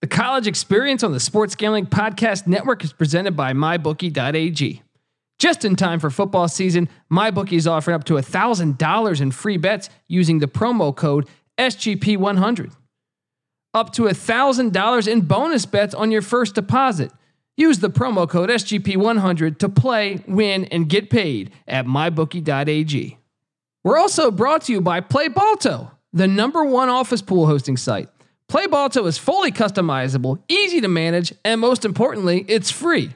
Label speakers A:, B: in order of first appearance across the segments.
A: The college experience on the Sports Gambling Podcast Network is presented by MyBookie.ag. Just in time for football season, MyBookie is offering up to $1,000 in free bets using the promo code SGP100. Up to $1,000 in bonus bets on your first deposit. Use the promo code SGP100 to play, win, and get paid at MyBookie.ag. We're also brought to you by PlayBalto, the number one office pool hosting site. PlayBalto is fully customizable, easy to manage, and most importantly, it's free.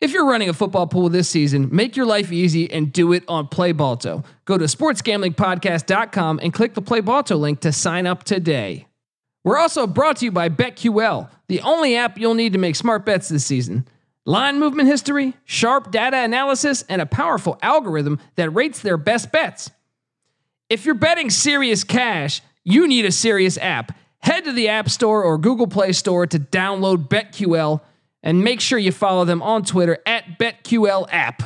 A: If you're running a football pool this season, make your life easy and do it on PlayBalto. Go to sportsgamblingpodcast.com and click the PlayBalto link to sign up today. We're also brought to you by BetQL, the only app you'll need to make smart bets this season. Line movement history, sharp data analysis, and a powerful algorithm that rates their best bets. If you're betting serious cash, you need a serious app. Head to the App Store or Google Play Store to download BetQL and make sure you follow them on Twitter at BetQL app.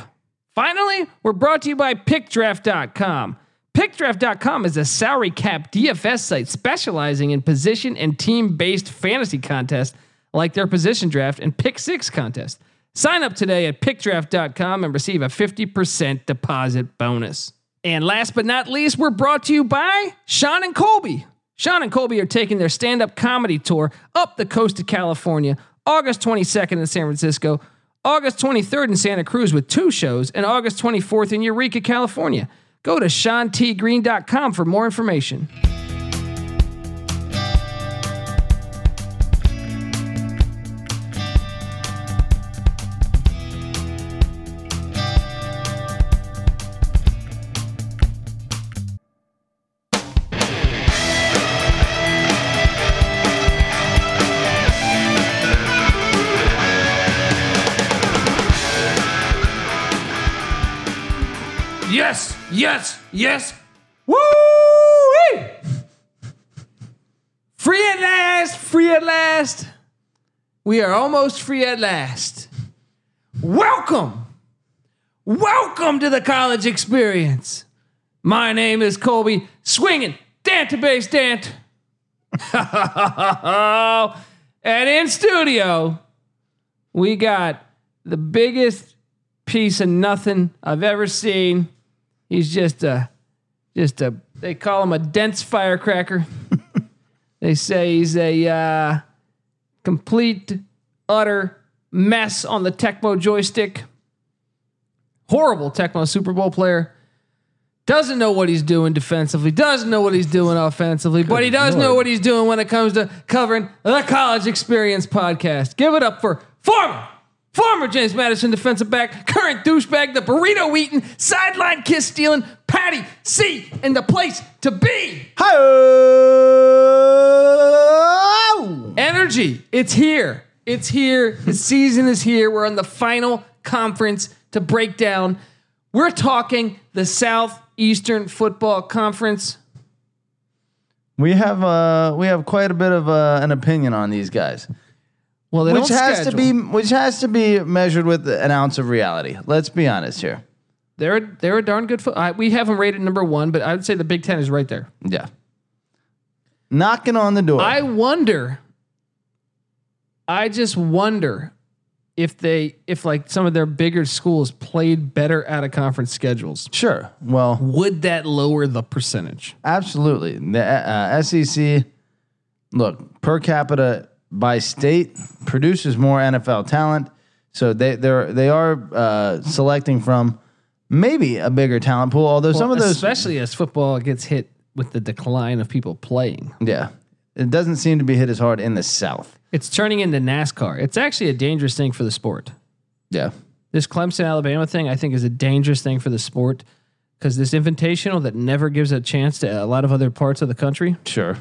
A: Finally, we're brought to you by PickDraft.com. PickDraft.com is a salary cap DFS site specializing in position and team based fantasy contests like their position draft and pick six contest. Sign up today at pickdraft.com and receive a 50% deposit bonus. And last but not least, we're brought to you by Sean and Colby. Sean and Colby are taking their stand up comedy tour up the coast of California, August 22nd in San Francisco, August 23rd in Santa Cruz with two shows, and August 24th in Eureka, California. Go to SeanTGreen.com for more information. Yes, yes, yes. Woo! Free at last, free at last. We are almost free at last. Welcome. Welcome to the college experience. My name is Colby Swinging Dantabase Dant. and in studio, we got the biggest piece of nothing I've ever seen. He's just a, just a. They call him a dense firecracker. they say he's a uh, complete, utter mess on the Tecmo joystick. Horrible Tecmo Super Bowl player. Doesn't know what he's doing defensively. Doesn't know what he's doing offensively. but he does know
B: Lord.
A: what he's doing when it comes to covering the College Experience podcast. Give it up for former. Former James Madison defensive back, current douchebag, the burrito eating, sideline kiss stealing, Patty C, and the place to be.
B: Hi.
A: Energy, it's here. It's here. The season is here. We're on the final conference to break down. We're talking the Southeastern Football Conference.
B: We have uh we have quite a bit of uh, an opinion on these guys,
A: Well, they
B: which
A: don't
B: has
A: schedule.
B: to be which has to be measured with an ounce of reality. Let's be honest here.
A: they're they're a darn good. Fo- I, we have them rated number one, but I would say the Big Ten is right there.
B: Yeah. Knocking on the door.
A: I wonder. I just wonder if they if like some of their bigger schools played better out of conference schedules.
B: sure. Well,
A: Would that lower the percentage?
B: absolutely. The uh, SEC look, per capita by state produces more NFL talent. So they they're they are uh, selecting from maybe a bigger talent pool, although some of those
A: especially as football gets hit with the decline of people playing.
B: Yeah. It doesn't seem to be hit as hard in the South.
A: It's turning into NASCAR. It's actually a dangerous thing for the sport.
B: Yeah.
A: This Clemson Alabama thing I think is a dangerous thing for the sport because this invitational that never gives a chance to a lot of other parts of the country.
B: Sure.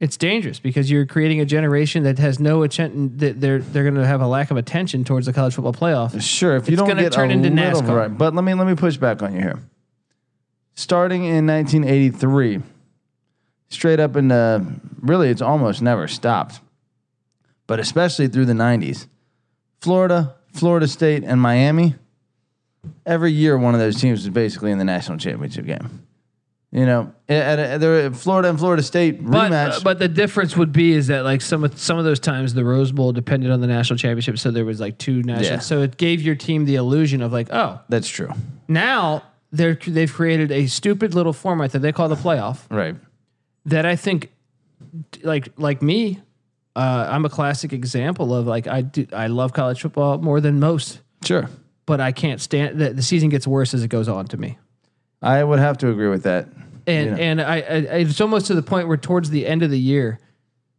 A: it's dangerous because you're creating a generation that has no attention that they're they're going to have a lack of attention towards the college football playoff.
B: Sure. If you
A: It's
B: don't
A: gonna
B: get
A: turn
B: a
A: into
B: little
A: NASCAR.
B: right- but let me let me push back on you here. Starting in 1983, straight up and uh, really, it's almost never stopped, but especially through the 90s, Florida, Florida State, and Miami. Every year, one of those teams was basically in the national championship game. You know, at, at, at Florida and Florida State
A: But,
B: rematch.
A: uh, but the difference would be is that like some of some of those times the Rose Bowl depended on the national championship, so there was like two national.
B: Yeah.
A: So it gave your team the illusion of like, oh,
B: that's true,
A: now they're they've created a stupid little format that they call the playoff
B: right?
A: that I think, like like me, uh, I'm a classic example of like I do I love college football more than most,
B: Sure,
A: but I can't stand that the season gets worse as it goes on to me.
B: I would have to agree with that.
A: and
B: Yeah.
A: and I, I it's almost to the point where towards the end of the year,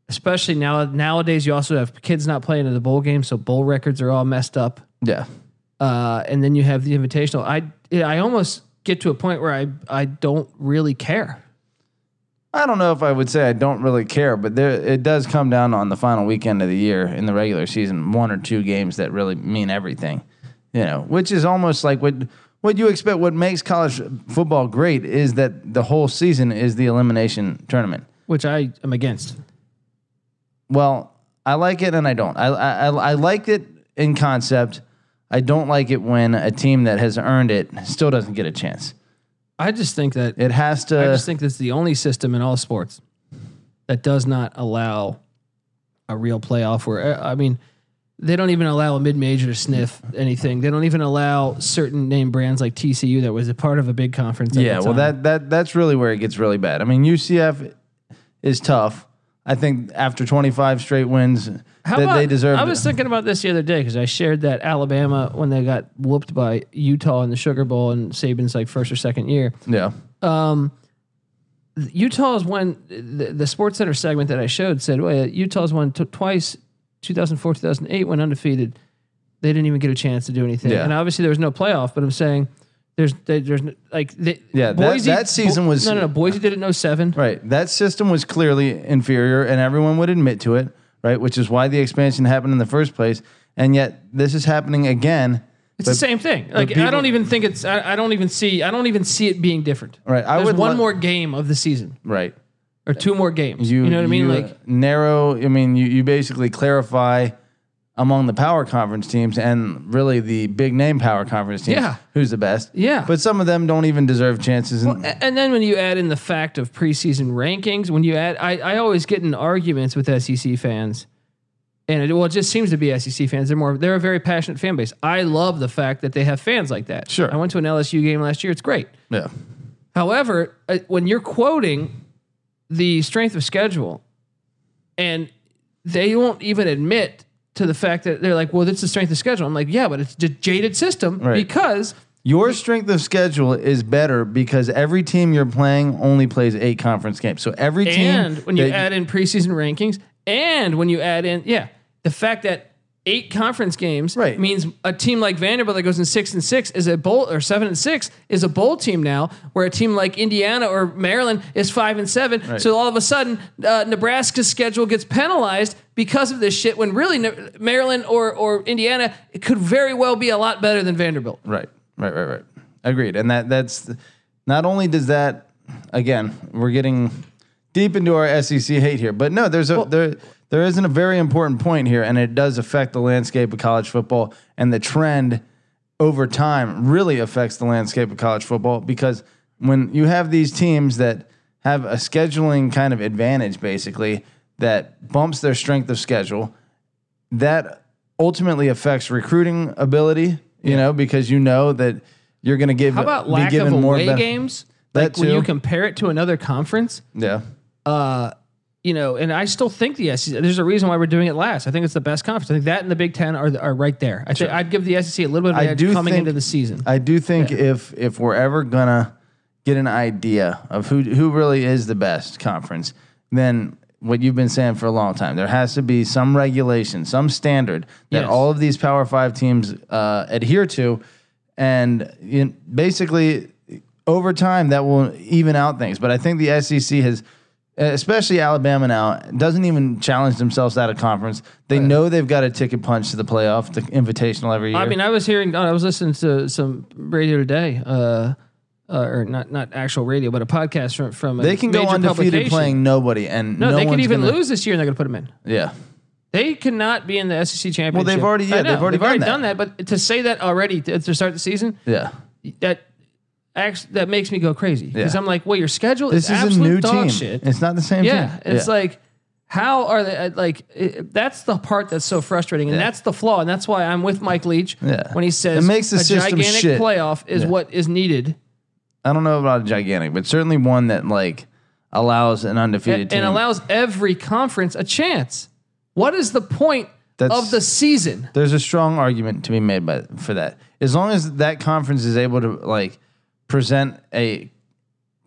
A: especially now nowadays you also have kids not playing in the bowl game, so bowl records are all messed up.
B: Yeah,
A: Uh, and then you have the invitational. I I almost get to a point where I I don't really care.
B: I don't know if I would say I don't really care, but there it does come down on the final weekend of the year in the regular season, one or two games that really mean everything. You know, which is almost like what what you expect. What makes college football great is that the whole season is the elimination tournament.
A: Which I am against.
B: Well, I like it and I don't. I I, I- I like it in concept. I don't like it when a team that has earned it still doesn't get a chance.
A: I just think that
B: It has to.
A: I just think that's the only system in all sports that does not allow a real playoff. Where uh, I I mean, they don't even allow a mid-major to sniff anything. They don't even allow certain name brands like TCU that was a part of a big conference. at
B: yeah,
A: the
B: well,
A: time.
B: that that that's really where it gets really bad. I mean, UCF is tough. I think after 25 straight wins,
A: How
B: that
A: about,
B: they deserve.
A: I was thinking about this the other day because I shared that Alabama when they got whooped by Utah in the Sugar Bowl and Saban's like first or second year.
B: yeah,
A: Utah is one. The, the Sports Center segment that I showed said, "Well, Utah's won t- twice, 2004, 2008, went undefeated. They didn't even get a chance to do anything.
B: Yeah.
A: And obviously, there was no playoff. But I'm saying there's they, there's no- like they,
B: Yeah, that- that season was-
A: no no no. Boise did it in 07.
B: right. That system was clearly inferior, and everyone would admit to it, right? Which is why the expansion happened in the first place. And yet, this is happening again.
A: It's the same thing. Like I
B: people-
A: don't even think it's. I, I don't even see. I don't even see it being different.
B: Right, I
A: There's
B: would
A: one
B: lo-
A: more game of the season
B: Right.
A: or two more games. You, know what I mean?
B: you, uh,
A: like
B: narrow. I mean, you, you basically clarify among the power conference teams and really the big name power conference teams.
A: Yeah.
B: who's the best?
A: Yeah.
B: but some of them don't even deserve chances. And,
A: A- And then when you add in the fact of preseason rankings, when you add, I, I always get in arguments with SEC fans, and it, well, it just seems to be SEC fans. They're more, they're a very passionate fan base. I love the fact that they have fans like that.
B: Sure.
A: I went to an LSU game last year. It's great.
B: yeah,
A: However, uh, when you're quoting the strength of schedule, and they won't even admit to the fact that they're like, well, that's the strength of schedule. I'm like, yeah, but it's a jaded system
B: Right.
A: because
B: your strength of schedule is better because every team you're playing only plays eight conference games. So every team
A: And when you
B: that-
A: add in preseason rankings, and when you add in, yeah, the fact that eight conference games
B: Right.
A: means a team like Vanderbilt that goes in six and six is a bowl or seven and six is a bowl team now, where a team like Indiana or Maryland is five and seven. So all of a sudden, uh, Nebraska's schedule gets penalized because of this shit. When really Ne- Maryland or or Indiana it could very well be a lot better than Vanderbilt.
B: Right, right, right, right. Agreed. And that that's not only does that again, we're getting deep into our SEC hate here, but no, there's a there there isn't a very important point here, and it does affect the landscape of college football and the trend over time really affects the landscape of college football because when you have these teams that have a scheduling kind of advantage basically that bumps their strength of schedule that ultimately affects recruiting ability, you know, because you know that you're going to give
A: How about
B: be
A: lack of
B: given
A: away
B: more benef-
A: games?
B: That
A: Like when you
B: too.
A: compare it to another conference,
B: Yeah.
A: uh, you know, and I still think the SEC. There's a reason why we're doing it last. I think it's the best conference. I think that and the Big Ten are are right there. I think I'd give the SEC a little bit of an
B: I
A: edge
B: do
A: coming
B: think-
A: into the season.
B: I do think if if we're ever going to get an idea of who who really is the best conference, then what you've been saying for a long time, there has to be some regulation, some standard that
A: Yes.
B: all of these Power 5 teams uh, adhere to and you know, basically over time that will even out things. But I think the SEC has, especially Alabama now, doesn't even challenge themselves out of conference. They know they've got a ticket punch to the playoff, the invitational every year.
A: I mean, I was hearing, I was listening to some radio today, uh, uh, or not not actual radio, but a podcast from from a
B: they can go
A: major
B: undefeated
A: publication.
B: playing nobody, and no,
A: No, they could
B: one's
A: even
B: gonna-
A: lose this year, and they're going to put them in.
B: Yeah,
A: They cannot be in the SEC championship. Well,
B: they've already- yeah, they've already done that.
A: done that. But to say that already to, to start the season,
B: yeah.
A: that actually that makes me go crazy because
B: Yeah.
A: I'm like, well, your schedule
B: This
A: is
B: is a
A: absolute
B: new
A: dog
B: team.
A: shit.
B: It's not the same
A: Yeah,
B: team.
A: it's like how are they uh, like? It, that's the part that's so frustrating, and that's the flaw, and that's why I'm with Mike Leach
B: Yeah.
A: when he says
B: It makes the
A: a
B: system
A: gigantic
B: shit."
A: playoff is what is needed,
B: I don't know about a gigantic, but certainly one that like allows an undefeated
A: and
B: team.
A: allows every conference a chance. What is the point
B: That's-
A: of the season?
B: There's a strong argument to be made by for that. As long as that conference is able to like present a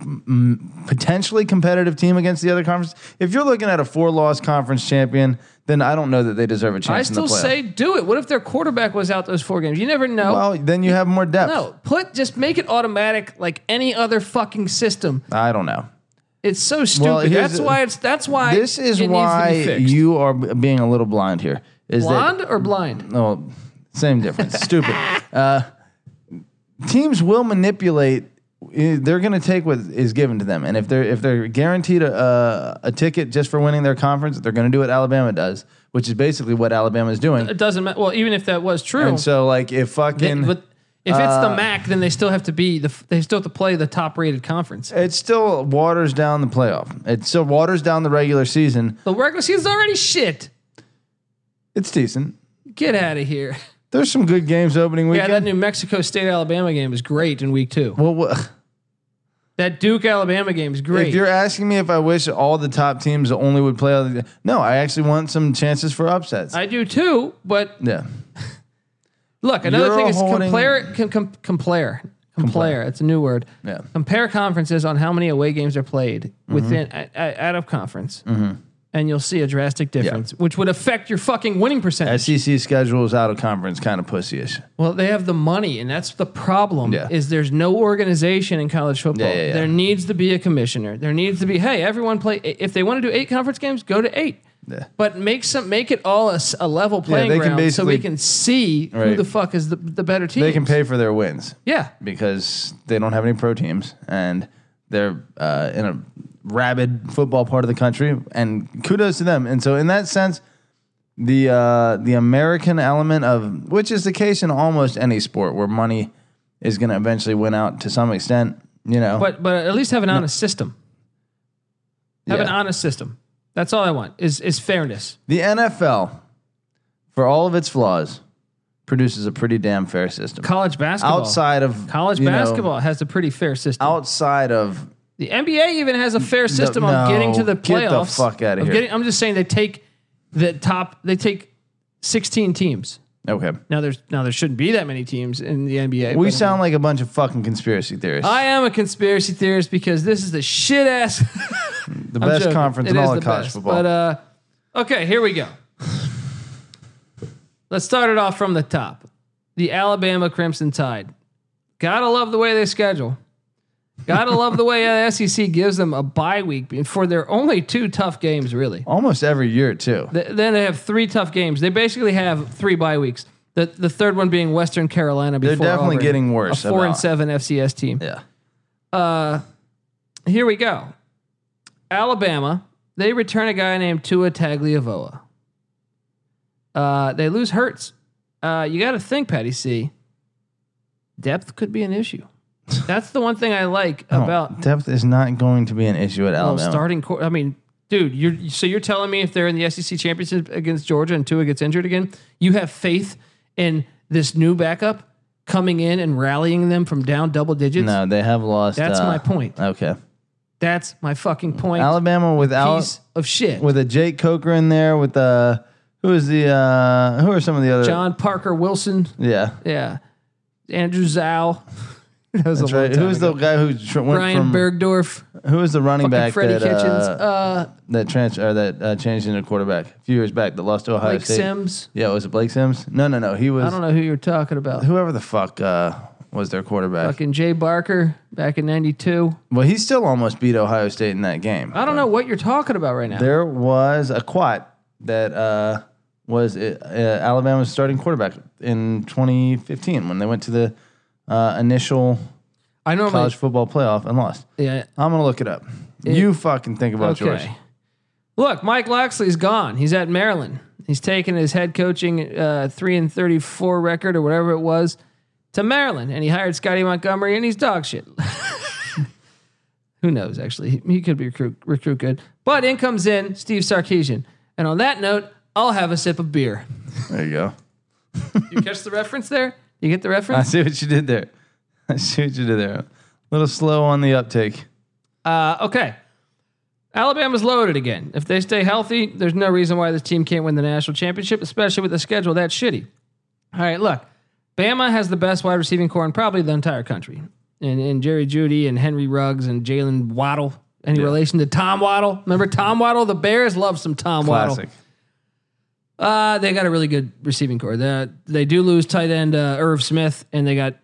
B: m- potentially competitive team against the other conference, if you're looking at a four-loss conference champion, then I don't know that they deserve a chance.
A: I
B: in the
A: still
B: playoff.
A: say do it. What if their quarterback was out those four games? You never know.
B: well, then you have more depth.
A: no, put just make it automatic like any other fucking system.
B: I don't know.
A: It's so
B: Well,
A: stupid.
B: here's
A: that's
B: the-
A: why it's that's why
B: This is
A: it
B: why
A: needs to be fixed.
B: you are b- being a little blind here. Is that
A: blonde or blind?
B: No, same difference. Stupid. Uh, teams will manipulate. eh, They're going to take what is given to them, and if they're if they're guaranteed a, a, a ticket just for winning their conference, they're going to do what Alabama does, which is basically what Alabama is doing.
A: It doesn't matter. Well, even if that was true,
B: And so, uh, like, if
A: Uh, They-
B: fucking,
A: but if it's the MAC, then they still have to be the. f- They still have to play the top rated conference.
B: it still waters down the playoff. It still waters down the regular season.
A: The regular season's already shit.
B: It's decent.
A: Get out of here.
B: There's some good games opening
A: Yeah, that
B: weekend.
A: New Mexico State Alabama game is great in week two.
B: well, wha-
A: That Duke Alabama game is
B: If
A: great.
B: you're asking me if I wish all the top teams only would play, all the, no, I actually want some chances for upsets.
A: I do too, but
B: yeah,
A: look, another
B: You're
A: thing is
B: holding-
A: compare, com, com, compare, compare. It's a new word.
B: Yeah. Mm-hmm.
A: Compare conferences on how many away games are played within uh, uh, out of conference, and you'll see a drastic difference, which would affect your fucking winning percentage.
B: SEC schedule is E out of conference, kind of pussyish.
A: Well, they have the money, and that's the problem.
B: Yeah.
A: Is there's no organization in college football.
B: Yeah, yeah, yeah.
A: There needs to be a commissioner. There needs to be hey, everyone play. If they want to do eight conference games, go to eight.
B: Yeah.
A: But make some make it all a, s- a level playing
B: they can
A: ground so we
B: basically-
A: can see who
B: Right.
A: the fuck is the, the better team.
B: They can pay for their wins
A: Yeah,
B: because they don't have any pro teams and they're uh, in a rabid football part of the country. And kudos to them. And so, in that sense, the uh, the American element of which is the case in almost any sport where money is going to eventually win out to some extent. You know,
A: but but at least have an honest system. Have an
B: Yeah.
A: honest system. That's all I want is is fairness.
B: The NFL, for all of its flaws, produces a pretty damn fair system.
A: College basketball.
B: Outside of
A: College
B: you know,
A: basketball has a pretty fair system.
B: outside of
A: The NBA even has a fair system on
B: no,
A: getting to the playoffs.
B: get the fuck outta
A: of
B: here.
A: getting- I'm just saying they take the top. They take 16 teams.
B: okay,
A: Now there's now there shouldn't be that many teams in the NBA.
B: we
A: but-
B: sound like a bunch of fucking conspiracy theorists.
A: I am a conspiracy theorist because this is the shit ass
B: the best conference in all of college football.
A: But uh, okay, here we go. Let's start it off from the top. The Alabama Crimson Tide. Gotta love the way they schedule. Gotta love the way the SEC gives them a bye week for their only two tough games, really.
B: Almost every year too.
A: Th- then they have three tough games. They basically have three bye weeks. The, the third one being Western Carolina. Before
B: definitely
A: Auburn,
B: getting worse
A: A four and
B: about-
A: seven FCS team
B: Yeah,
A: here we go. Alabama, they return a guy named Tua Tagliavoa. Uh, they lose Hurts. Uh, you got to think, Patty C. Depth could be an issue. That's the one thing I like
B: No,
A: about
B: depth is not going to be an issue at
A: well,
B: Alabama.
A: starting. Cor- I mean, dude, you're so you're telling me if they're in the SEC championship against Georgia and Tua gets injured again, you have faith in this new backup coming in and rallying them from down double digits.
B: no, they have lost.
A: That's
B: uh,
A: my point.
B: Okay,
A: That's my fucking point.
B: Alabama without
A: Piece of shit.
B: with a Jake Coker in there with uh who is the uh who are some of the other
A: John Parker Wilson.
B: yeah
A: Yeah. Andrew Zhao. that was
B: that's right who is the guy who tr- went
A: Brian
B: from
A: Bergdorf,
B: Who was the running back
A: Freddie
B: that,
A: Kitchens,
B: uh,
A: uh,
B: that trans or that uh, changed into quarterback a few years back that lost to Ohio
A: Blake
B: State?
A: Sims.
B: Yeah, was it Blake Sims? No, no, no. He
A: I
B: was
A: don't know who you're talking about.
B: whoever the fuck uh, was their quarterback.
A: Fucking Jay Barker back in '92.
B: Well, he still almost beat Ohio State in that game.
A: I don't know what you're talking about right now.
B: There was a quat that uh, was uh, uh, Alabama's starting quarterback in 2015 when they went to the uh, initial
A: I normally,
B: college football playoff and lost.
A: yeah.
B: I'm gonna look it up. you fucking think about
A: Okay.
B: yours.
A: Look, Mike Loxley's gone. He's at Maryland. He's taken his head coaching uh, three and thirty-four record or whatever it was, to Maryland, and he hired Scotty Montgomery, and he's dog shit. Who knows? Actually, he, he could be recruit, recruit good. But in comes in Steve Sarkeesian, and on that note, I'll have a sip of beer.
B: There you go.
A: You catch the reference there? You get the
B: I
A: reference?
B: see what you did there. I see what you did there. A little slow on the uptake.
A: Uh, okay. Alabama's loaded again. If they stay healthy, there's no reason why this team can't win the national championship, especially with a schedule that shitty. All right, look. Bama has the best wide receiving core in probably the entire country. And, and Jerry Judy and Henry Ruggs and Jalen Waddle. Any relation to Tom Waddle? Remember Tom Waddle? The Bears love some Tom Waddle.
B: Classic.
A: Uh, they got a really good receiving core. They, they do lose tight end uh, Irv Smith, and they got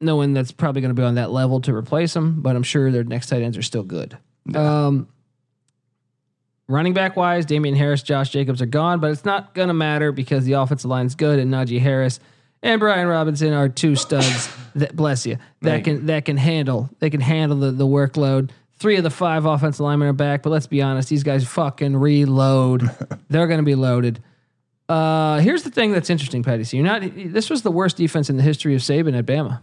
A: no one that's probably going to be on that level to replace him. But I'm sure their next tight ends are still good. Um, running back wise, Damian Harris, Josh Jacobs are gone, but it's not going to matter because the offensive line's good, and Najee Harris and Brian Robinson are two studs. that bless you that can that can handle they can handle the, the workload. Three of the five offensive linemen are back, but let's be honest, these guys fucking reload. They're going to be loaded. Uh, here's the thing that's interesting, Patty. So you're not. This was the worst defense in the history of Saban at Bama.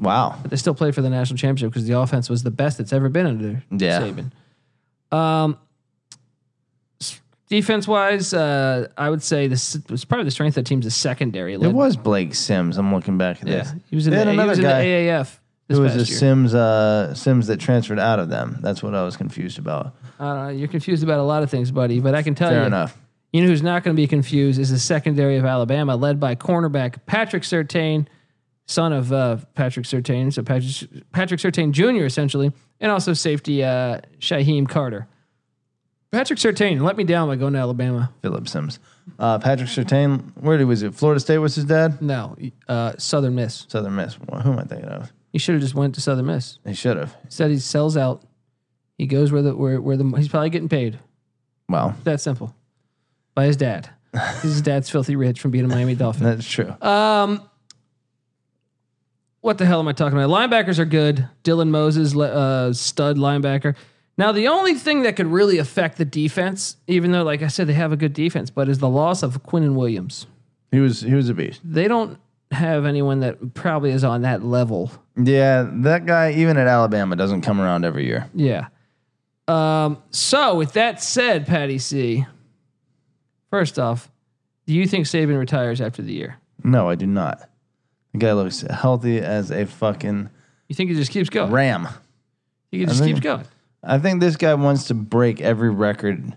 B: Wow.
A: They still played for the national championship because the offense was the best it's ever been under
B: Yeah.
A: Saban. Um, defense wise, uh, I would say this was probably the strength of the team's the secondary.
B: It was Blake Sims. I'm looking back at
A: Yeah,
B: this.
A: he was in,
B: They
A: the,
B: had
A: he
B: another
A: was in the
B: guy
A: AAF. This
B: It was the
A: past year.
B: Sims uh, Sims that transferred out of them. That's what I was confused about.
A: Uh, you're confused about a lot of things, buddy. But I can tell
B: Fair
A: you,
B: enough.
A: You know who's not going to be confused is the secondary of Alabama, led by cornerback Patrick Sertain, son of uh, Patrick Sertain, so Patrick, Patrick Sertain Jr. essentially, and also safety uh, Shaheem Carter. Patrick Sertain let me down by going to Alabama.
B: Philip Sims. Uh, Patrick Sertain, where did, was it? Florida State was his dad?
A: No, uh, Southern Miss.
B: Southern Miss. Well, who am I thinking of?
A: He should have just went to Southern Miss.
B: He should have.
A: Instead, he sells out. He goes where the where where the he's probably getting paid.
B: Wow.
A: That simple. By his dad. his dad's filthy rich from being a Miami Dolphin.
B: That's true.
A: what the hell am I talking about? Linebackers are good. Dylan Moses, le- uh, stud linebacker. Now, the only thing that could really affect the defense, even though, like I said, they have a good defense, but is the loss of Quinn and Williams.
B: he was he was a beast.
A: They don't have anyone that probably is on that level.
B: Yeah, that guy even at Alabama doesn't come around every year.
A: Yeah. Um, so, with that said, Patty C, first off, do you think Saban retires after the year?
B: No, I do not. The guy looks healthy as a fucking
A: You think he just keeps going?
B: ram.
A: He just
B: I
A: keeps
B: think-
A: going.
B: I think this guy wants to break every record.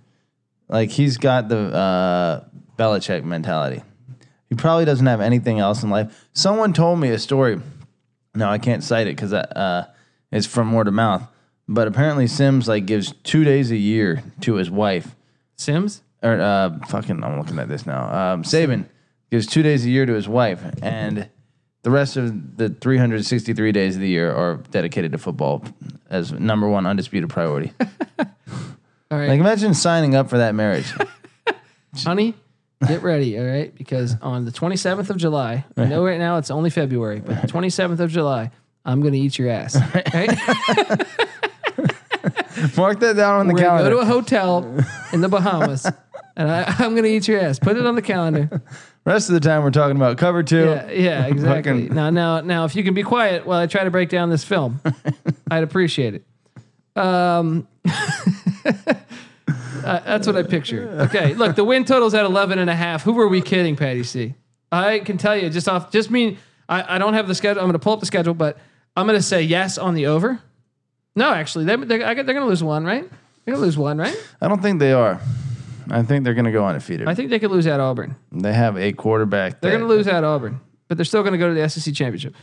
B: Like he's got the uh, Belichick mentality. He probably doesn't have anything else in life. Someone told me a story. No, I can't cite it because uh, it's from word of mouth. But apparently, Sims like gives two days a year to his wife.
A: Sims?
B: Or uh, fucking, I'm looking at this now. Um, Saban gives two days a year to his wife, and the rest of the 363 days of the year are dedicated to football as number one undisputed priority.
A: All right.
B: Like imagine signing up for that marriage.
A: honey, get ready, all right? Because on the 27th of July, I know right now it's only February, but the 27th of July, I'm going to eat your ass. Right?
B: Mark that down on the
A: We're going to go
B: calendar.
A: to a hotel in the Bahamas, and I, I'm going to eat your ass. Put it on the calendar.
B: Rest of the time we're talking about cover two.
A: Yeah, yeah, exactly.
B: Fucking-
A: Now, now, now, if you can be quiet while I try to break down this film, I'd appreciate it. Um, uh, that's what I pictured. Okay, look, the win total's at 11 and a half. Who were we kidding, Patty C? I can tell you just off, just mean I, I don't have the schedule. I'm going to pull up the schedule, but I'm going to say yes on the over. No, actually, they, they, I got- they're going to lose one, right? They're going to lose one, right?
B: I don't think they are. I think they're gonna go undefeated.
A: I think they could lose at Auburn.
B: they have a quarterback.
A: They're going to lose at Auburn, but they're still going to go to the SEC championship.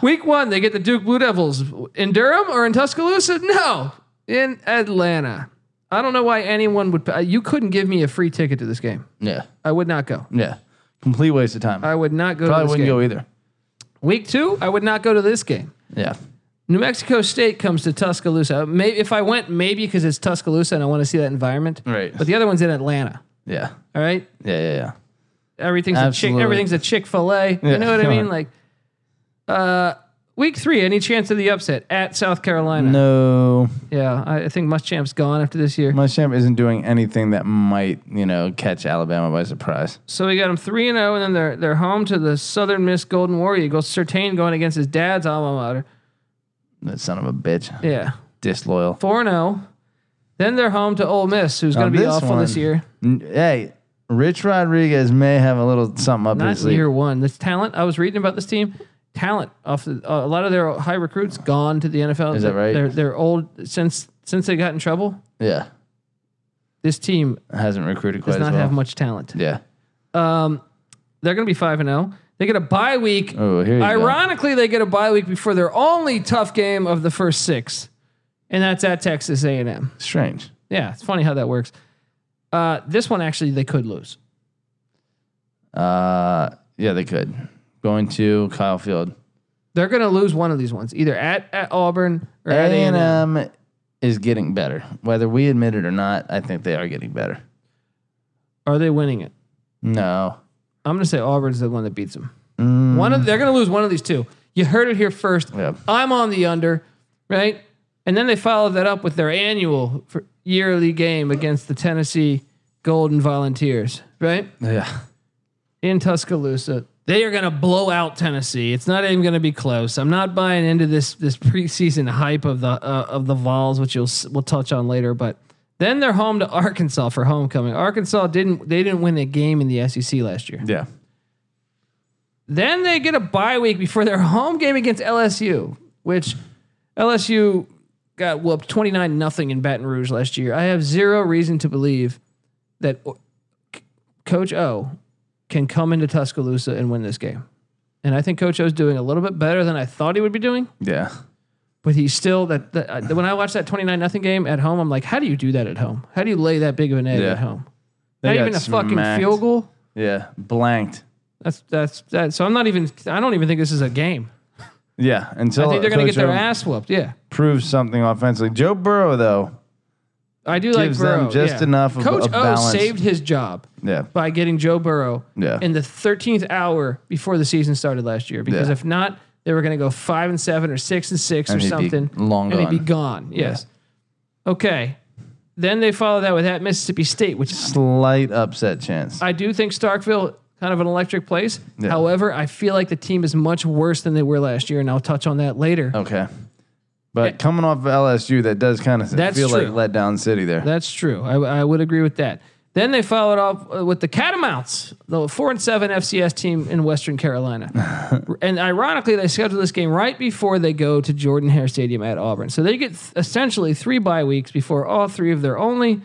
A: Week one, they get the Duke Blue Devils in Durham or in Tuscaloosa? No, in Atlanta. I don't know why anyone would. uh, You couldn't give me a free ticket to this game.
B: Yeah,
A: I would not go.
B: yeah. Complete waste of time.
A: I would not go
B: Probably
A: to this
B: wouldn't
A: game.
B: go either.
A: Week two, I would not go to this game.
B: Yeah,
A: New Mexico State comes to Tuscaloosa. Maybe if I went, maybe because it's Tuscaloosa and I want to see that environment.
B: Right.
A: But the other one's in Atlanta.
B: yeah,
A: All right.
B: yeah, yeah, yeah.
A: everything's a chick
B: Absolutely.
A: everything's a Chick Fil A.
B: Yeah.
A: You know what I mean? Like, uh, Week three, any chance of the upset at South Carolina?
B: Mm. No,
A: Yeah, I, I think Muschamp's gone after this year.
B: my champ isn't doing anything that might, you know, catch Alabama by surprise.
A: So we got them three and zero, and then they're they're home to the Southern Miss Golden War Eagles. Certain going against his dad's alma mater.
B: That son of a bitch,
A: Yeah,
B: disloyal.
A: four and zero. Then they're home to Ole Miss, who's
B: Now
A: going to be
B: this
A: awful this
B: one-
A: year.
B: N- Hey, Rich Rodriguez may have a little something up
A: Not
B: his sleeve.
A: year one. This talent. I was reading about this team. Talent off the, a lot of their high recruits gone to the NFL.
B: Is that right?
A: They're they're old since since they got in trouble.
B: Yeah,
A: This team
B: hasn't recruited quite
A: does
B: as
A: not
B: well.
A: have much talent.
B: yeah.
A: They're going to be five and zero. They get a bye week.
B: Oh, here you go.
A: Ironically, they get a bye week before their only tough game of the first six, and that's at Texas A and M.
B: Strange.
A: Yeah, it's funny how that works. Uh, this one actually they could lose.
B: Uh, yeah, they could. Going to Kyle Field.
A: They're going to lose one of these ones, either at, at Auburn or
B: A
A: at A and
B: and
A: M.
B: M is getting better, whether we admit it or not. I think they are getting better.
A: Are they winning it?
B: No,
A: I'm going to say Auburn's the one that beats them. One of they're going to lose one of these two. You heard it here first.
B: Yep.
A: I'm on the under, right? And then they followed that up with their annual for yearly game against the Tennessee Golden Volunteers, right?
B: yeah,
A: in Tuscaloosa. They are going to blow out Tennessee. It's not even going to be close. I'm not buying into this this preseason hype of the uh, of the Vols, which you'll s- we'll touch on later. But then they're home to Arkansas for homecoming. Arkansas didn't they didn't win a game in the SEC last year.
B: yeah.
A: Then they get a bye week before their home game against LSU, which LSU got whooped 29 nothing in Baton Rouge last year. I have zero reason to believe that O- C- Coach O can come into Tuscaloosa and win this game. And I think Coach O's doing a little bit better than I thought he would be doing,
B: Yeah.
A: but he's still that, that I- when I watched that 29 nothing game at home, I'm like, how do you do that at home? How do you lay that big of an egg
B: Yeah.
A: at home?
B: They
A: Not
B: got
A: even a fucking
B: smacked.
A: field goal.
B: Yeah. Blanked.
A: That's that's that. So I'm not even I don't even think this is a game.
B: Yeah. Until
A: I think they're going to
B: Coach
A: get their
B: O
A: ass whooped. Yeah.
B: proves something offensively. Joe Burrow though.
A: I do like
B: Gives them
A: Burrow.
B: just
A: yeah.
B: enough of-
A: Coach
B: of
A: O
B: balance.
A: saved his job
B: Yeah.
A: by getting Joe Burrow
B: Yeah.
A: in the 13th hour before the season started last year. Because
B: Yeah.
A: if not, they were going to go five and seven or six and six
B: And
A: or
B: he'd be
A: something,
B: long
A: and he'd be
B: gone.
A: gone. Yes. Okay. Then they follow that with at Mississippi State, which
B: Slight upset chance.
A: I do think Starkville kind of an electric place.
B: Yeah.
A: However, I feel like the team is much worse than they were last year, and I'll touch on that later.
B: Okay. But coming off of LSU, that does kind of
A: That's
B: feel
A: true.
B: like letdown city there.
A: That's true. I, I would agree with that. Then they followed off uh, with the Catamounts, the four and seven FCS team in Western Carolina, and ironically, they scheduled this game right before they go to Jordan Hare Stadium at Auburn. So they get th- essentially three bye weeks before all three of their only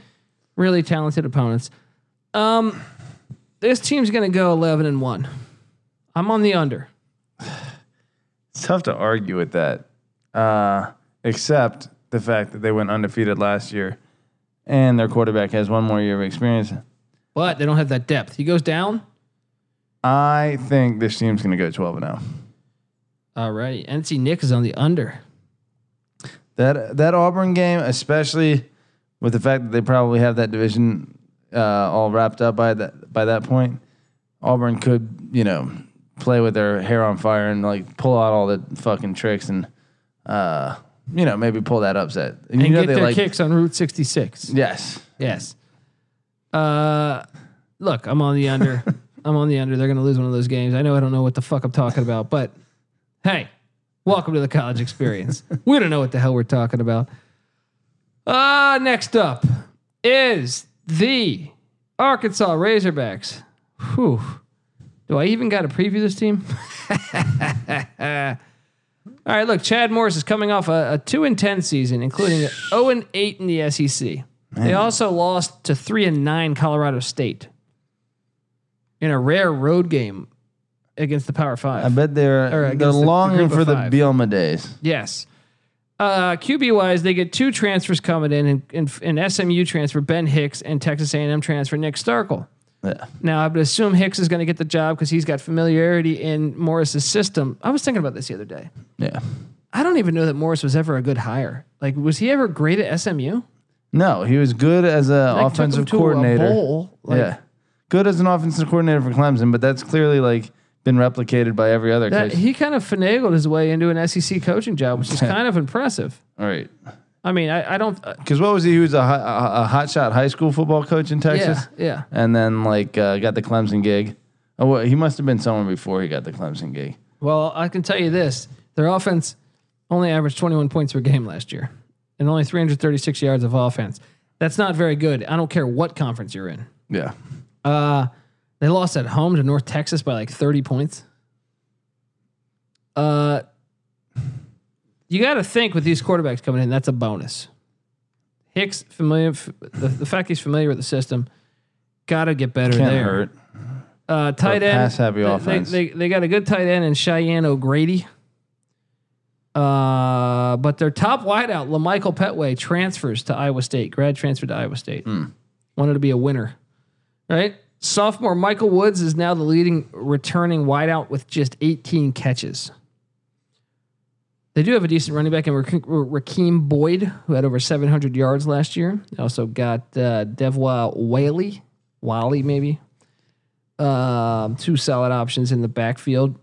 A: really talented opponents. Um, this team's going to go eleven and one. I'm on the under.
B: it's tough to argue with that, uh, except the fact that they went undefeated last year, and their quarterback has one more year of experience.
A: But they don't have that depth. He goes down.
B: I think this team's going to go twelve and oh. zero.
A: Alrighty. NC Nick is on the under.
B: That that Auburn game, especially with the fact that they probably have that division uh, all wrapped up by that by that point, Auburn could you know play with their hair on fire and like pull out all the fucking tricks and uh, you know maybe pull that upset.
A: And
B: And, you know
A: get
B: they
A: their
B: like
A: kicks on Route 66.
B: yes,
A: Yes. Uh, look, I'm on the under. I'm on the under. They're going to lose one of those games. I know I don't know what the fuck I'm talking about, but hey, welcome to the college experience. we don't know what the hell we're talking about. Uh, next up is the Arkansas Razorbacks. Whew. Do I even got to preview this team? All right, look, Chad Morris is coming off a, a 2 and 10 season, including a 0 and 8 in the SEC. They also lost to 3 and 9 Colorado State in a rare road game against the Power 5.
B: I bet
A: Or
B: they're
A: against
B: they're
A: the- the
B: longing
A: group of
B: for the
A: five.
B: Bielma days.
A: Yes. Uh, QB wise, they get two transfers coming in, and, and, and SMU transfer Ben Hicks and Texas A&M transfer Nick Starkle.
B: Yeah.
A: Now I would assume Hicks is going to get the job because he's got familiarity in Morris's system. I was thinking about this the other day.
B: Yeah,
A: I don't even know that Morris was ever a good hire. Like, was he ever great at SMU?
B: no, he was good as an
A: Like, took him
B: offensive
A: to a
B: coordinator.
A: bowl. Like,
B: yeah. Good as an offensive coordinator for Clemson, but that's clearly like been replicated by every other
A: That,
B: case.
A: he kind of finagled his way into an SEC coaching job, which is kind of impressive.
B: All right.
A: I mean, I, I don't. Uh,
B: Because what was he? He was a, hi- a, a hotshot high school football coach in
A: yeah,
B: Texas,
A: yeah.
B: and then like uh, got the Clemson gig. Oh, well, he must have been somewhere before he got the Clemson gig.
A: Well, I can tell you this: their offense only averaged 21 points per game last year, and only 336 yards of offense. That's not very good. I don't care what conference you're in.
B: Yeah,
A: Uh, they lost at home to North Texas by like 30 points. Uh, you got to think with these quarterbacks coming in, that's a bonus. Hicks familiar, f- the, the fact he's familiar with the system, got to get better
B: can't
A: there.
B: hurt.
A: Uh, tight
B: But
A: end,
B: pass-heavy
A: they,
B: offense.
A: They, they, they got a good tight end in Cheyenne O'Grady. Uh, but their top wideout, Lamichael Petway, transfers to Iowa State. Grad transferred to Iowa State. Wanted to be a winner, right? Sophomore Michael Woods is now the leading returning wideout with just 18 catches. They do have a decent running back in Rakeem- Rakeem Boyd, who had over 700 yards last year. They also got uh, Devwa Whaley, Wally maybe, um, two solid options in the backfield.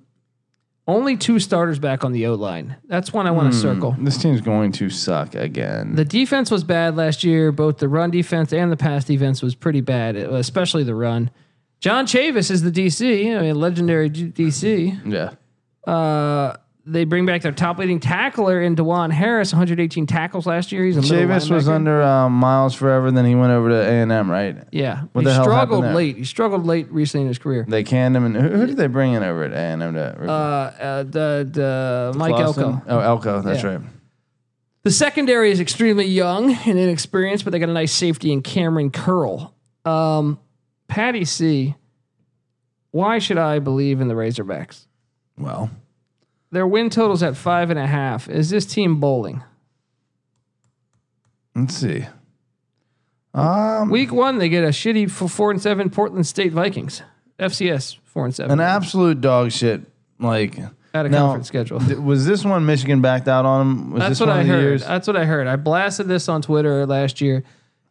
A: Only two starters back on the O line. That's one I want
B: Hmm.
A: to circle.
B: This team's going to suck again.
A: The defense was bad last year. Both the run defense and the pass defense was pretty bad, especially the run. John Chavis is the DC, I mean, legendary G- DC.
B: yeah,
A: Uh, they bring back their top leading tackler in Dewan Harris, 118 tackles last year. He's a middle
B: Chavis was
A: linebacker.
B: under uh, Miles forever. Then he went over to A and M. Right?
A: Yeah,
B: What
A: he
B: the hell happened
A: struggled
B: there?
A: late. He struggled late recently in his career.
B: They canned him. And who, who did they bring in over at A and M?
A: Uh,
B: To
A: uh, the, the Mike
B: Clausen?
A: Elko.
B: Oh, Elko. That's
A: Yeah.
B: right.
A: The secondary is extremely young and inexperienced, but they got a nice safety in Cameron Curl. Um, Patty C, why should I believe in the Razorbacks?
B: Well,
A: Their win total's at five and a half. Is this team bowling?
B: let's see. Um,
A: Week one, they get a shitty f- four and seven Portland State Vikings. FCS four and seven.
B: an absolute dog shit. Like
A: Out of
B: now,
A: conference schedule.
B: th- was this one Michigan backed out on him? Was
A: That's
B: this
A: what
B: one
A: I
B: of the
A: heard. Uh,
B: years?
A: That's what I heard. I blasted this on Twitter last year,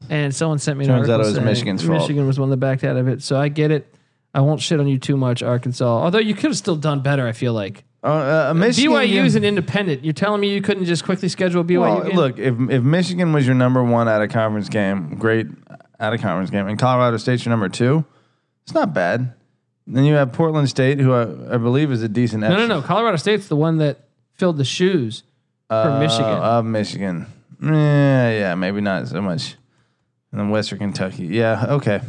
A: and someone sent me. An
B: Turns out
A: article
B: it was
A: saying
B: Michigan's fault.
A: Michigan was one that backed out of it, so I get it. I won't shit on you too much, Arkansas. Although you could have still done better. I feel like
B: Uh, uh, a Michigan
A: BYU
B: game-
A: is an independent. You're telling me you couldn't just quickly schedule a BYU
B: Well,
A: game?
B: look, if if Michigan was your number one out of conference game, great out of conference game, and Colorado State's your number two, it's not bad. Then you have Portland State, who I, I believe is a decent.
A: no, no, no. Colorado State's the one that filled the shoes for
B: Uh,
A: Michigan.
B: of Oh, Michigan. Yeah, yeah, maybe not so much. And then Western Kentucky. Yeah, okay.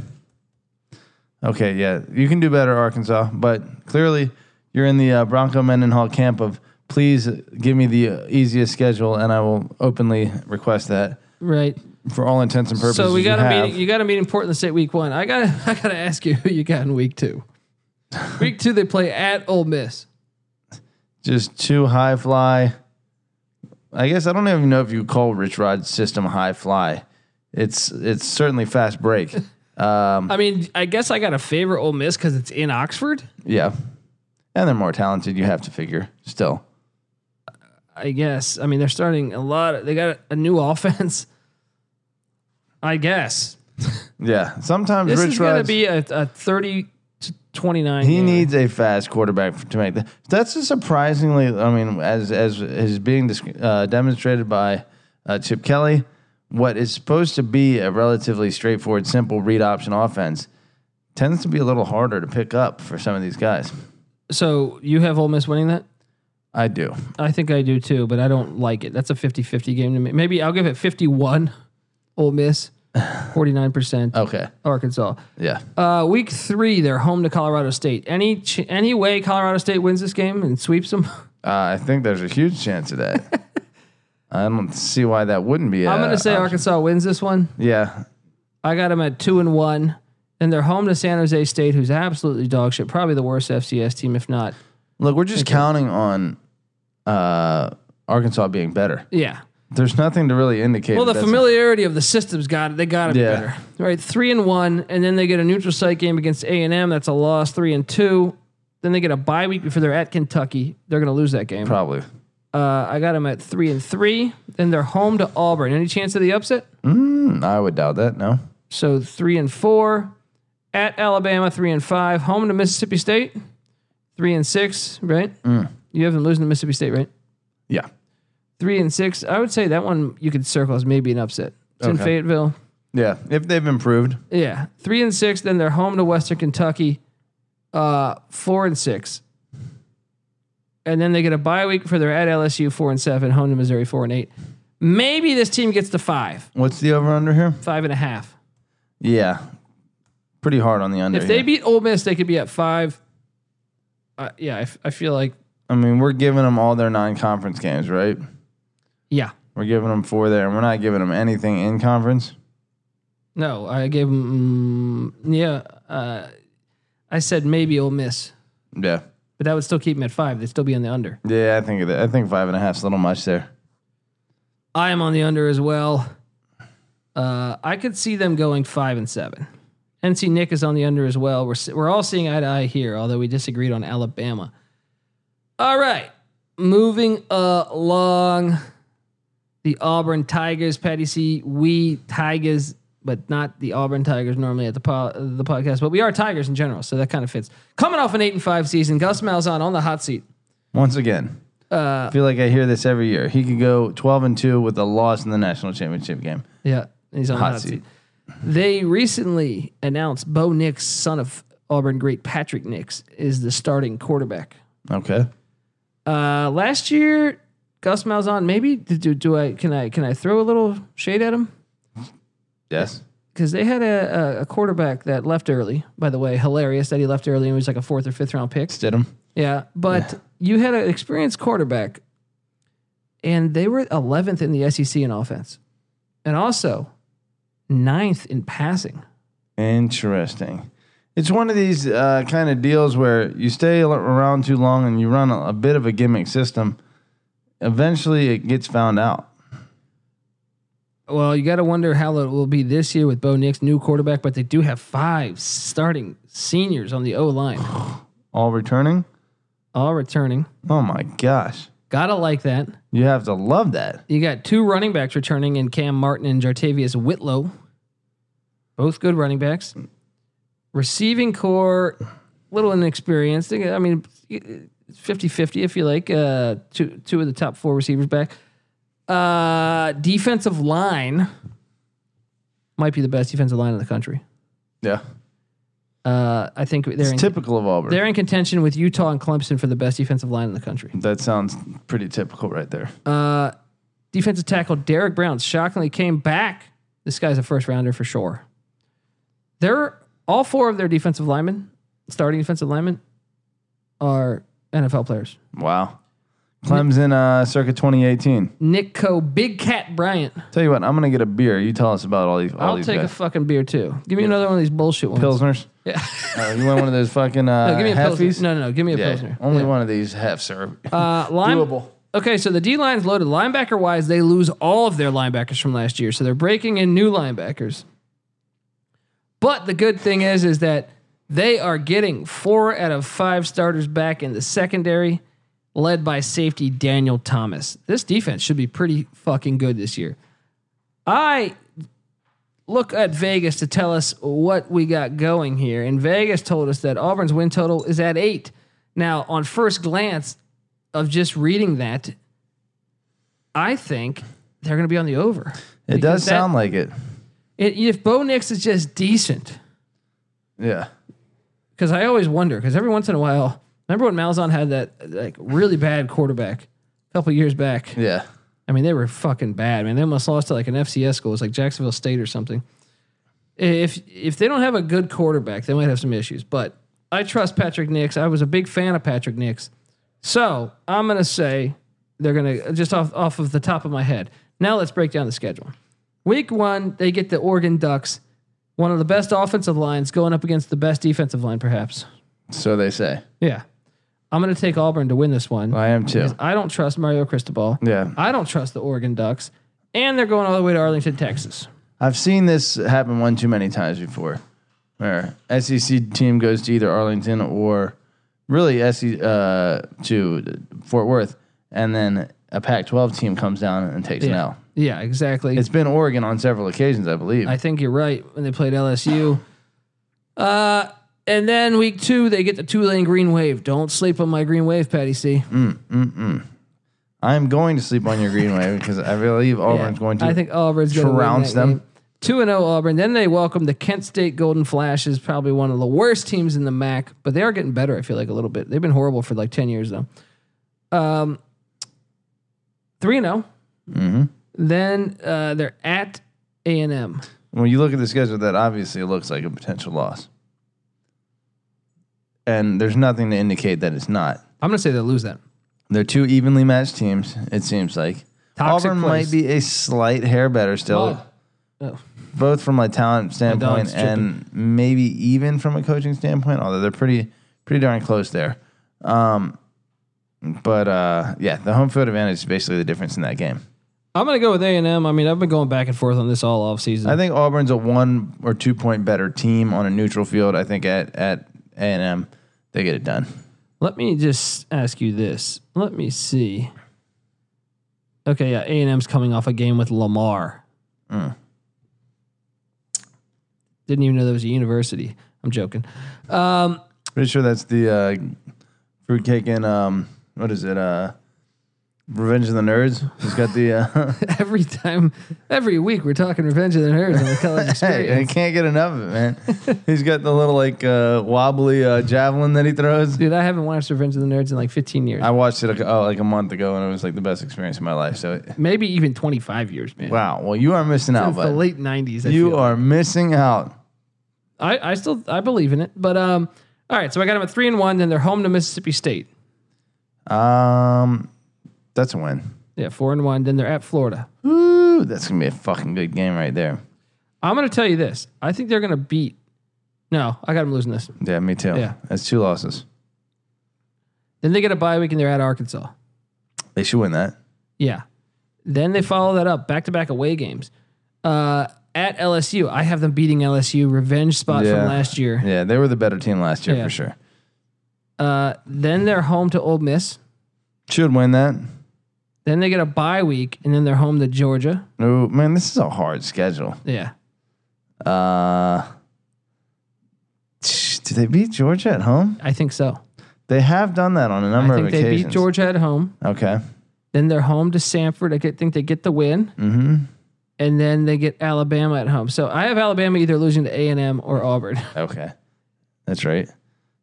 B: Okay, yeah, you can do better, Arkansas. But clearly, you're in the uh, Bronco Mendenhall camp of please give me the uh, easiest schedule, and I will openly request that
A: right.
B: for all intents and purposes.
A: So we got
B: you
A: to
B: have.
A: meet. You got to meet in Portland State week one. I got. to I got to ask you who you got in week two. week two, they play at Ole Miss.
B: just too high fly. I guess I don't even know if you call Rich Rod's system high fly. It's it's certainly fast break. Um,
A: I mean, I guess I got to favor Ole Miss because it's in Oxford.
B: Yeah. And they're more talented, you have to figure still.
A: I guess. I mean, they're starting a lot. Of, they got a new offense. I guess
B: Yeah. Sometimes
A: this
B: Rich
A: is going to
B: Rod's-
A: be a, a thirty to twenty nine.
B: he needs a fast quarterback for, to make that. That's a surprisingly, I mean, as as is being dis- uh, demonstrated by uh, Chip Kelly, what is supposed to be a relatively straightforward, simple read option offense tends to be a little harder to pick up for some of these guys.
A: So you have Ole Miss winning that?
B: I do.
A: I think I do too, but I don't like it. That's a 50-50 game to me. Maybe I'll give it fifty one. Ole Miss, forty nine percent.
B: Okay.
A: Arkansas.
B: Yeah.
A: Uh, week three, they're home to Colorado State. Any ch- any way Colorado State wins this game and sweeps them?
B: Uh, I think there's a huge chance of that. I don't see why that wouldn't be.
A: I'm
B: a
A: going to say
B: option.
A: Arkansas wins this one.
B: Yeah.
A: I got them at two and one, and they're home to San Jose State, who's absolutely dog shit. Probably the worst FCS team, if not.
B: Look, we're just counting on uh, Arkansas being better.
A: Yeah.
B: There's nothing to really indicate.
A: Well, the
B: that that's-
A: familiarity of the system's got it. They got to
B: Yeah.
A: be better, right? Three and one, and then they get a neutral site game against A and M. That's a loss. Three and two. Then they get a bye week before they're at Kentucky. They're going to lose that game. Uh,
B: probably.
A: I got them at three and three. Then they're home to Auburn. Any chance of the upset?
B: Mm, I would doubt that. No.
A: So three and four at Alabama, three and five, home to Mississippi State, three and six, right? You haven't losing to Mississippi State, right?
B: Yeah.
A: Three and six. I would say that one you could circle as maybe an upset. It's in
B: Okay.
A: Fayetteville.
B: Yeah. If they've improved.
A: Yeah, three and six. Then they're home to Western Kentucky. Uh, four and six, and then they get a bye week for their at LSU four and seven, home to Missouri four and eight. Maybe this team gets to five,
B: What's the over under here?
A: five and a half.
B: Yeah. Pretty hard on the under.
A: If they
B: here.
A: beat Ole Miss, they could be at five. Uh, yeah, I, f- I feel like
B: I mean, we're giving them all their non conference games, right?
A: yeah.
B: We're giving them four there, and we're not giving them anything in conference.
A: No, I gave them mm, yeah. Uh, I said maybe Ole Miss,
B: Yeah.
A: but that would still keep them at five. They'd still be on the under.
B: Yeah, I think that, I think five and a half's a little much there.
A: I am on the under as well. Uh, I could see them going five and seven. NC Nick is on the under as well. We're s- we're all seeing eye to eye here, although we disagreed on Alabama. All right, moving along. The Auburn Tigers, Patty C. We Tigers, but not the Auburn Tigers normally at the po- the podcast, but we are Tigers in general, so that kind of fits. Coming off an eight and five season, Gus Malzahn on the hot seat.
B: Once again,
A: Uh,
B: I feel like I hear this every year. He could go 12 and 2 with a loss in the national championship game.
A: Yeah, he's on the
B: Hot
A: hot seat.
B: seat.
A: They recently announced Bo Nix, son of Auburn great Patrick Nix, is the starting quarterback.
B: Okay.
A: Uh, last year, Gus Malzahn. Maybe do, do, do I can I can I throw a little shade at him
B: Yes.
A: because they had a, a, a quarterback that left early. By the way, hilarious that he left early and was like a fourth or fifth round pick.
B: Stidham.
A: Yeah, but you had an experienced quarterback, and they were 11th in the SEC in offense, and also ninth in passing.
B: Interesting. It's one of these uh, kind of deals where you stay al- around too long and you run a, a bit of a gimmick system. Eventually, it gets found out.
A: Well, you got to wonder how it will be this year with Bo Nix, new quarterback, but they do have five starting seniors on the O line,
B: All returning.
A: all returning.
B: Oh my gosh.
A: Gotta like that.
B: You have to love that.
A: You got two running backs returning in Cam Martin and Jartavius Whitlow. Both good running backs. Receiving core, little inexperienced. They got- I mean, 50 50 if you like. Uh, two, two of the top four receivers back. Uh, defensive line might be the best defensive line in the country.
B: Yeah.
A: Uh, I think they're in,
B: It's typical of Auburn.
A: they're in contention with Utah and Clemson for the best defensive line in the country.
B: That sounds pretty typical right there.
A: Uh, defensive tackle Derek Brown shockingly came back. This guy's a first rounder for sure. They're all four of their defensive linemen, starting defensive linemen, are NFL players.
B: Wow. Clemson, uh, circa 2018.
A: Nico Big Cat Bryant.
B: Tell you what, I'm gonna get a beer. You tell us about all these. All
A: I'll
B: these
A: take a
B: guys.
A: fucking beer too. Give me another one of these bullshit ones.
B: pilsners.
A: Yeah.
B: Uh, you want one of those fucking uh,
A: No, give me a
B: hefties?
A: pilsner. No, no, no. Give me a
B: Yeah,
A: pilsner.
B: only
A: Yeah.
B: one of these hefts are
A: Uh, line,
B: doable.
A: Okay, so the D line's loaded. Linebacker wise, they lose all of their linebackers from last year, so they're breaking in new linebackers. But the good thing is, is that they are getting four out of five starters back in the secondary, led by safety Daniel Thomas. This defense should be pretty fucking good this year. I look at Vegas to tell us what we got going here, and Vegas told us that Auburn's win total is at eight. Now, on first glance, of just reading that, I think they're going to be on the over.
B: It
A: Because
B: does
A: that-
B: sound like it.
A: It, if Bo Nix is just decent,
B: Yeah.
A: because I always wonder, because every once in a while, remember when Malzahn had that like really bad quarterback a couple years back?
B: Yeah.
A: I mean, they were fucking bad, man. They almost lost to like an FCS school. It's like Jacksonville State or something. If if they don't have a good quarterback, they might have some issues. But I trust Patrick Nix. I was a big fan of Patrick Nix. So I'm gonna say they're gonna just off off of the top of my head. Now let's break down the schedule. Week one, they get the Oregon Ducks, one of the best offensive lines going up against the best defensive line, perhaps.
B: So they say.
A: Yeah. I'm gonna take Auburn to win this one.
B: I am too.
A: I don't trust Mario Cristobal.
B: Yeah.
A: I don't trust the Oregon Ducks, and they're going all the way to Arlington, Texas.
B: I've seen this happen one too many times before, where SEC team goes to either Arlington or really SEC uh, to Fort Worth, and then a Pac-12 team comes down and takes an L.
A: Yeah, exactly.
B: It's been Oregon on several occasions, I believe.
A: I think you're right when they played LSU. Uh, And then week two, they get the two lane green wave. Don't sleep on my green wave, Patty C.
B: I am going to sleep on your green wave because I believe Auburn's going to.
A: I think Auburn's going to
B: trounce them.
A: Two and zero Auburn. Then they welcome the Kent State Golden Flashes, probably one of the worst teams in the MAC, but they are getting better. I feel like a little bit. They've been horrible for like ten years though. Um, three and zero.
B: Mm-hmm.
A: Then uh, they're at A and M.
B: when you look at the schedule, that obviously looks like a potential loss. And there's nothing to indicate that it's not.
A: I'm going to say they lose that.
B: They're two evenly matched teams, it seems like.
A: Toxic
B: Auburn
A: place.
B: might be a slight hair better still,
A: Oh.
B: both from a talent standpoint
A: dog's
B: and maybe even from a coaching standpoint, although they're pretty pretty darn close there. Um, but uh, yeah, the home field advantage is basically the difference in that game.
A: I'm going to go with A and M. I mean, I've been going back and forth on this all off season.
B: I think Auburn's a one or two point better team on a neutral field. I think at at A and M they get it done.
A: Let me just ask you this. Let me see. Okay, yeah, A and M's coming off a game with Lamar.
B: Mm.
A: Didn't even know there was a university. I'm joking. Um,
B: Pretty sure that's the uh, fruitcake and um, what is it? Uh, Revenge of the Nerds. He's got the uh,
A: every time, every week, we're talking Revenge of the Nerds on the college
B: hey, I
A: experience.
B: can't get enough of it, man. He's got the little like uh, wobbly uh, javelin that he throws.
A: Dude, I haven't watched Revenge of the Nerds in like 15 years,
B: I watched it like, oh, like a month ago, and it was like the best experience of my life. So,
A: maybe even 25 years, man.
B: wow. Well, you are missing out,
A: Since the
B: bud.
A: late 90s. I
B: You
A: feel.
B: are missing out.
A: I, I still I believe in it, but um, all right. So I got them at three and one. Then they're home to Mississippi State.
B: Um, that's a win.
A: Yeah, four and one. Then they're at Florida.
B: Ooh, that's gonna be a fucking good game right there.
A: I'm going to tell you this. I think they're going to beat. No, I got them losing this.
B: Yeah, me too.
A: Yeah.
B: that's two losses.
A: Then they get a bye week and they're at Arkansas.
B: They should win that.
A: Yeah. Then they follow that up back to back away games. Uh, at LSU, I have them beating LSU, revenge spot
B: Yeah.
A: from last year.
B: Yeah, they were the better team last year
A: Yeah.
B: for sure.
A: Uh, then they're home to Old Miss.
B: Should win that.
A: Then they get a bye week and then they're home to Georgia.
B: Oh man, this is a hard schedule.
A: Yeah.
B: Uh, tch, did they beat Georgia at home?
A: I think so.
B: They have done that on a number
A: I think
B: of
A: they
B: occasions.
A: beat Georgia at home.
B: Okay.
A: Then they're home to Sanford. I get- think they get the win.
B: Mm-hmm.
A: And then they get Alabama at home. So I have Alabama either losing to A&M or Auburn.
B: Okay, that's right.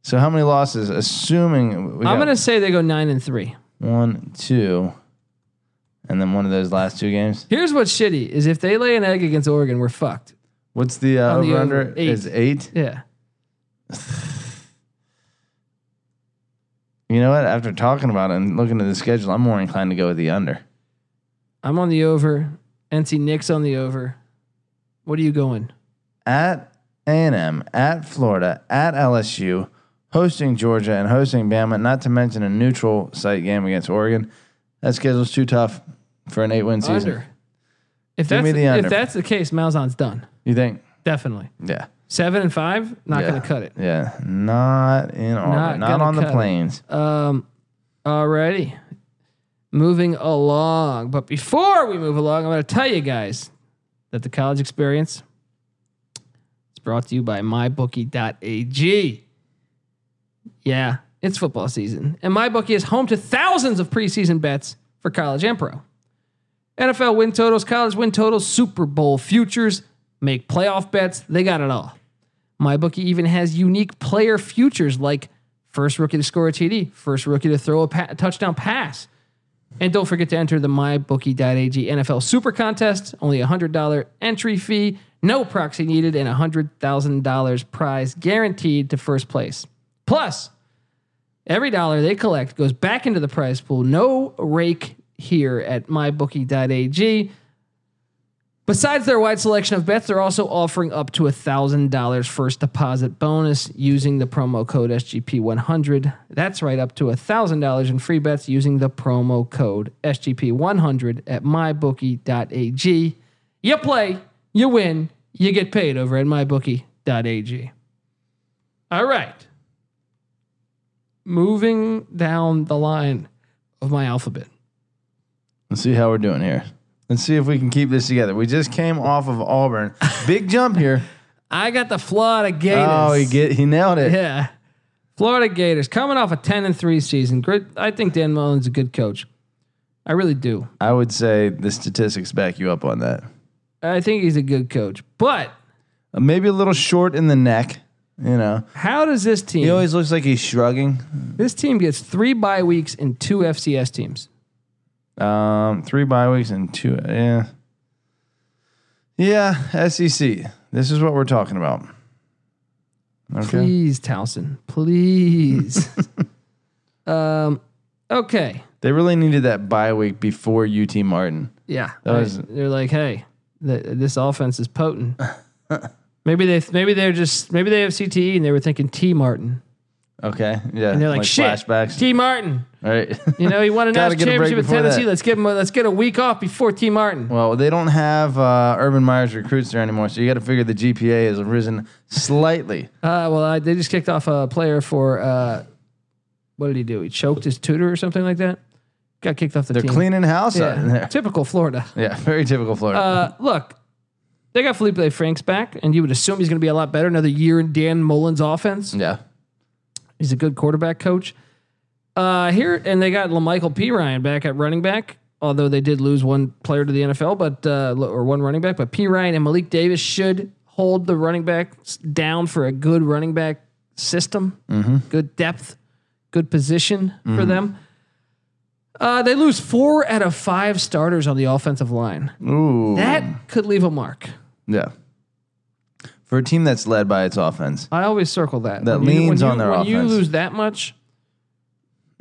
B: So how many losses? Assuming we
A: I'm
B: got
A: gonna say they go nine and three.
B: one, two, and then one of those last two games.
A: Here's what's shitty is if they lay an egg against Oregon, we're fucked.
B: What's the uh,
A: On the
B: over under?
A: over, eight.
B: Is eight?
A: Yeah.
B: You know what? After talking about it and looking at the schedule, I'm more inclined to go with the under.
A: I'm on the over. NC Nick's on the over. What are you going?
B: At A&M, at Florida, at LSU, hosting Georgia and hosting Bama, not to mention a neutral site game against Oregon. That schedule's too tough for an eight-win season.
A: Under. If that's
B: Give me the under.
A: if that's the case, Malzahn's done.
B: You think?
A: Definitely.
B: Yeah.
A: Seven and five, not
B: Yeah.
A: gonna cut it.
B: Yeah. Not in Auburn. Not,
A: gonna
B: on the
A: cut it.
B: plains.
A: Um alrighty. Moving along. But before we move along, I'm gonna tell you guys that the college experience is brought to you by mybookie.ag. Yeah, it's football season, and MyBookie is home to thousands of preseason bets for college and pro. NFL win totals, college win totals, Super Bowl futures, make playoff bets, they got it all. MyBookie even has unique player futures like first rookie to score a TD, first rookie to throw a pa- touchdown pass. And don't forget to enter the MyBookie.ag NFL Super Contest. Only a $100 entry fee, no proxy needed, and a $100,000 prize guaranteed to first place. Plus, every dollar they collect goes back into the prize pool. No rake here at MyBookie.ag. Besides their wide selection of bets, they're also offering up to $1,000 first deposit bonus using the promo code SGP100. That's right, up to $1,000 in free bets using the promo code SGP100 at mybookie.ag. You play, you win, you get paid over at mybookie.ag. All right. Moving down the line of my alphabet.
B: Let's see how we're doing here. Let's see if we can keep this together. We just came off of Auburn. Big jump here.
A: I got the Florida Gators.
B: Oh, he get he nailed it.
A: yeah. Florida Gators coming off a ten and three season. Great. I think Dan Mullen's a good coach. I really do.
B: I would say the statistics back you up on that.
A: I think he's a good coach. But
B: Uh, Maybe a little short in the neck. You know,
A: how does this team?
B: he always looks like he's shrugging.
A: This team gets three bye weeks and two FCS teams.
B: Um, three bye weeks and two. Yeah, yeah. SEC. This is what we're talking about. Okay.
A: Please, Towson. Please. um, okay.
B: They really needed that bye week before UT Martin.
A: Yeah.
B: That was-
A: they're like, hey, th- this offense is potent. maybe they maybe they're just maybe they have CTE and they were thinking T Martin.
B: Okay. Yeah.
A: And they're like, shit.
B: flashbacks.
A: T Martin.
B: All right.
A: You know, he won a
B: Gotta
A: national
B: get a break
A: championship with
B: before
A: Tennessee.
B: that.
A: Let's give him a, let's get a week off before T Martin.
B: well, they don't have uh, Urban Myers recruits there anymore, so you got to figure the GPA has risen slightly.
A: Uh, well, I, they just kicked off a player for uh, what did he do? He choked his tutor or something like that. Got kicked off the
B: They're
A: team.
B: cleaning house out
A: Yeah.
B: there.
A: Typical Florida.
B: Yeah. Very typical Florida.
A: Uh, look, they got Felipe Franks back, and you would assume he's going to be a lot better. Another year in Dan Mullen's offense.
B: yeah.
A: He's a good quarterback coach. Uh, here, and they got Lamichael P. Ryan back at running back, although they did lose one player to the NFL, but uh, or one running back. But P. Ryan and Malik Davis should hold the running backs down for a good running back system,
B: Mm-hmm.
A: good depth, good position for them. Uh, they lose four out of five starters on the offensive line.
B: Ooh.
A: That could leave a mark.
B: yeah. For a team that's led by its offense.
A: I always circle that.
B: That
A: When you- when
B: leans
A: you-
B: on their
A: when you
B: offense.
A: lose that much,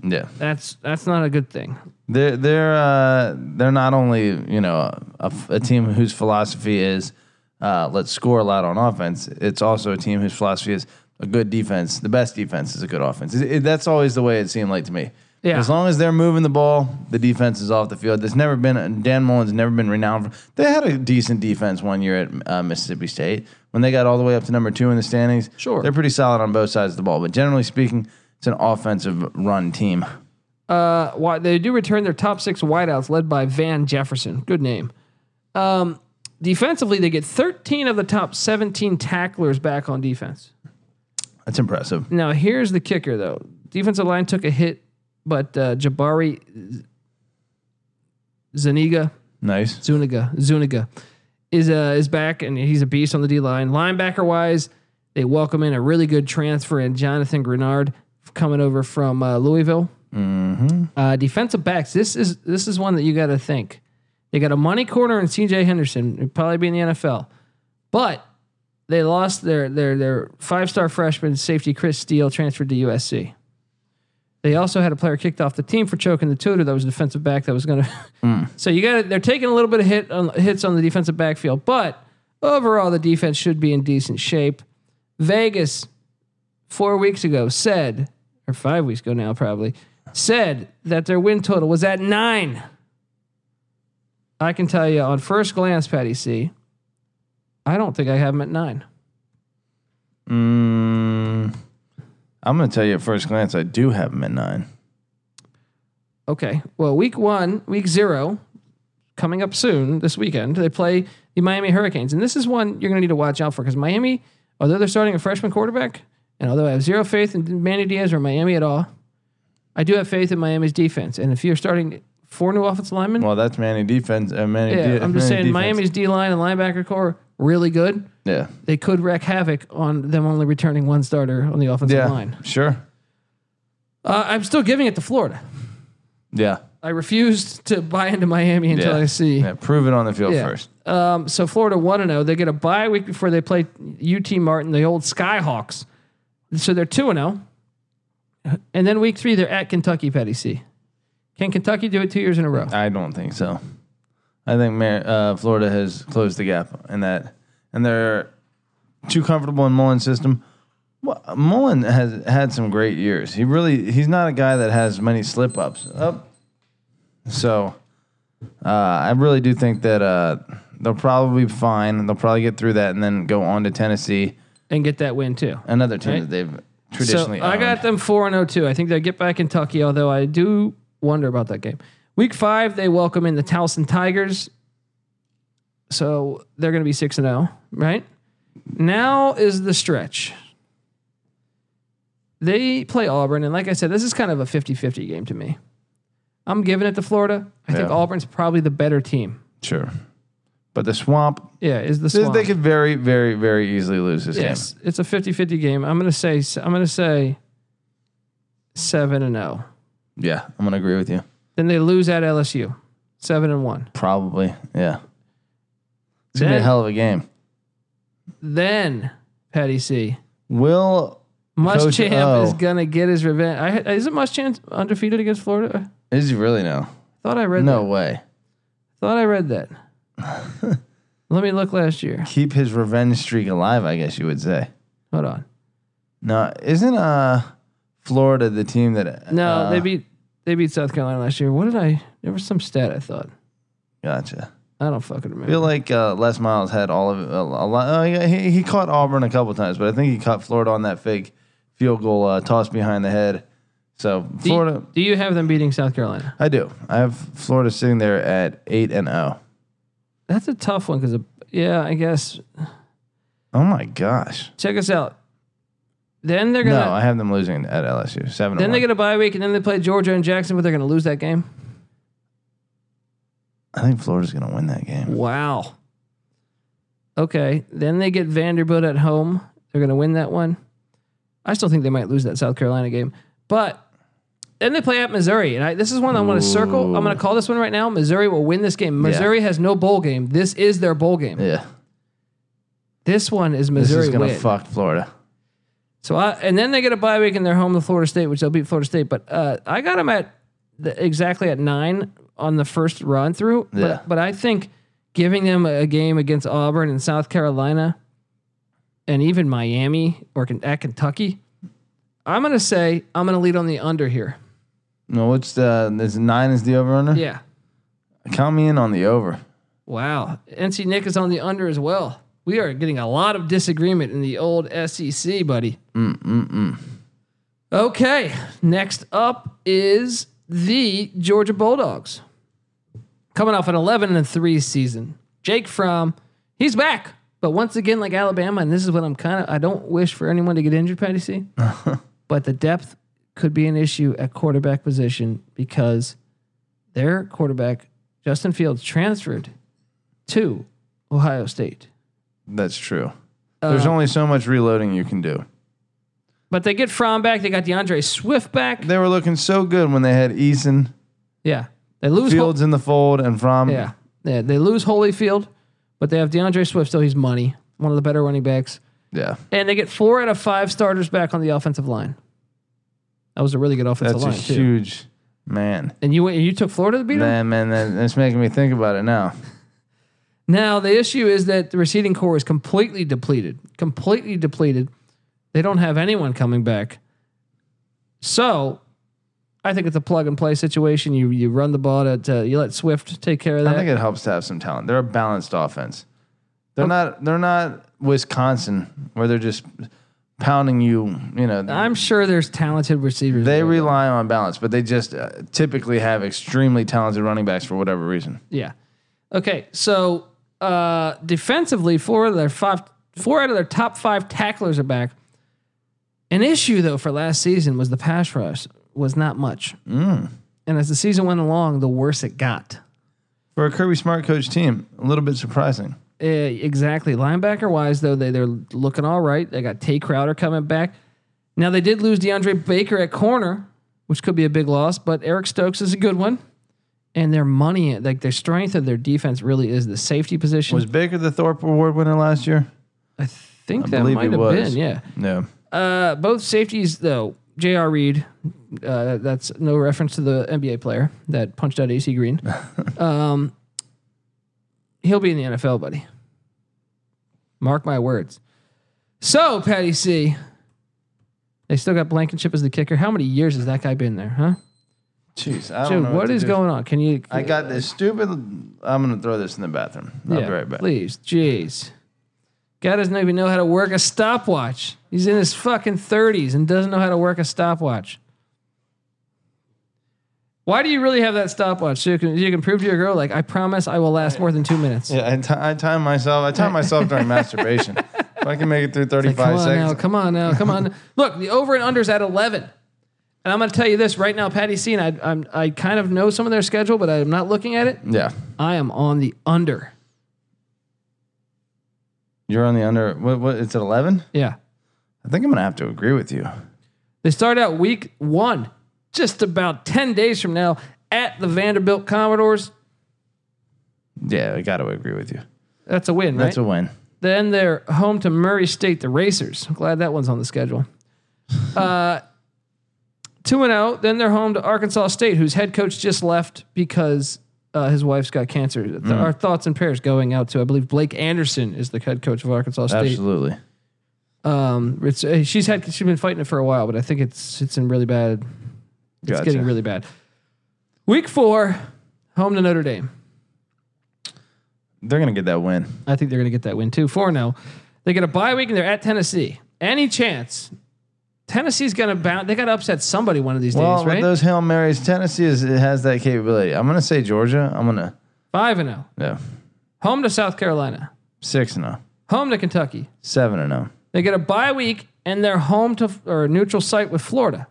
B: Yeah.
A: that's that's not a good thing.
B: They're they're uh, they're not only you know a, f- a team whose philosophy is uh, let's score a lot on offense. It's also a team whose philosophy is a good defense. The best defense is a good offense. It- it- that's always the way it seemed like to me.
A: Yeah.
B: As long as they're moving the ball, the defense is off the field. There's never been Dan Mullen's never been renowned. For, they had a decent defense one year at uh, Mississippi State when they got all the way up to number two in the standings.
A: Sure.
B: they're pretty solid on both sides of the ball, but generally speaking, it's an offensive run team.
A: Uh, why they do return their top six wideouts, led by Van Jefferson. Good name. Um, defensively, they get 13 of the top 17 tacklers back on defense.
B: That's impressive.
A: Now, here's the kicker, though. Defensive line took a hit, but uh, Jabari Z- Zuniga,
B: Nice.
A: Zuniga, Zuniga is uh, is back, and he's a beast on the D line. Linebacker wise, they welcome in a really good transfer in Jonathan Grenard coming over from uh, Louisville. Uh, defensive backs. This is this is one that you got to think. They got a money corner and C.J. Henderson. He'd probably be in the NFL, but they lost their their their five star freshman safety Chris Steele transferred to USC. They also had a player kicked off the team for choking the tutor. That was a defensive back that was going to. So you got to they're taking a little bit of hit on, hits on the defensive backfield, but overall the defense should be in decent shape. Vegas four weeks ago said, or five weeks ago now probably said that their win total was at nine. I can tell you on first glance, Patty C. I don't think I have them at nine.
B: Mm, I'm going to tell you at first glance, I do have him at nine.
A: Okay. Well, week one, week zero, coming up soon this weekend, they play the Miami Hurricanes. And this is one you're going to need to watch out for because Miami, although they're starting a freshman quarterback, and although I have zero faith in Manny Diaz or Miami at all, I do have faith in Miami's defense. And if you're starting four new offensive linemen,
B: Well, that's Manny defense. Uh, Manny
A: yeah,
B: de-
A: I'm just saying
B: Manny defense.
A: Miami's D line and linebacker core really good.
B: Yeah.
A: They could wreak havoc on them only returning one starter on the offensive
B: Yeah.
A: line.
B: Sure.
A: Uh, I'm still giving it to Florida.
B: Yeah.
A: I refused to buy into Miami until
B: Yeah.
A: I see.
B: Yeah. Prove it on the field
A: Yeah.
B: first.
A: Um, so Florida one and zero. They get a bye week before they play UT Martin, the old Skyhawks. So they're two and zero. And then week three, they're at Kentucky. Petty C. Can Kentucky do it two years in a row?
B: I don't think so. I think Mar- uh, Florida has closed the gap in that, and they're too comfortable in Mullen's system. Well, Mullen has had some great years. He really he's not a guy that has many slip ups. Up, so uh, I really do think that uh, they'll probably be fine. They'll probably get through that and then go on to Tennessee,
A: And get that win too.
B: another team
A: Right.
B: that they've
A: So
B: traditionally.
A: I got
B: owned.
A: them four and zero too. I think they get by Kentucky, although I do wonder about that game. Week five, they welcome in the Towson Tigers. So they're going to be six and zero, oh, right? Now is the stretch. They play Auburn, and like I said, this is kind of a 50 50 game to me. I'm giving it to Florida. I think
B: Yeah.
A: Auburn's probably the better team.
B: Sure. But the swamp,
A: Yeah, is the
B: they-
A: swamp.
B: they could very, very, very easily lose this
A: yes, it's a 50 50 game. I'm gonna say I'm gonna say seven and oh. zero.
B: game. Yeah, I'm gonna agree with you.
A: Then they lose at LSU, seven and one.
B: Probably. Yeah. It's gonna be a
A: Then-
B: hell of a game.
A: Then Patty C.
B: Will
A: Muschamp
B: O.
A: is gonna get his revenge. I, isn't Muschamp undefeated against Florida?
B: is he really now?
A: I thought I read
B: No
A: that.
B: way.
A: Thought I read that. Let me look last year.
B: Keep his revenge streak alive, I guess you would say.
A: Hold on.
B: No, isn't uh Florida the team that
A: No,
B: uh,
A: they beat they beat South Carolina last year. What did I? There was some stat I thought.
B: Gotcha.
A: I don't fucking
B: I feel
A: remember.
B: like uh, Les Miles had all of it. A, a lot. Oh, yeah, he, he caught Auburn a couple times, but I think he caught Florida on that fake field goal uh, toss behind the head. So
A: Do you-
B: Florida,
A: Do you have them beating South Carolina?
B: I do. I have Florida sitting there at eight and oh. zero.
A: That's a tough one because yeah, I guess.
B: Oh my gosh!
A: Check us out. Then they're
B: No,
A: gonna.
B: I have them losing at LSU seven.
A: then they
B: get.
A: get a bye week, and then they play Georgia and Jackson, but they're gonna lose that game.
B: I think Florida's gonna win that game.
A: Wow. Okay. Then they get Vanderbilt at home. They're going to win that one. I still think they might lose that South Carolina game, but then they play at Missouri, and I, this is one I want to circle. I'm going to call this one right now. Missouri will win this game. Missouri has no bowl game. This is their bowl game.
B: Yeah,
A: This one is
B: this
A: Missouri
B: is gonna
A: win.
B: fuck Florida.
A: So I, and then they get a bye week and they're home to Florida State, which they'll beat Florida State. But uh, I got them at the, exactly at nine on the first run through.
B: Yeah.
A: But, but I think giving them a game against Auburn and South Carolina, and even Miami or Ken- at Kentucky, I'm gonna say I'm gonna lead on the under here.
B: No, what's the this nine is the over under?
A: Yeah.
B: Count me in on the over.
A: Wow. NC Nick is on the under as well. We are getting a lot of disagreement in the old SEC, buddy. Mm, mm, mm. Okay. Next up is the Georgia Bulldogs. Coming off an 11 and 3 season. Jake Fromm, he's back. But once again, like Alabama, and this is what I'm kind of, I don't wish for anyone to get injured, Patty C. but the depth could be an issue at quarterback position because their quarterback, Justin Fields, transferred to Ohio State.
B: That's true. There's
A: Uh,
B: only so much reloading you can do.
A: But they get Fromm back. They got DeAndre Swift back.
B: They were looking so good when they had Eason
A: Yeah. They lose Hol-
B: Fields in the fold and from
A: yeah. yeah. They lose Holyfield, but they have DeAndre Swift, so he's money. One of the better running backs.
B: yeah.
A: And they get four out of five starters back on the offensive line. That was a really good offensive
B: That's a
A: line, too.
B: huge man.
A: And you went you took Florida to beat them?
B: Man, man, that, that's making me think about it now.
A: Now the issue is that the receding core is completely depleted, completely depleted. They don't have anyone coming back. So, I think it's a plug and play situation. You you run the ball to, to you let Swift take care of
B: I
A: that.
B: think it helps to have some talent. They're a balanced offense. They're not. They're not Wisconsin where they're just pounding you. You know,
A: I'm sure there's talented receivers.
B: they
A: there.
B: rely on balance, but they just uh, typically have extremely talented running backs for whatever reason.
A: yeah. Okay, so uh, defensively, four of their five, four out of their top five tacklers are back. An issue though for last season was the pass rush was not much, and as the season went along, the worse it got.
B: For a Kirby Smart coach team, a little bit surprising.
A: Uh, exactly. Linebacker wise, though, they they're looking all right. They got Tay Crowder coming back. Now they did lose DeAndre Baker at corner, which could be a big loss, but Eric Stokes is a good one. And their money, like their strength of their defense, really is the safety position.
B: Was Baker the Thorpe Award winner last year?
A: I think that
B: believe he
A: might have
B: was.
A: been, yeah.
B: No.
A: Uh, both safeties, though, J.R. Reed, uh, that's no reference to the NBA player that punched out AC Green. um, he'll be in the NFL, buddy. Mark my words. So, Patty C, they still got Blankenship as the kicker. How many years has that guy been there, huh?
B: Jeez, I
A: Dude,
B: don't know.
A: what
B: to
A: is
B: do.
A: going on? Can you?
B: I got this stupid. I'm gonna throw this in the bathroom. I'll be right back.
A: Please, jeez. Guy doesn't even know how to work a stopwatch. He's in his fucking thirties and doesn't know how to work a stopwatch. Why do you really have that stopwatch? So you can you can prove to your girl like I promise I will last more than two minutes.
B: Yeah, I ti- I time myself. I time myself during masturbation. If I I can make it through 35
A: Come on now,
B: seconds.
A: come on now, come on. Look, the over and unders at eleven, and I'm going to tell you this right now, Patty C. And I, I'm, I kind of know some of their schedule, but I'm not looking at it.
B: Yeah.
A: I am on the under.
B: You're on the under. What, what, it's at 11?
A: Yeah,
B: I think I'm going to have to agree with you.
A: they start out week one, just about ten days from now, at the Vanderbilt Commodores.
B: Yeah, I got to agree with you.
A: That's a win, right?
B: That's a win.
A: Then they're home to Murray State, the Racers. I'm glad that one's on the schedule. Uh, Two and zero. Then they're home to Arkansas State, whose head coach just left because uh, his wife's got cancer. Th-
B: Mm.
A: Our thoughts and prayers going out to, I believe, Blake Anderson is the head coach of Arkansas State.
B: Absolutely.
A: Um, it's uh, she's had she's been fighting it for a while, but I think it's it's in really bad. It's
B: Gotcha.
A: getting really bad. Week four, home to Notre Dame.
B: They're going to get that win.
A: I think they're going to get that win too. 4 0. They get a bye week and they're at Tennessee. Any chance Tennessee's going to bounce? They got to upset somebody one of these
B: Well,
A: days,
B: with
A: right?
B: those Hail Marys, Tennessee is, it has that capability. I'm going to say Georgia. I'm going to,
A: 5 and 0.
B: yeah,
A: Home to South Carolina.
B: 6 and 0,
A: Home to Kentucky.
B: 7 and oh. 0.
A: They get a bye week and they're home to or neutral site with Florida.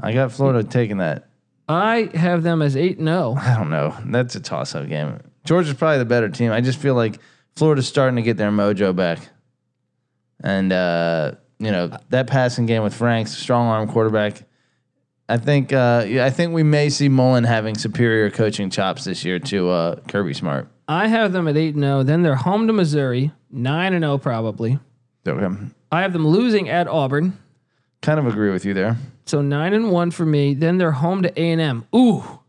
B: I got Florida taking that.
A: I have them as 8 and oh. 0.
B: I don't know. That's a toss up game. Georgia's probably the better team. I just feel like Florida's starting to get their mojo back. And, uh, you know, that passing game with Frank's strong arm quarterback. I think uh, yeah, I think we may see Mullen having superior coaching chops this year to uh, Kirby Smart.
A: I have them at 8 and 0. Then they're home to Missouri, 9 and 0 probably.
B: Okay.
A: I have them losing at Auburn.
B: Kind of agree with you there.
A: So 9 and 1 for me. Then they're home to A&M. Ooh.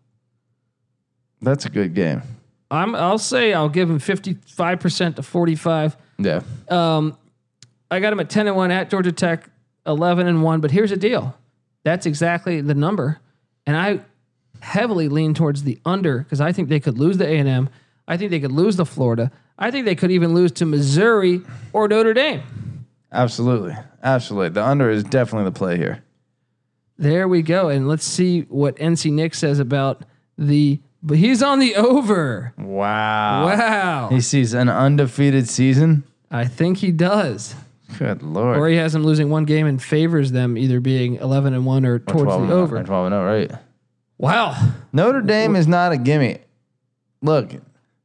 B: That's a good game.
A: I'm, I'll say I'll give them 55% to 45.
B: Yeah.
A: I got them at 10 and 1 at Georgia Tech, 11 and 1. But here's the deal that's exactly the number. And I heavily lean towards the under because I think they could lose the A&M. I think they could lose the Florida. I think they could even lose to Missouri or Notre Dame.
B: Absolutely. Absolutely. The under is definitely the play here.
A: There we go. And let's see what NC Nick says about the. But he's on the over.
B: Wow.
A: Wow.
B: He sees an undefeated season.
A: I think he does.
B: Good lord.
A: Or he has them losing one game and favors them either being 11 and 1 or towards
B: 12
A: the
B: and-
A: over.
B: 12 and 0, right?
A: Wow.
B: Notre Dame is not a gimme. Look,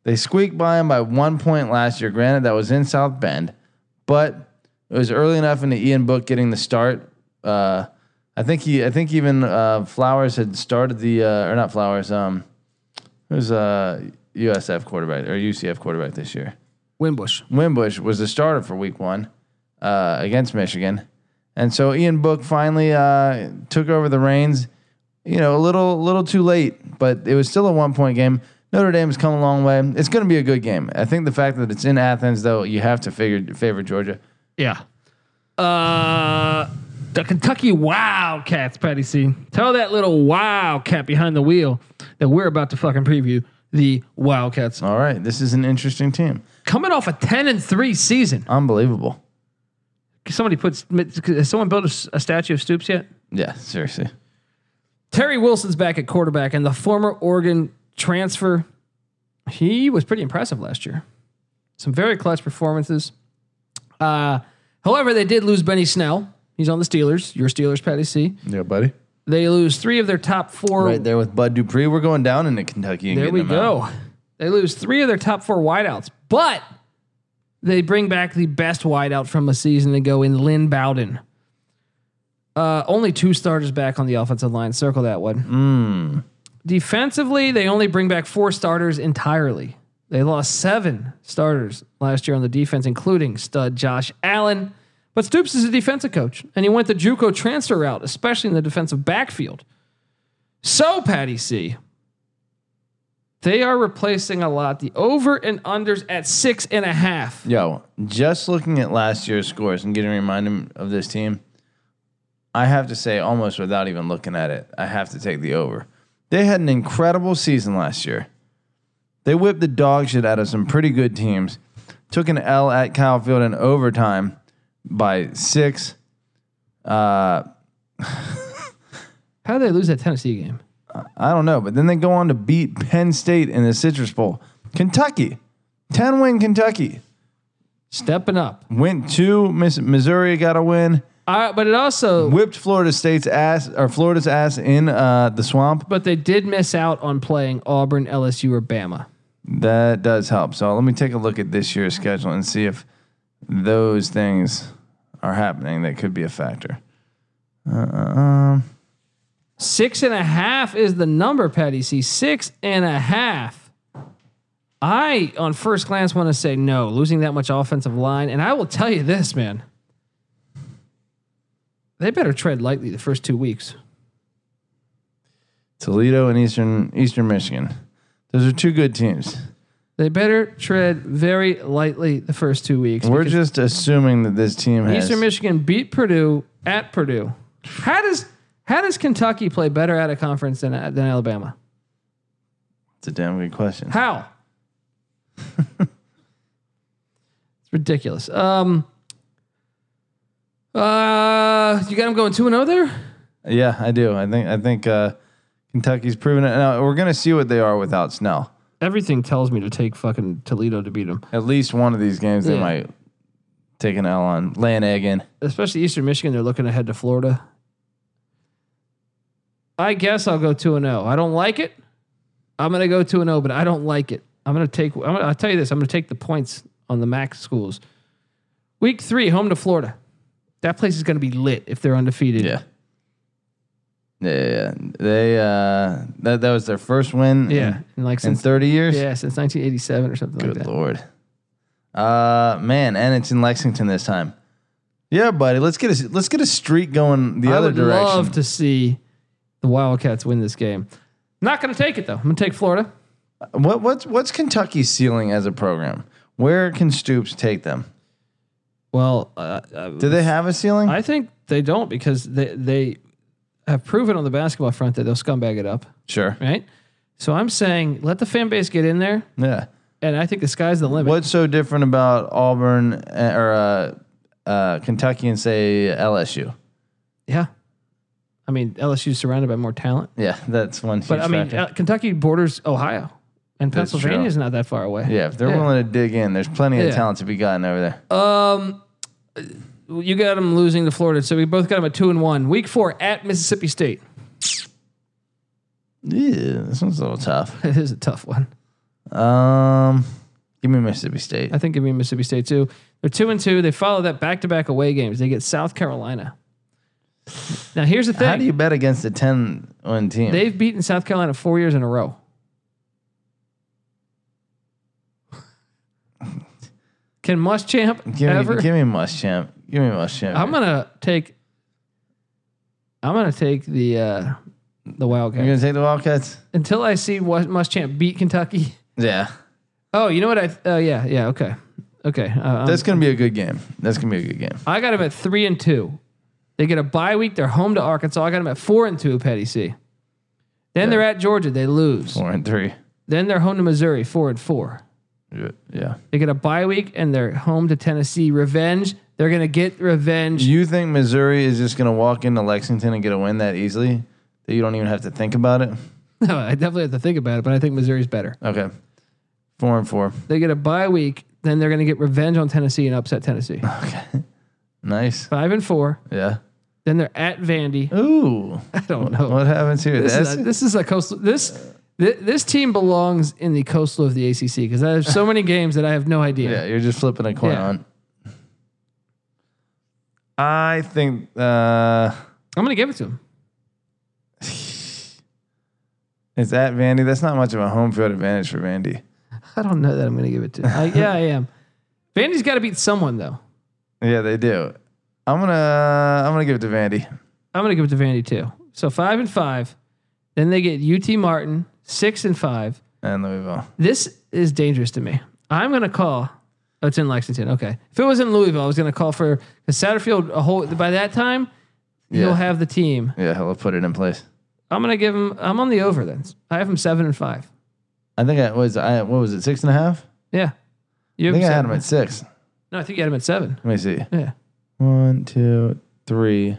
B: they squeaked by him by one point last year. Granted, that was in South Bend, but it was early enough into Ian Book getting the start. Uh, I think he, I think even uh, Flowers had started the, uh, or not Flowers. Um, it was uh, USF quarterback or UCF quarterback this year.
A: Wimbush.
B: Wimbush was the starter for week one uh, against Michigan. And so Ian Book finally uh, took over the reins, you know, a little little too late, but it was still a one point game. Notre Dame has come a long way. It's going to be a good game. I think the fact that it's in Athens, though, you have to figure favor Georgia.
A: Yeah. Uh, the Kentucky Wildcats, Patty C. Tell that little Wildcat behind the wheel that we're about to fucking preview the Wildcats.
B: All right, this is an interesting team.
A: Coming off a 10 and 3 season.
B: Unbelievable.
A: Somebody puts, has someone built a s- a statue of Stoops yet?
B: Yeah, seriously.
A: Terry Wilson's back at quarterback, and the former Oregon transfer, he was pretty impressive last year. Some very clutch performances. Uh, however, they did lose Benny Snell. He's on the Steelers. Your Steelers, Patty C.
B: Yeah, buddy.
A: They lose three of their top four.
B: Right there with Bud Dupree. We're going down into Kentucky. And
A: there
B: getting
A: we
B: them out.
A: go. They lose three of their top four wideouts, but they bring back the best wideout from a season ago in Lynn Bowden. Uh, only two starters back on the offensive line. Circle that one. Defensively, they only bring back four starters entirely. They lost seven starters last year on the defense, including stud Josh Allen. But Stoops is a defensive coach, and he went the JUCO transfer route, especially in the defensive backfield. So, Patty C, they are replacing a lot. The over and unders at six and a half.
B: Yo, just looking at last year's scores and getting reminded of this team, I have to say, almost without even looking at it, I have to take the over. They had an incredible season last year. They whipped the dog shit out of some pretty good teams, took an L at Kyle Field in overtime by six. Uh,
A: How did they lose that Tennessee game?
B: I don't know, but then they go on to beat Penn State in the Citrus Bowl. Kentucky, 10 win Kentucky.
A: stepping up.
B: Went to Miss Missouri, got a win.
A: Uh, but it also,
B: Whipped Florida State's ass or Florida's ass in uh, the swamp.
A: but they did miss out on playing Auburn, LSU, or Bama.
B: That does help. So let me take a look at this year's schedule and see if those things are happening that could be a factor.
A: Six and a half is the number, Patty C. Six and a half. I, on first glance, want to say no, losing that much offensive line. And I will tell you this, man. They better tread lightly the first two weeks.
B: Toledo and Eastern Eastern Michigan. Those are two good teams.
A: They better tread very lightly the first two weeks.
B: We're
A: because
B: just assuming that this team has
A: Eastern Michigan beat Purdue at Purdue. How does how does Kentucky play better at a conference than than Alabama?
B: It's a damn good question.
A: How? it's ridiculous. Um. Uh, you got him going two and zero there.
B: Yeah, I do. I think I think uh, Kentucky's proven it. Now we're gonna see what they are without Snell.
A: Everything tells me to take fucking Toledo to beat them,
B: At least one of these games they
A: Yeah.
B: might take an L on, lay an egg in.
A: especially Eastern Michigan. They're looking ahead to Florida. I guess I'll go two and zero. I don't like it. I'm gonna go two and zero, but I don't like it. I'm gonna take. I'm gonna. I'll tell you this. I'm gonna take the points on the MAC schools. Week three, home to Florida. That place is gonna be lit if they're undefeated.
B: Yeah. Yeah, yeah, yeah. they uh, that that was their first win.
A: Yeah,
B: in,
A: and like
B: in
A: since
B: thirty years.
A: yeah, since 1987 or something like
B: Good
A: that.
B: lord. Uh, man, and it's in Lexington this time. Yeah, buddy. Let's get a let's get a streak going the
A: I
B: other
A: would
B: direction.
A: love to see the Wildcats win this game. Not going to take it though. I'm going to take Florida.
B: What what's what's Kentucky's ceiling as a program? Where can Stoops take them?
A: Well, uh, uh,
B: Do they have a ceiling?
A: I think they don't because they they have proven on the basketball front that they'll scumbag it up,
B: sure.
A: right? So I'm saying let the fan base get in there,
B: Yeah.
A: and I think the sky's the limit.
B: What's so different about Auburn uh, or uh, uh, Kentucky and say LSU?
A: Yeah, I mean LSU's surrounded by more talent,
B: Yeah, that's one. Huge
A: but I mean
B: factor.
A: uh, Kentucky borders Ohio, and
B: That's true.
A: Pennsylvania's not that far away.
B: yeah, if they're
A: yeah.
B: willing to dig in, there's plenty of
A: Yeah.
B: talent to be gotten over there.
A: Um, you got them losing to Florida, so we both got them at two and one. Week four at Mississippi State.
B: yeah, this one's a little tough.
A: it is a tough one.
B: Um, give me Mississippi State.
A: I think it'd be Mississippi State too. They're two and two. They follow that back to back away games. They get South Carolina. Now here's the
B: How do
A: thing:
B: you bet against a 10-1 team?
A: they've beaten South Carolina four years in a row. Can Muschamp
B: give,
A: ever?
B: me, give me Muschamp. Give me Muschamp.
A: I'm gonna take. I'm gonna take the uh, the Wildcats.
B: You're gonna take the Wildcats?
A: until I see what Muschamp beat Kentucky.
B: Yeah.
A: Oh, you know what? I oh yeah yeah okay okay. Uh, um,
B: That's gonna be a good game. That's gonna be a good game.
A: I got them at three and two. They get a bye week. They're home to Arkansas. I got them at four and two. Petty C. Then they're at Georgia. They lose.
B: Four and three.
A: Then they're home to Missouri. Four and four.
B: Yeah.
A: They get a bye week and they're home to Tennessee. Revenge. They're gonna get revenge.
B: Do you think Missouri is just gonna walk into Lexington and get a win that easily? That you don't even have to think about it?
A: No, I definitely have to think about it, but I think Missouri's better.
B: Okay. Four and four.
A: They get a bye week. Then they're gonna get revenge on Tennessee and upset Tennessee.
B: Nice.
A: Five and four.
B: Yeah.
A: Then they're at Vandy.
B: Ooh.
A: I don't know.
B: What happens here?
A: This is,
B: That's
A: a, this is a coastal. This thi- this team belongs in the coastal of the ACC because I have so many games that I have no idea.
B: yeah, you're just flipping a coin
A: Yeah.
B: on. I think uh
A: I'm gonna give it to them.
B: it's at Vandy. That's not much of a home field advantage for Vandy.
A: I don't know that I'm gonna give it to. 'em. I, yeah, I am. Vandy's got to beat someone though.
B: Yeah, they do. I'm gonna I'm gonna give it to Vandy.
A: I'm gonna give it to Vandy too. So five and five, then they get UT Martin six and five.
B: And Louisville.
A: This is dangerous to me. I'm gonna call. Oh, it's in Lexington. Okay. If it was in Louisville, I was gonna call for because Satterfield. A whole by that time,
B: Yeah.
A: he'll have the team.
B: Yeah, he'll put it in place.
A: I'm gonna give him. I'm on the over then. I have him seven and five.
B: I think I was I what was it six and a half?
A: Yeah. You
B: I
A: have
B: think I had
A: seven.
B: him at six.
A: No, I think you had him at seven.
B: Let me see.
A: Yeah.
B: One, two, three,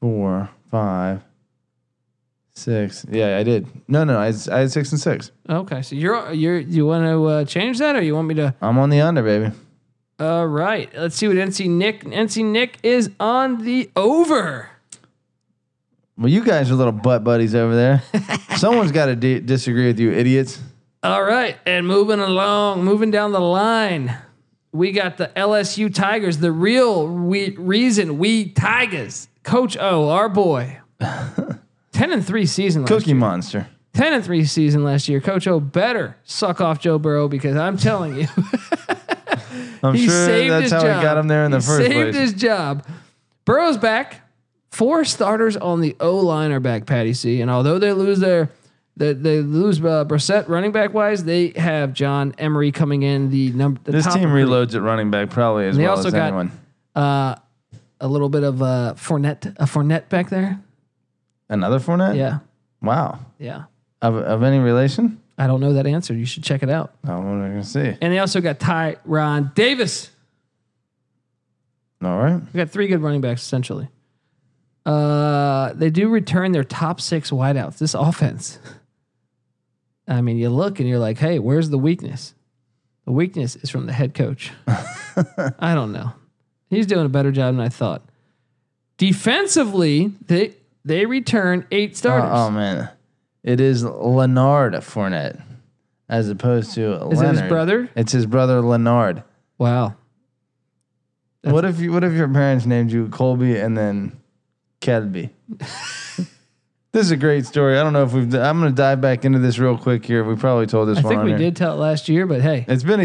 B: four, five, six. Yeah, I did. No, no, I had, I had six and six.
A: Okay. So you're you're you want to uh, change that, or you want me to?
B: I'm on the under, baby.
A: All right, let's see what NC Nick. NC Nick is on the over.
B: Well, you guys are little butt buddies over there. Someone's got to di disagree with you, idiots.
A: All right, and moving along, moving down the line, we got the LSU Tigers. The real we, reason we Tigers, Coach O, our boy, ten and three season. Last
B: Cookie Monster.
A: 10 and 3 season last year. Coach O better suck off Joe Burrow because I'm telling you,
B: I'm
A: he
B: sure
A: saved his
B: that's how
A: job.
B: he got him there in the
A: He
B: first
A: saved
B: place.
A: his job. Burrow's back. Four starters on the O line are back, Patty C. And although they lose their they, they lose uh, Brissett running back wise, they have John Emery coming in the number. The
B: this
A: top
B: team
A: recruit.
B: reloads at running back probably as
A: They
B: well
A: also
B: as
A: got-
B: anyone.
A: uh, a little bit of uh, Fournette, a Fournette back there.
B: Another Fournette?
A: Yeah,
B: Wow.
A: yeah.
B: Of, of any relation?
A: I don't know that answer. You should check it out.
B: I'm not going to see.
A: And they also got Tyron Davis.
B: All right.
A: We got three good running backs essentially. Uh, they do return their top six wideouts. This offense. I mean, you look and you're like, hey, where's the weakness? The weakness is from the head coach. I don't know. He's doing a better job than I thought. Defensively, they they return eight
B: Oh,
A: starters.
B: oh, man. It is Leonard Fournette as opposed to
A: is it
B: Leonard.
A: his brother?
B: It's his brother Leonard.
A: Wow. That's-
B: what if you, what if your parents named you Colby and then Kelby? this is a great story. I don't know if we've. I'm going to dive back into this real quick here. We probably told this
A: I
B: one.
A: think
B: on
A: we
B: here.
A: did tell it last year, but hey,
B: It's been a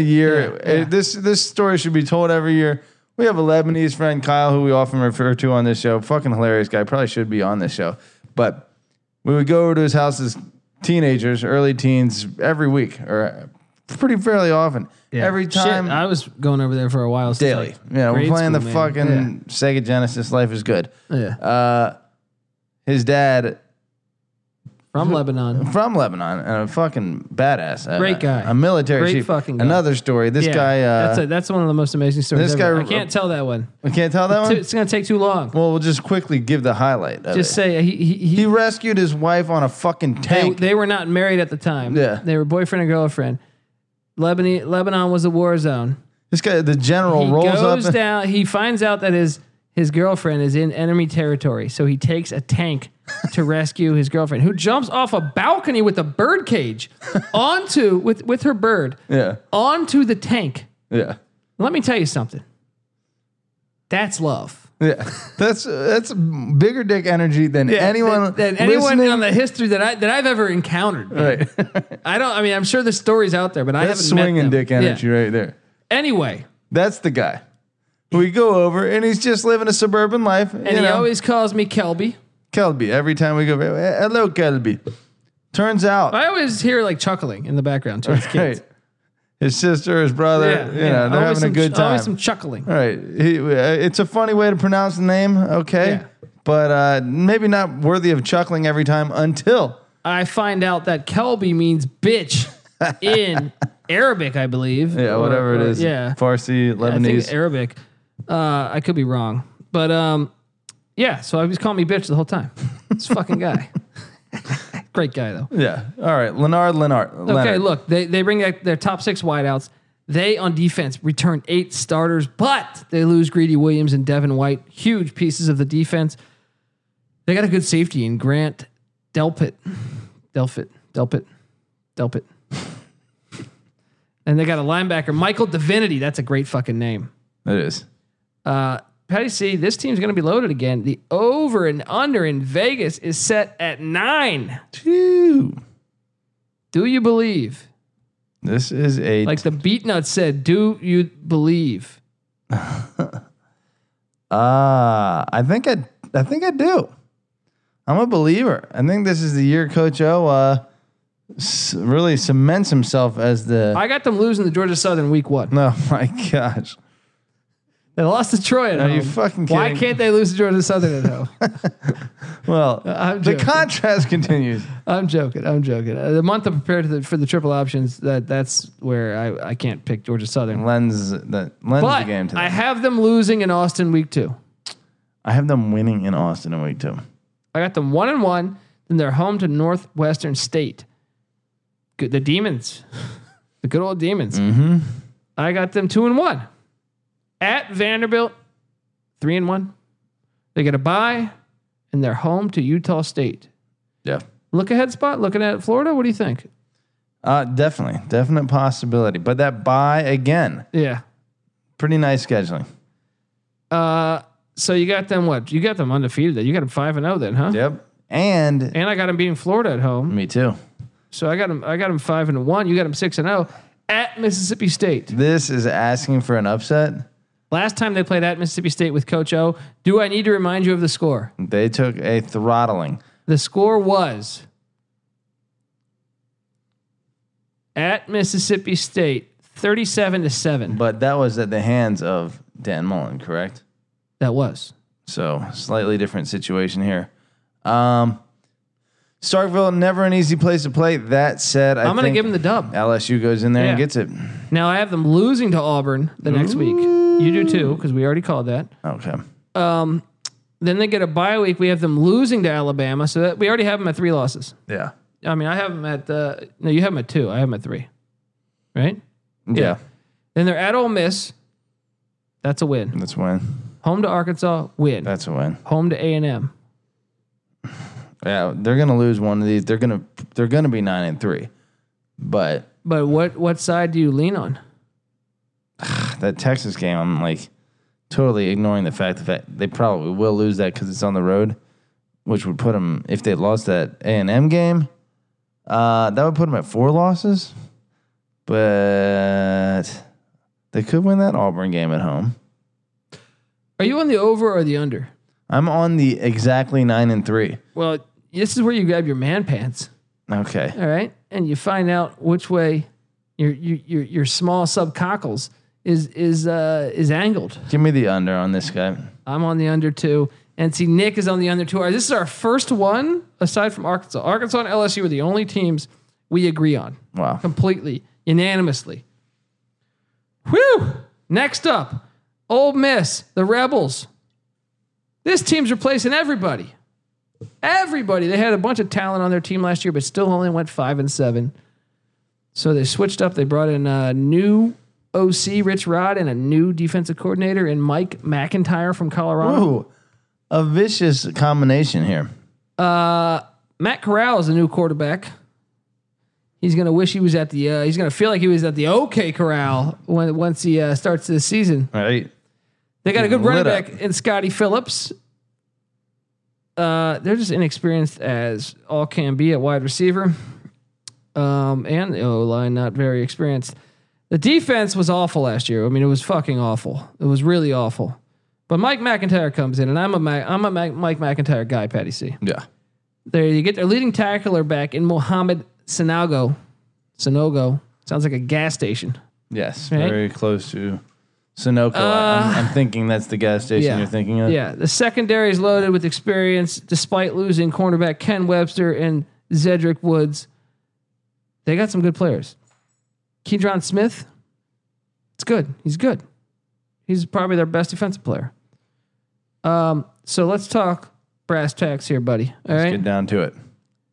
A: Yeah,
B: year.
A: yeah.
B: It- this this story should be told every year. We have a Lebanese friend Kyle who we often refer to on this show. Fucking hilarious guy. Probably should be on this show. But we would go over to his house as teenagers, early teens, every week or pretty fairly often. Every
A: Shit,
B: time
A: I was going over there for a while. since,
B: daily.
A: like,
B: yeah, we're
A: grade
B: playing the
A: school, man.
B: fucking Sega Genesis. Life is good.
A: Yeah. yeah.
B: Uh, his dad Uh,
A: From Lebanon.
B: from Lebanon and a fucking badass, a-
A: Great guy.
B: a military
A: Great
B: chief.
A: fucking guy.
B: Another story. This
A: Yeah,
B: guy. Uh,
A: that's a, that's one of the most amazing stories.
B: this
A: ever.
B: guy-
A: I can't tell that one.
B: we can't tell that one.
A: It's gonna take too long.
B: Well, we'll just quickly give the highlight. Of
A: Just
B: it.
A: say he he, he,
B: he rescued his wife on a fucking
A: they,
B: tank.
A: they were not married at the time.
B: Yeah.
A: they were boyfriend and girlfriend. Lebanon Lebanon was a war zone.
B: this guy, the general,
A: He
B: rolls up.
A: goes down. He finds out that his his girlfriend is in enemy territory, so he takes a tank to rescue his girlfriend, who jumps off a balcony with a bird cage onto with with her bird
B: yeah,
A: onto the tank.
B: yeah,
A: Let me tell you something. That's love.
B: yeah. That's that's bigger dick energy than
A: Yeah,
B: anyone.
A: than, than anyone
B: listening.
A: on the history that I that I've ever encountered. man.
B: Right.
A: I don't. I mean, I'm sure the story's out there, but I haven't
B: That's swinging
A: met them.
B: dick energy
A: Yeah.
B: right there.
A: Anyway,
B: That's the guy. We go over, and he's just living a suburban life.
A: and he always calls me Kelby.
B: Kelby every time we go. "Hey, Hello, Kelby. Turns out,
A: I always hear like chuckling in the background to his kids.
B: right, his sister, his brother,
A: Yeah,
B: you
A: yeah.
B: know, they're
A: Always
B: having a
A: some
B: good
A: ch-
B: time.
A: Always some chuckling.
B: All right. He, uh, it's a funny way to pronounce the name, okay?
A: Yeah.
B: But uh, maybe not worthy of chuckling every time until.
A: I find out that Kelby means bitch in Arabic, I believe.
B: Yeah,
A: Or-
B: whatever it
A: or-
B: is.
A: Yeah,
B: Farsi,
A: I think it's
B: Lebanese.
A: Arabic. Uh, I could be wrong, but um, yeah. So he was calling me bitch the whole time. This fucking guy. Great guy though.
B: yeah. All right. Leonard, Leonard.
A: Okay, look, they, they bring back their top six wideouts. They on defense return eight starters, but they lose Greedy Williams and Devin White, huge pieces of the defense. They got a good safety in Grant Delpit, Delpit, Delpit, Delpit, and they got a linebacker Michael Divinity. That's a great fucking name.
B: It is.
A: Uh, Patty C, this team's going to be loaded again. The over and under in Vegas is set at nine.
B: Phew.
A: Do you believe?
B: This is a.
A: Like the beatnut said, do you believe?
B: Ah, I think I, I think I do. I'm a believer. I think this is the year Coach O uh, s- really cements himself as the.
A: I got them losing the Georgia Southern week one.
B: oh my gosh!
A: They lost to Troy at
B: Are
A: home.
B: you fucking kidding?
A: Why can't they lose to Georgia Southern at home?
B: Well,
A: I'm
B: the
A: joking.
B: contrast continues.
A: I'm joking. I'm joking. Uh, the month of prepared to the, for the triple options, that that's where I, I can't pick Georgia Southern.
B: lends that lends the
A: But
B: game to them.
A: I have them losing in Austin week two.
B: I have them winning in Austin in week two.
A: I got them one and one. Then they're home to Northwestern State. Good, the demons, the good old demons. I got them two and one. at Vanderbilt, three and one. They get a bye, and they're home to Utah State.
B: Yeah.
A: Look ahead spot. Looking at Florida. What do you think?
B: Uh, definitely, definite possibility. But that buy again,
A: Yeah.
B: pretty nice scheduling.
A: Uh, so you got them what? You got them undefeated. Then you got them five and zero. Then, huh?
B: Yep. And
A: And I got them beating Florida at home.
B: me too.
A: So I got them. I got them five and one. You got them six and zero at Mississippi State.
B: This is asking for an upset.
A: Last time they played at Mississippi State with Coach O. Do I need to remind you of the score?
B: They took a throttling.
A: The score was at Mississippi State, thirty-seven to seven.
B: But that was at the hands of Dan Mullen, correct?
A: That was.
B: So slightly different situation here. Um, Starkville never an easy place to play. That said, I
A: I'm gonna
B: think
A: give them the dub.
B: LSU goes in there and
A: Yeah.
B: gets it.
A: Now I have them losing to Auburn the next week. You do too, because we already called that.
B: Okay,
A: Then they get a bye week. We have them losing to Alabama, so that we already have them at three losses.
B: yeah,
A: I mean, I have them at uh, no, you have them at two. I have them at three, right?
B: yeah,
A: Then they're at Ole Miss. That's a win.
B: That's a win.
A: Home to Arkansas, win.
B: That's a win.
A: Home to A and M.
B: Yeah, they're gonna lose one of these. They're gonna they're gonna be nine and three, but
A: But what what side do you lean on?
B: that Texas game, I'm like totally ignoring the fact that they probably will lose that because it's on the road, which would put them if they lost that A and M game, uh, that would put them at four losses. But they could win that Auburn game at home.
A: Are you on the over or the under?
B: I'm on the exactly nine and three.
A: Well, this is where you grab your man pants,
B: Okay,
A: all right, and you find out which way your your your, your small subcockles is is uh, is angled.
B: give me the under on this guy.
A: I'm on the under two. And see, Nick is on the under two. All right, This is our first one aside from Arkansas. Arkansas and LSU are the only teams we agree on
B: Wow,
A: completely, unanimously. Whew! Next up, Ole Miss, the Rebels. This team's replacing everybody. Everybody. They had a bunch of talent on their team last year, but still only went five and seven. So they switched up. They brought in a new OC, Rich Rod, and a new defensive coordinator in Mike McIntyre from Colorado.
B: ooh, a vicious combination here.
A: Matt Corral is the new quarterback. He's gonna wish he was at the. Uh, he's gonna feel like he was at the OK Corral when once he uh, starts this season.
B: All right,
A: They got a good
B: Getting
A: running
B: lit
A: back
B: up.
A: in Scotty Phillips. Uh, they're just inexperienced as all can be at wide receiver, um, and the O line not very experienced. The defense was awful last year. I mean, it was fucking awful. It was really awful. But Mike McIntyre comes in, and I'm a Mac, I'm a Mac, Mike McIntyre guy, Patty C.
B: yeah,
A: There you get their leading tackler back in Mohamed Sanago. Sanogo sounds like a gas station.
B: Yes,
A: Right? Uh,
B: very close to Sunoco. I'm, I'm thinking that's the gas station
A: yeah.
B: you're thinking of.
A: Yeah, the secondary is loaded with experience, despite losing cornerback Ken Webster and Zedric Woods. They got some good players. Keydron Smith, it's good. He's good. He's probably their best defensive player. Um, so let's talk brass tacks here, buddy. All
B: Let's
A: right.
B: get down to it.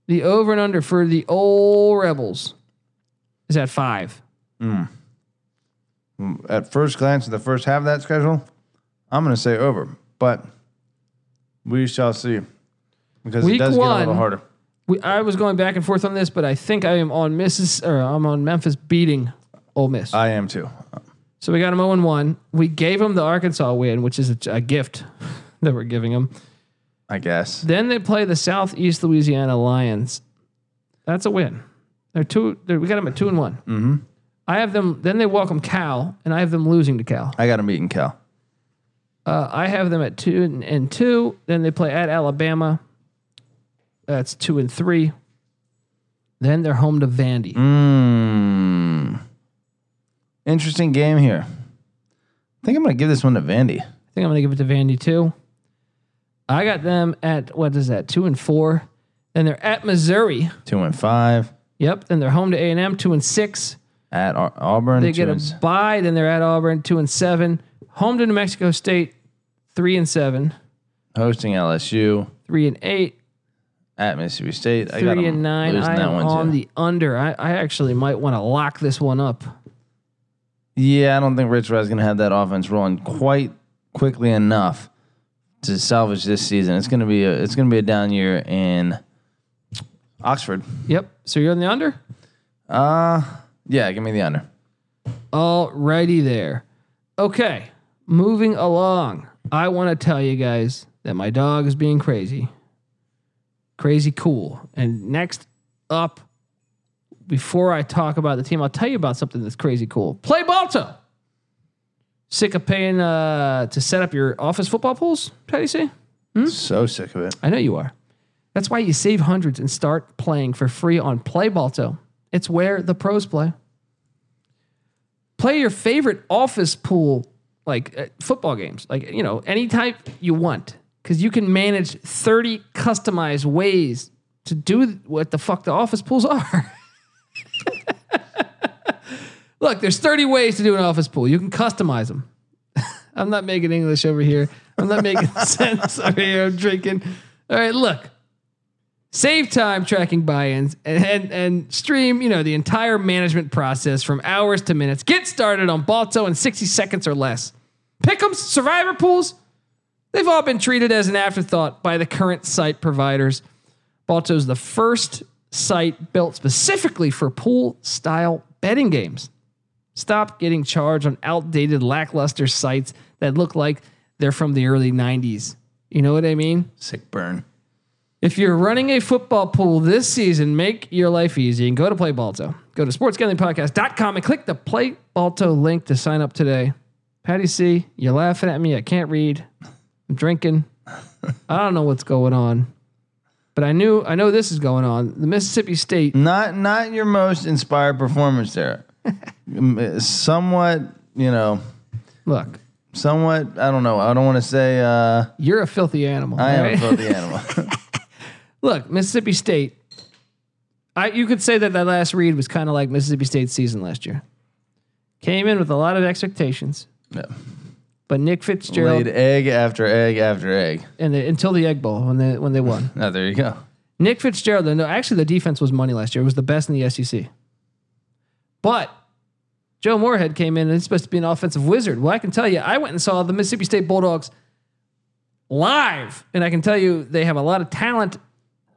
A: The over and under for the old Rebels is at five.
B: At first glance, at the first half of that schedule, I'm going to say over, but we shall see because
A: Week
B: it does get a little
A: one.
B: harder.
A: We, I was going back and forth on this, but I think I am on Mrs. or I'm on Memphis beating Ole Miss.
B: I am too.
A: so we got them 0 1. We gave them the Arkansas win, which is a, a gift that we're giving them.
B: I guess
A: Then they play the Southeast Louisiana Lions. That's a win. They're two. They're, we got them at two and one. Mm-hmm. I have them. Then they welcome Cal, and I have them losing to Cal.
B: I got him beating Cal.
A: Uh, I have them at two and, and two. Then they play at Alabama. That's two and three. Then they're home to Vandy.
B: Hmm. Interesting game here. I think I'm going to give this one to Vandy.
A: I think I'm going to give it to Vandy too. I got them at what is that? Two and four. Then they're at Missouri.
B: Two and five
A: Yep. Then they're home to A and M. Two and six.
B: at Au- Auburn.
A: They
B: two
A: get
B: and s-
A: a bye. Then they're at Auburn. Two and seven. Home to New Mexico State. Three and seven.
B: hosting LSU
A: Three and eight.
B: at Mississippi State. I got
A: Three
B: 'em
A: and nine.
B: losing
A: I
B: that
A: am
B: one
A: on
B: too.
A: the under. I, I actually might want to lock this one up.
B: Yeah, I don't think Rich Rod's going to have that offense rolling quite quickly enough to salvage this season. It's going to be a, it's going to be a down year in Oxford. Uh,
A: Yep. So you're on the under?
B: Yeah, give me the under.
A: Alrighty there. Okay. Moving along. I want to tell you guys that my dog is being crazy. Crazy cool. And next up, before I talk about the team, I'll tell you about something that's crazy cool. Play Balto. Sick of paying uh, to set up your office football pools, Patty C?
B: So sick of it.
A: I know you are. That's why you save hundreds and start playing for free on Play Balto. It's where the pros play. Play your favorite office pool, like uh, football games, like, you know, any type you want, because you can manage 30 customized ways to do what the fuck the office pools are. Look, there's 30 ways to do an office pool. You can customize them. I'm not making English over here. I'm not making sense over here. I'm drinking. All right, look. Save time tracking buy-ins and, and and stream, you know, the entire management process from hours to minutes. Get started on Balto in 60 seconds or less. Pick'ems, survivor pools, they've all been treated as an afterthought by the current site providers. Balto's the first site built specifically for pool style betting games. Stop getting charged on outdated, lackluster sites that look like they're from the early 90s. You know what I mean?
B: Sick burn.
A: If you're running a football pool this season, make your life easy and go to Play Balto. Go to sportsgamblingpodcast.com and click the Play Balto link to sign up today. Patty C, you're laughing at me. I can't read. I'm drinking. I don't know what's going on. But I knew I know this is going on. The Mississippi State
B: Not not your most inspired performance there. Mm, uh, somewhat, you know,
A: look,
B: somewhat. I don't know. I don't want to say uh,
A: you're a filthy animal.
B: I am a
A: right?
B: filthy animal.
A: Look, Mississippi State. I you could say that that last read was kind of like Mississippi State's season last year. Came in with a lot of expectations,
B: no.
A: but Nick Fitzgerald
B: Laid egg after egg after egg.
A: and the, until the Egg Bowl when they when they won.
B: Now there you go.
A: Nick Fitzgerald, no, actually the defense was money last year. It was the best in the SEC. But Joe Moorhead came in and it's supposed to be an offensive wizard. Well, I can tell you, I went and saw the Mississippi State Bulldogs live, and I can tell you they have a lot of talent,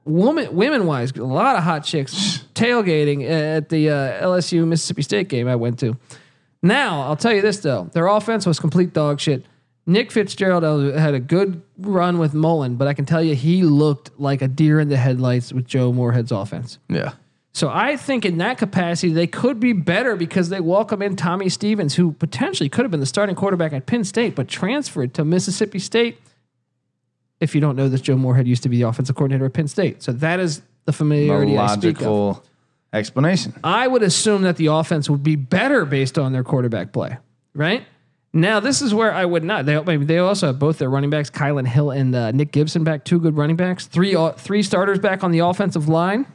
A: woman women wise, a lot of hot chicks tailgating at the uh, LSU Mississippi State game I went to. Now I'll tell you this though, their offense was complete dog shit. Nick Fitzgerald had a good run with Mullen, but I can tell you he looked like a deer in the headlights with Joe Moorhead's offense.
B: Yeah.
A: So I think in that capacity, they could be better because they welcome in Tommy Stevens, who potentially could have been the starting quarterback at Penn State, but transferred to Mississippi State. If you don't know this, Joe Moorhead used to be the offensive coordinator at Penn State. So that is the
B: A
A: familiarity I speak of.
B: logical explanation.
A: I would assume that the offense would be better based on their quarterback play, right? Now, this is where I would not. They maybe they also have both their running backs, Kylan Hill and uh, Nick Gibson, back two good running backs, three au- three starters back on the offensive line.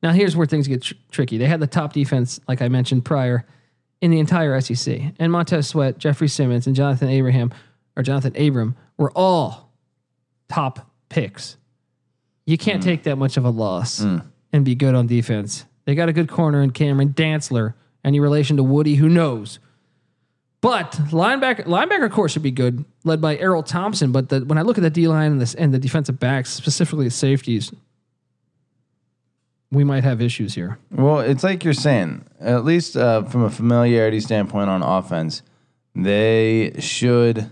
A: Now, here's where things get tr- tricky. They had the top defense, like I mentioned prior, in the entire SEC, and Montez Sweat, Jeffrey Simmons, and Jonathan Abraham, or Jonathan Abram, were all top picks. You can't
B: Mm.
A: take that much of a loss and be good on defense. They got a good corner in Cameron Dantzler, any relation to Woody, who knows? But linebacker linebacker core should be good, led by Errol Thompson. But the, when I look at the D line and, this, and the defensive backs, specifically the safeties, we might have issues here.
B: Well, it's like you're saying, at least uh, from a familiarity standpoint on offense, they should.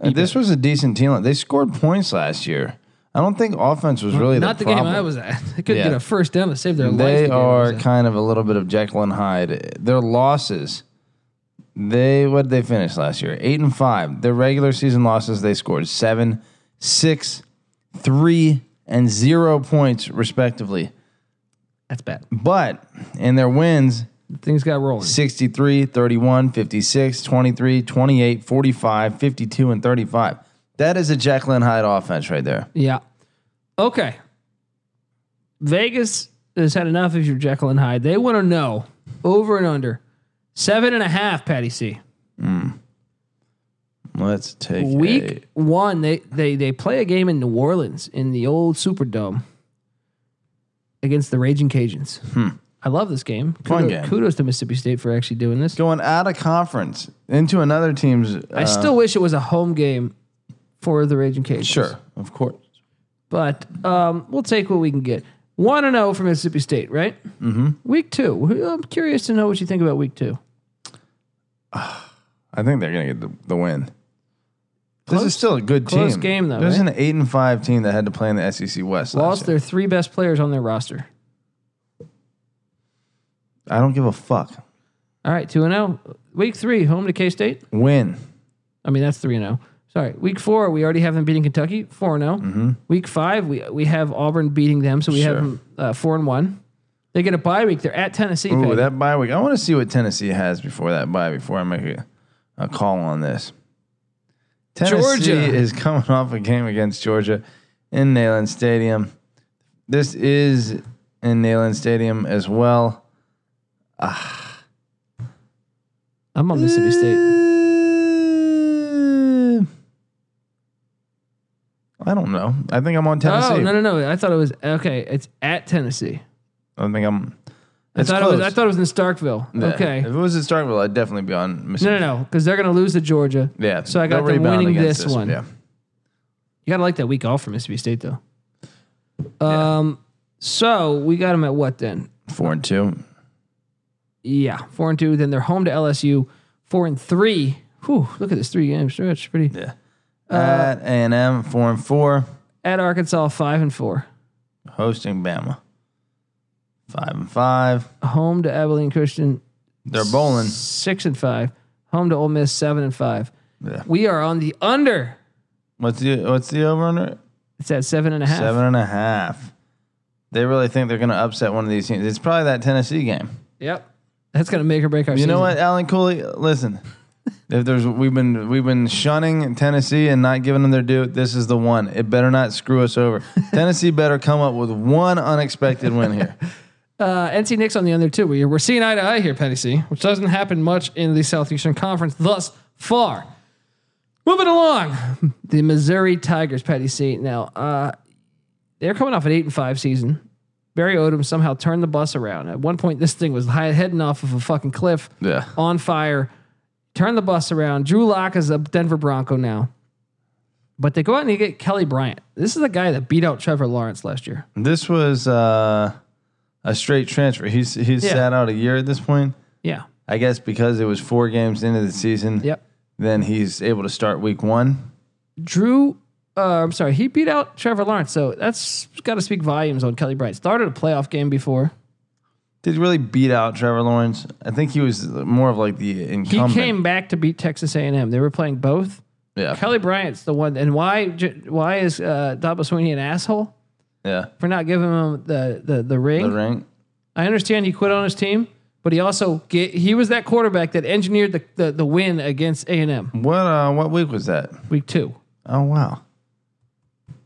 B: Uh, this was a decent team. They scored points last year. I don't think offense was really
A: Not
B: the,
A: the, game
B: problem.
A: I was at. They couldn't
B: Yeah.
A: get a first down to save their life. the
B: they
A: game I was
B: are
A: at.
B: kind of a little bit of Jekyll and Hyde. Their losses, they what did they finish last year? Eight and five. Their regular season losses, they scored seven, six, three, and zero points respectively.
A: that's bad.
B: But in their wins,
A: Things got rolling.
B: 63, 31, 56, 23, 28, 45, 52, and 35. That is a Jekyll and Hyde offense right there.
A: Yeah. Okay. Vegas has had enough of your Jekyll and Hyde. They want to know over and under seven and a half. Patty C.
B: Let's take a-
A: Week one, they they they play a game in New Orleans in the old Superdome against the Raging Cajuns. I love this game. Kudos,
B: Hmm. Fun game. Uh,
A: kudos to Mississippi State for actually doing this.
B: Going out of conference into another team's.
A: I
B: uh,
A: still wish it was a home game for the Raging Cajuns.
B: Sure, of course.
A: But um, we'll take what we can get. 1 0 for Mississippi State, right? Mm-hmm. Week two. I'm curious to know what you think about week two.
B: I think they're going to get the, the win. This
A: Close-
B: is still a good team.
A: close game, though,
B: There's
A: right?
B: an eight and five team that had to play in the SEC West. last
A: Lost
B: year.
A: their three best players on their roster.
B: I don't give a fuck.
A: All right, 2 0. Week three, home to K State.
B: Win.
A: I mean, that's 3 0. Sorry. Week four, we already have them beating Kentucky, 4 0. Week five, we, we have Auburn beating them, so we
B: Mm-hmm. Sure.
A: have them uh, 4 and 1. They get a bye week. They're at Tennessee.
B: Ooh,
A: Peg.
B: that bye week. I want to see what Tennessee has before that bye. Before I make a, a call on this, Tennessee
A: Georgia.
B: is coming off a game against Georgia in Neyland Stadium. This is in Neyland Stadium as well.
A: I'm on Mississippi State.
B: Uh, I don't know. I think I'm on Tennessee.
A: Oh, no, no, no. I thought it was okay. It's at Tennessee.
B: I think I'm.
A: I
B: It's
A: thought it was I
B: close.
A: thought it was in Starkville.
B: Yeah.
A: Okay.
B: If it was at Starkville, I'd definitely be on
A: No,
B: Mississippi.
A: no, no, because they're going to lose to Georgia.
B: Yeah.
A: So I got
B: they'll
A: them
B: rebound
A: winning
B: against
A: this one.
B: Yeah.
A: You got to like that week off for Mississippi State, though. Um, so we got them at what then?
B: Four and two.
A: Yeah, four and two. Then they're home to LSU, four and three. Whew, look at this three game stretch. Pretty
B: Yeah. At A and M, four and four,
A: at Arkansas, five and four.
B: hosting Bama. Five and five.
A: Home to Abilene Christian,
B: They're bowling.
A: six and five. Home to Ole Miss, seven and five.
B: Yeah.
A: We are on the under.
B: What's the what's the over under?
A: It's at seven and a half.
B: Seven and a half. They really think they're gonna upset one of these teams. It's probably that Tennessee game.
A: Yep, that's gonna make or break our.
B: You know what, Alan Cooley? Listen. If there's we've been we've been shunning Tennessee and not giving them their due, this is the one. It better not screw us over. Tennessee better come up with one unexpected win here.
A: Uh, NC Nick's on the under too. We're, we're seeing eye to eye here, Penny C, which doesn't happen much in the Southeastern Conference thus far. Moving along, the Missouri Tigers, Patty C. Now, uh, they're coming off an eight and five season. Barry Odom somehow turned the bus around. At one point, this thing was high, heading off of a fucking cliff,
B: Yeah.
A: on fire. Turned the bus around. Drew Lock is a Denver Bronco now, but they go out and they get Kelly Bryant. This is the guy that beat out Trevor Lawrence last year.
B: This was uh, a straight transfer. He's he's
A: Yeah.
B: sat out a year at this point.
A: Yeah.
B: I guess because it was four games into the season.
A: Yep.
B: Then he's able to start week one.
A: Drew, uh, I'm sorry, he beat out Trevor Lawrence. So that's got to speak volumes on Kelly Bryant. Started a playoff game before.
B: Did really beat out Trevor Lawrence. I think he was more of like the
A: He
B: incumbent.
A: came back to beat Texas A&M. They were playing both.
B: Yeah.
A: Kelly Bryant's the one. And why? j- Why is uh, Dabo Sweeney an asshole
B: yeah.
A: for not giving him the the, the, ring?
B: The ring.
A: I understand he quit on his team, but he also get, he was that quarterback that engineered the the, the win against A&M
B: What uh, what week was that?
A: week two.
B: Oh wow.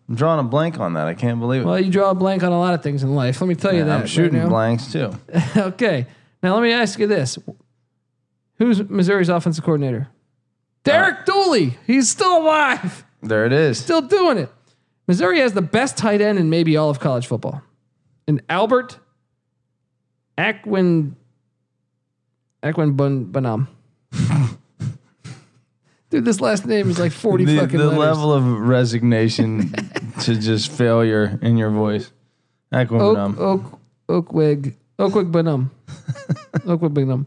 B: I'm drawing a blank on that. I can't believe it.
A: Well, you draw a blank on a lot of things in life. Let me tell you that.
B: I'm
A: right
B: shooting
A: now.
B: blanks too.
A: okay. Now let me ask you this: Who's Missouri's offensive coordinator?
B: Uh,
A: Derek Dooley. He's still alive,
B: There it is.
A: still doing it. Missouri has the best tight end in maybe all of college football, and Albert Akwin Akwin Bun Banam. Dude, this last name is like forty
B: The,
A: fucking
B: the
A: letters.
B: level of resignation to just failure in your voice. Aquamanum.
A: Oak, Oak, Oakwig, Oakwig Benum. Oakwig Benum.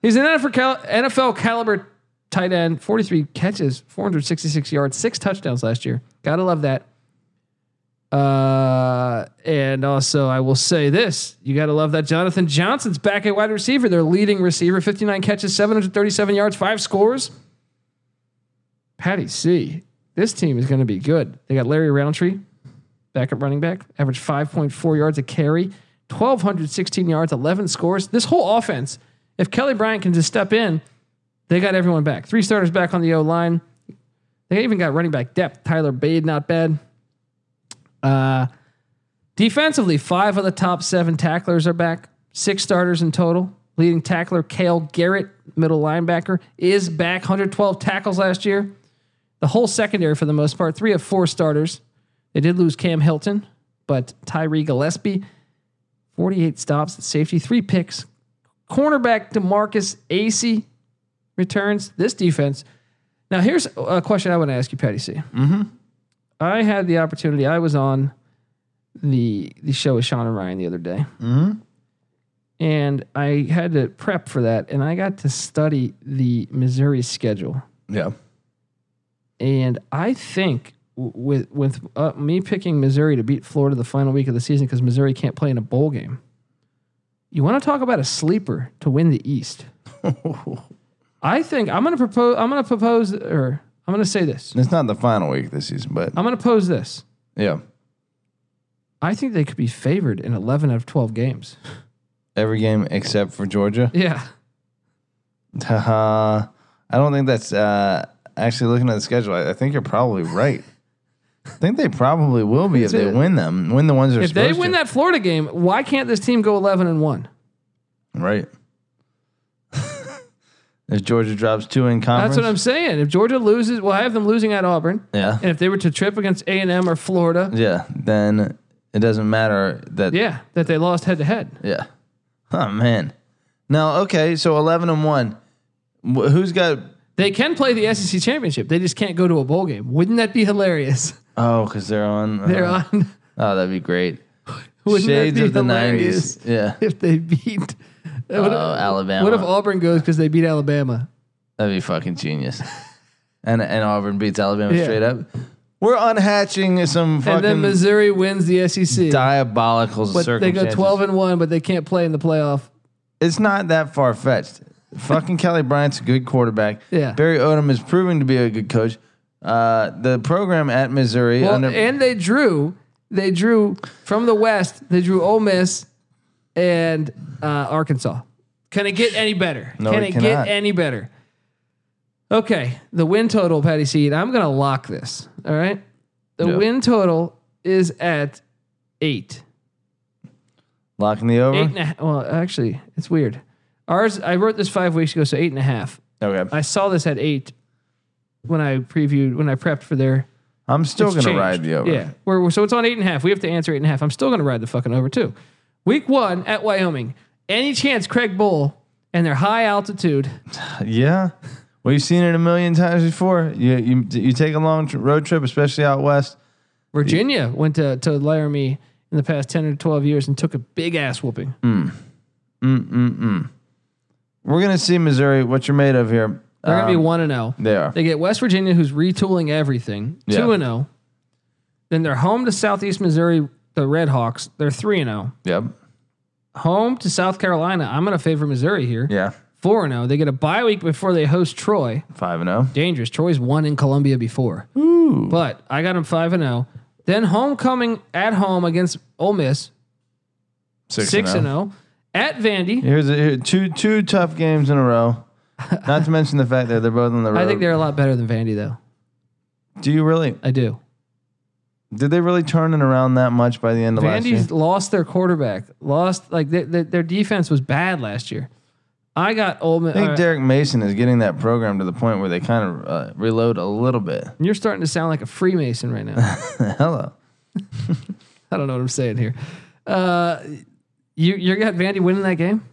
A: He's an NFL, cal- NFL caliber tight end, 43 catches, 466 yards, six touchdowns last year. Gotta love that. Uh, and also, I will say this you gotta love that Jonathan Johnson's back at wide receiver, their leading receiver, 59 catches, 737 yards, five scores. Patty C. This team is gonna be good. They got Larry Roundtree, backup running back, averaged 5.4 yards a carry, 1,216 yards, 11 scores. This whole offense, if Kelly Bryant can just step in, they got everyone back. Three starters back on the O line. They even got running back depth. Tyler Bade, not bad. Uh, defensively, five of the top seven tacklers are back, six starters in total. Leading tackler Kale Garrett, middle linebacker, is back. 112 tackles last year. The whole secondary, for the most part, three of four starters. They did lose Cam Hilton, but Tyree Gillespie, 48 stops at safety, three picks. Cornerback Demarcus Acey returns this defense. Now, here's a question I want to ask you, Patty C. Mm-hmm. I had the opportunity. I was on the the show with Sean and Ryan the other day, mm-hmm. and I had to prep for that, and I got to study the Missouri schedule.
B: Yeah.
A: And I think w- with with uh, me picking Missouri to beat Florida the final week of the season because Missouri can't play in a bowl game. You want to talk about a sleeper to win the East? I think I'm going to propose. I'm going to propose, or I'm going to say this.
B: It's not the final week this season, but
A: I'm going to pose this.
B: yeah.
A: I think they could be favored in 11 out of 12 games.
B: Every game except for Georgia.
A: Yeah.
B: Uh, I don't think that's uh, actually looking at the schedule. I, I think you're probably right. I think they probably will be if they
A: it.
B: win them. Win the ones they're
A: If they
B: supposed
A: win
B: to.
A: that Florida game, why can't this team go 11 and 1?
B: right. if Georgia drops two in conference,
A: That's what I'm saying. If Georgia loses, well, I have them losing at Auburn.
B: yeah,
A: And if they were to trip against A&M or Florida,
B: yeah, then it doesn't matter that
A: yeah, that they lost head to head.
B: Yeah. Oh man. Now, okay, so eleven and one. Wh- Who's got?
A: They can play the SEC championship. They just can't go to a bowl game. Wouldn't that be hilarious?
B: Oh, because they're on.
A: They're on.
B: Oh, that'd be great.
A: Wouldn't
B: Shades
A: that be
B: of the
A: hilarious
B: nineties. Yeah.
A: if they beat
B: Oh, Alabama.
A: What if Auburn goes because they beat Alabama?
B: that'd be fucking genius. and and Auburn beats Alabama
A: Yeah.
B: straight up. We're unhatching some
A: And then
B: fucking
A: Missouri wins the SEC.
B: diabolical
A: but they
B: circumstances.
A: go 12 and 1 but they can't play in the playoff
B: it's not that far fetched. Fucking Kelly Bryant's a good quarterback.
A: Yeah.
B: Barry Odom is proving to be a good coach. Uh, the program at Missouri
A: well,
B: under
A: and they drew they drew from the west they drew Ole Miss and uh, Arkansas can it get any better
B: No,
A: can
B: it
A: it
B: cannot.
A: get any better okay the win total Patty Seed I'm gonna lock this all right the
B: Yeah.
A: win total is at eight
B: locking the over.
A: eight and a half well actually it's weird ours I wrote this five weeks ago so eight and a half
B: Okay.
A: I saw this at eight when I previewed when I prepped for their
B: I'm still
A: It's
B: going to ride
A: changed.
B: the over.
A: Yeah, we're, we're- so it's on eight and a half. We have to answer eight and a half. I'm still going to ride the fucking over too. Week one at Wyoming. Any chance Craig Bull and their high altitude?
B: Yeah. We've seen it a million times before. You you, you take a long tr- road trip, especially out west.
A: Virginia went to to Laramie in the past ten or twelve years and took a big ass whooping.
B: We're going to see Missouri, what you're made of here.
A: They're going to
B: Um,
A: be one and zero.
B: they are.
A: They get West Virginia, who's retooling everything,
B: Yeah.
A: two and zero. Then they're home to Southeast Missouri, the Red Hawks. They're three and zero.
B: yep.
A: Home to South Carolina. I'm going to favor Missouri here.
B: Yeah.
A: Four and zero. They get a bye week before they host Troy.
B: 5 and oh. 0.
A: dangerous. Troy's won in Columbia before. But I got him 5 and 0. Then homecoming at home against Ole Miss,
B: 6,
A: 6 and
B: oh.
A: 0. At Vandy,
B: Here's a, here, two two tough games in a row. Not to mention the fact that they're both on the road.
A: I think they're a lot better than Vandy though.
B: Do you really?
A: I do.
B: Did they really turn it around that much by the end of last year?
A: Vandy's lost their quarterback. Lost like their their their defense was bad last year. I got Ole Miss.
B: I think
A: all right,
B: Derek Mason is getting that program to the point where they kind of uh, reload a little bit.
A: You're starting to sound like a Freemason right now.
B: Hello.
A: I don't know what I'm saying here. Uh, you you got Vandy winning that game?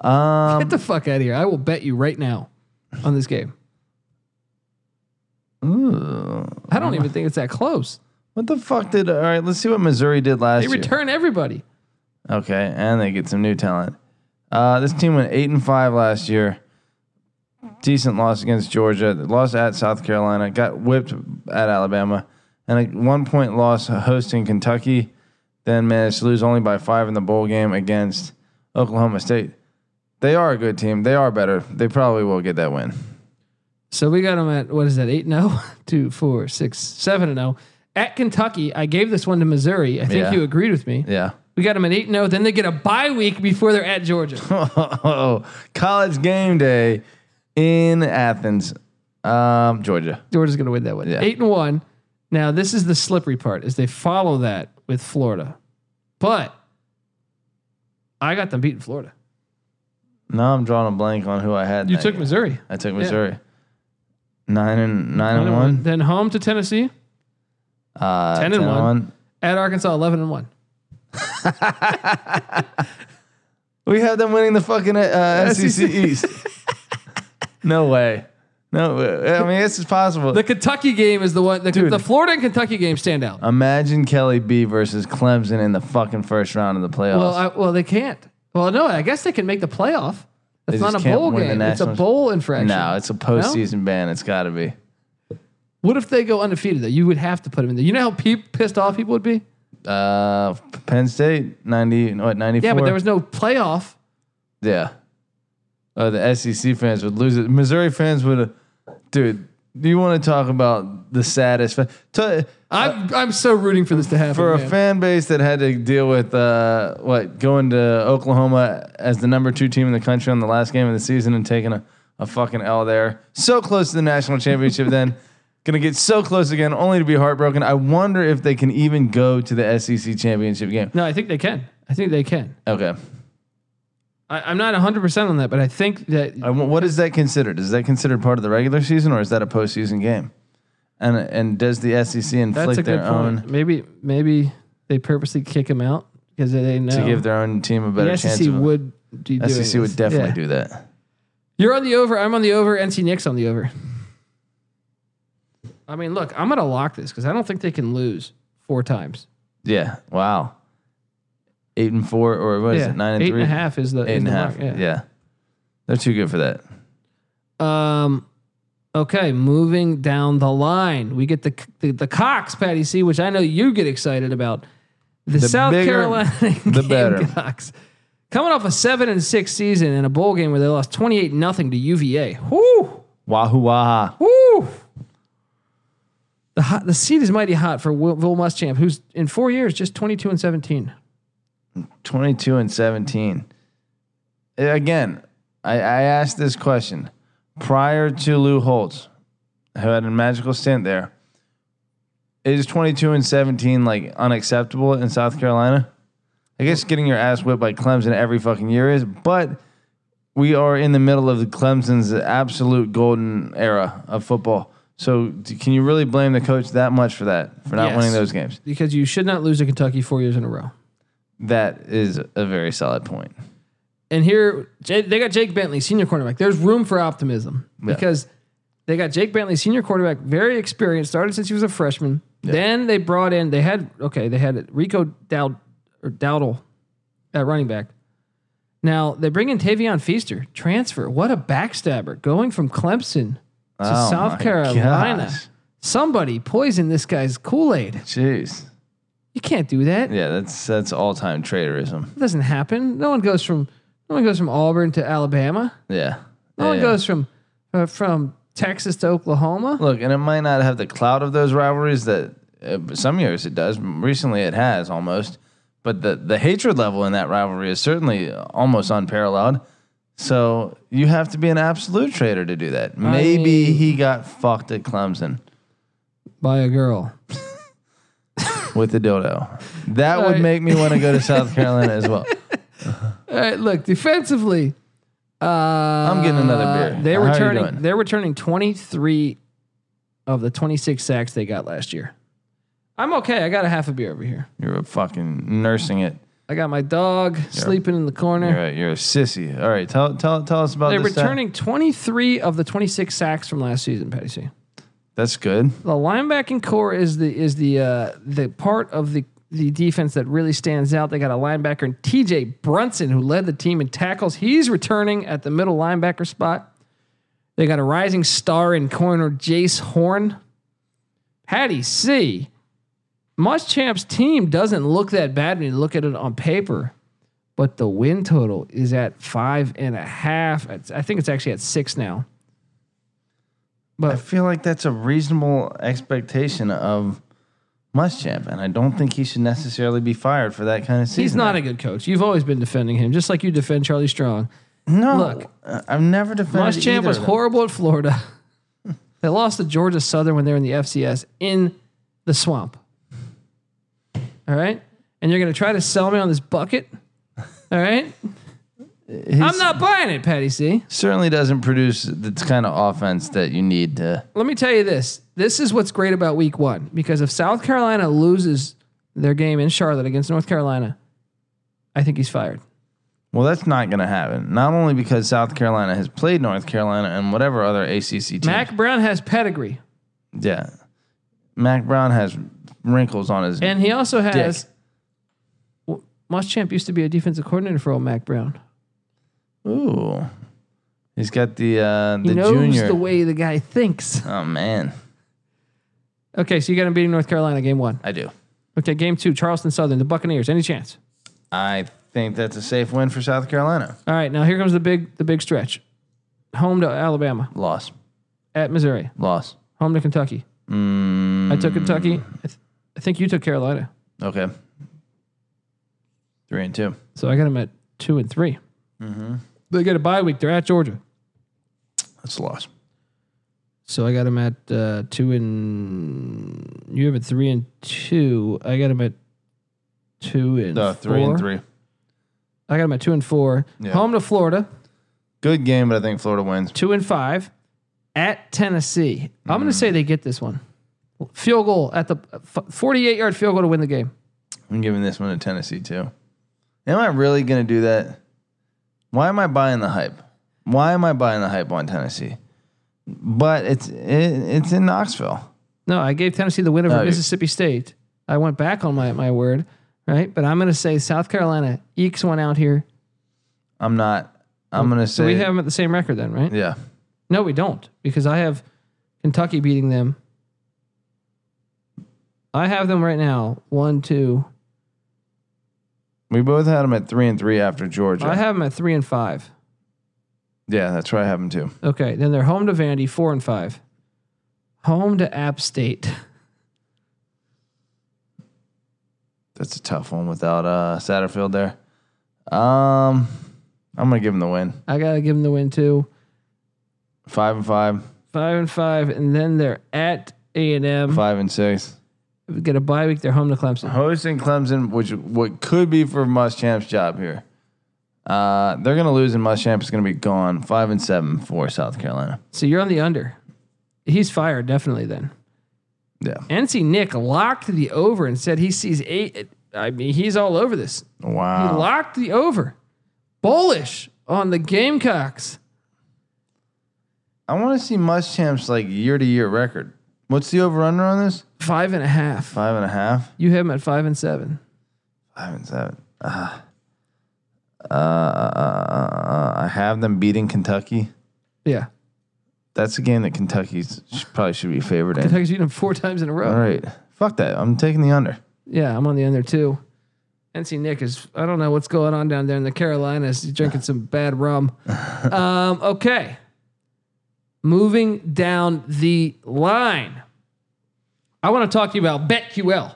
B: Um,
A: Get the fuck out of here! I will bet you right now on this game.
B: ooh.
A: I don't even think it's that close.
B: What the fuck did? All right, let's see what Missouri did last
A: They
B: year.
A: return everybody.
B: okay, and they get some new talent. Uh, this team went eight and five last year. Decent loss against Georgia. Lost at South Carolina. Got whipped at Alabama, and a one point loss hosting Kentucky. Then managed to lose only by five in the bowl game against Oklahoma State. They are a good team. They are better. They probably will get that win.
A: So we got them at what is that? Eight and oh, two, four, six, seven and oh. At Kentucky, I gave this one to Missouri. I think
B: Yeah.
A: you agreed with me.
B: Yeah.
A: We got them at eight and oh. Then they get a bye week before they're at Georgia.
B: Oh, college game day in Athens, um, Georgia.
A: Georgia's going to win that one.
B: Yeah.
A: Eight and one. Now this is the slippery part. Is they follow that with Florida, but I got them beating Florida.
B: Now I'm drawing a blank on who I had.
A: You
B: that
A: took
B: year.
A: Missouri.
B: I took Missouri. Nine and nine,
A: Nine
B: and
A: and
B: one.
A: Then home to Tennessee
B: Uh,
A: Ten and one. at Arkansas. Eleven and one.
B: We had them winning the fucking uh, SEC
A: E
B: East. no way. No, way. I mean this is possible.
A: The Kentucky game is the one. The, the Florida and Kentucky game stand out.
B: Uh, Imagine Kelly B versus Clemson in the fucking first round of the playoffs.
A: Well, I, well, they can't. Well, no, I guess they can make the playoff. It's
B: just
A: not a
B: can't
A: bowl
B: win the
A: game. It's a
B: nationals.
A: bowl infraction.
B: no, it's a postseason ban. It's got to be.
A: What if they go undefeated though? You would have to put them in there. You know how pe- pissed off people would be.
B: Uh, Penn State ninety what ninety four.
A: Yeah, but there was no playoff.
B: yeah. Oh, the SEC fans would lose it. Missouri fans would, uh, dude. Do you want to talk about the saddest? fa- to-
A: I'm I'm so rooting for this to happen.
B: for a
A: man.
B: fan base that had to deal with uh, what going to Oklahoma as the number two team in the country on the last game of the season and taking a, a fucking L there, so close to the national championship. then gonna get so close again, only to be heartbroken. I wonder if they can even go to the SEC championship game.
A: No, I think they can. I think they can.
B: Okay,
A: I, I'm not 100 percent on that, but I think that
B: I w- what is that considered? Is that considered part of the regular season or is that a postseason game? And and does the SEC inflict
A: that's a
B: their
A: good
B: own
A: point. Maybe maybe they purposely kick him out because they know
B: to give their own team a better
A: the
B: chance?
A: SEC
B: of-
A: would do doing
B: SEC
A: this.
B: would definitely
A: Yeah.
B: do that.
A: You're on the over. I'm on the over. NC Nick's on the over. I mean, look, I'm gonna lock this because I don't think they can lose four times.
B: Yeah. Wow. Eight and four, or what is it? Nine and
A: eight
B: three.
A: and a half is the
B: Eight
A: is
B: and a
A: the
B: half.
A: mark,
B: Yeah. They're too good for that.
A: Um, okay, moving down the line, we get the the, the Cox Patty C, which I know you get excited about. The, South
B: bigger,
A: Carolina
B: the better.
A: Gamecocks coming off a seven and six season in a bowl game where they lost twenty eight nothing to UVA. Whoo,
B: Wahoo waha.
A: whoo. The hot, the seat is mighty hot for Will, Will Muschamp, who's in four years just twenty two and seventeen.
B: Twenty-two and seventeen. Uh, Again, I, I asked this question prior to Lou Holtz, who had a magical stint there. Is twenty-two and seventeen like unacceptable in South Carolina? I guess getting your ass whipped by Clemson every fucking year is, but we are in the middle of the Clemson's absolute golden era of football. So d- can you really blame the coach that much for that, for not
A: Yes.
B: winning those games?
A: Because you should not lose to Kentucky four years in a row.
B: That is a very solid point.
A: And here J- they got Jake Bentley, senior quarterback. There's room for optimism because they got Jake Bentley, senior quarterback, very experienced. Started since he was a freshman. Then they brought in. They had okay. They had Rico Dowd or Dowdle at running back. Now they bring in Tavion Feaster, transfer. What a backstabber going from Clemson to
B: Oh
A: South
B: my
A: Carolina.
B: gosh.
A: Somebody poisoned this guy's Kool Aid.
B: Jeez.
A: You can't do that.
B: Yeah, that's that's all time traitorism.
A: It doesn't happen. No one goes from no one goes from Auburn to Alabama.
B: Yeah.
A: No
B: yeah,
A: one
B: yeah.
A: goes from uh, from Texas to Oklahoma.
B: Look, and it might not have the clout of those rivalries that uh, some years it does. Recently, it has almost, but the the hatred level in that rivalry is certainly almost unparalleled. So you have to be an absolute traitor to do that. Maybe
A: mean-
B: he got fucked at Clemson
A: By a girl.
B: with the dildo. That would
A: Right.
B: make me want to go to South Carolina as well.
A: All right, look, defensively, uh, I'm
B: getting another beer.
A: They're
B: How are you
A: returning.
B: doing?
A: They're returning 23 of the 26 sacks they got last year. I'm okay. I got a half a beer over here.
B: You're fucking nursing it.
A: I got my dog sleeping in the corner.
B: You're a, you're a sissy. All right, tell tell tell us about
A: They're
B: this. time.
A: returning 23 of the 26 sacks from last season, Patty C.
B: That's good.
A: the linebacking core is the is the uh, the part of the the defense that really stands out. They got a linebacker in T.J. Brunson who led the team in tackles. He's returning at the middle linebacker spot. They got a rising star in corner Jace Horn. Hattie C. Muschamp's team doesn't look that bad when you look at it on paper, but the win total is at five and a half. It's- I think it's actually at six now.
B: I feel like that's a reasonable expectation of Muschamp, and I don't think he should necessarily be fired for that kind of season.
A: He's not a good coach. You've always been defending him, just like you defend Charlie Strong.
B: No,
A: Look.
B: I- I've never defended.
A: Muschamp
B: either
A: was
B: of them.
A: horrible at Florida. they lost to Georgia Southern when they were in the FCS in the swamp. All right, and you're going to try to sell me on this bucket. All right,
B: He's-
A: I'm not buying it, Patty C.
B: certainly doesn't produce the kind of offense that you need to.
A: Let me tell you this: this is what's great about Week One because if South Carolina loses their game in Charlotte against North Carolina, I think he's fired.
B: Well, that's not going to happen. Not only because South Carolina has played North Carolina and whatever other ACC team.
A: Mac Brown has pedigree,
B: yeah. Mac Brown has wrinkles on his.
A: and he also has. W- Muschamp used to be a defensive coordinator for old Mac Brown.
B: Ooh. He's got the uh,
A: He
B: the
A: knows
B: junior.
A: the way the guy thinks.
B: oh man,
A: Okay, so you got him beating North Carolina game one.
B: I do.
A: Okay, game two, Charleston Southern, the Buccaneers. Any chance?
B: I think that's a safe win for South Carolina.
A: All right, now here comes the big the big stretch. Home to Alabama,
B: Loss.
A: at Missouri,
B: Loss.
A: home to Kentucky.
B: Mm,
A: I took Kentucky. I, th- I think you took Carolina.
B: okay. Three and two.
A: So I got them at two and 3
B: Mm-hmm.
A: They get a bye week. They're at Georgia.
B: That's a loss.
A: So I got them at uh, two and you have it three and two. I got them at two and
B: No, three
A: four.
B: and three.
A: I got them at two and four.
B: Yeah.
A: Home to Florida,
B: Good game, but I think Florida wins.
A: two and five. At Tennessee, I'm
B: Mm.
A: going to say they get this one. Field goal at the 48 yard field goal to win the game.
B: I'm giving this one to Tennessee too. Am I really going to do that? Why am I buying the hype? Why am I buying the hype on Tennessee? But it's it, it's in Knoxville.
A: No, I gave Tennessee the win over
B: Oh, you-
A: Mississippi State. I went back on my my word, right? But I'm going to say South Carolina ekes one out here.
B: I'm not. I'm going to say
A: So we have them at the same record then, right?
B: yeah.
A: No, we don't because I have Kentucky beating them. I have them right now. One, two.
B: We both had them at three and three after Georgia.
A: I have them at three and five.
B: yeah, that's where I have them too.
A: Okay, then they're home to Vandy, four and five. Home to App State.
B: That's a tough one without uh, Satterfield there. Um, I'm going to give them the win.
A: I gotta give them the win too.
B: Five and five,
A: Five and five, and then they're at A and M.
B: five and six.
A: Get a bye week. They're home to Clemson.
B: hosting Clemson, which what could be for Muschamp's job here. Uh, they're gonna lose, and Muschamp is gonna be gone. Five and seven for South Carolina.
A: So you're on the under. He's fired, definitely then.
B: Yeah.
A: NC Nick locked the over and said he sees eight. I mean, he's all over this. He
B: Wow.
A: locked the over. Bullish on the Gamecocks.
B: I want to see Muschamp's like year to year record. What's the over under on this?
A: Five and a half.
B: Five and a half.
A: You have him at five and seven.
B: Five and seven. Ah. Uh, uh, I have them beating Kentucky.
A: Yeah.
B: That's a game that Kentucky's sh- probably should be favored in.
A: Kentucky's beaten him four times in a row.
B: All right. Fuck that. I'm taking the under.
A: Yeah, I'm on the under too. NC Nick is, I don't know what's going on down there in the Carolinas. He's drinking some bad rum. Um, okay. Moving down the line. I want to talk to you about BetQL.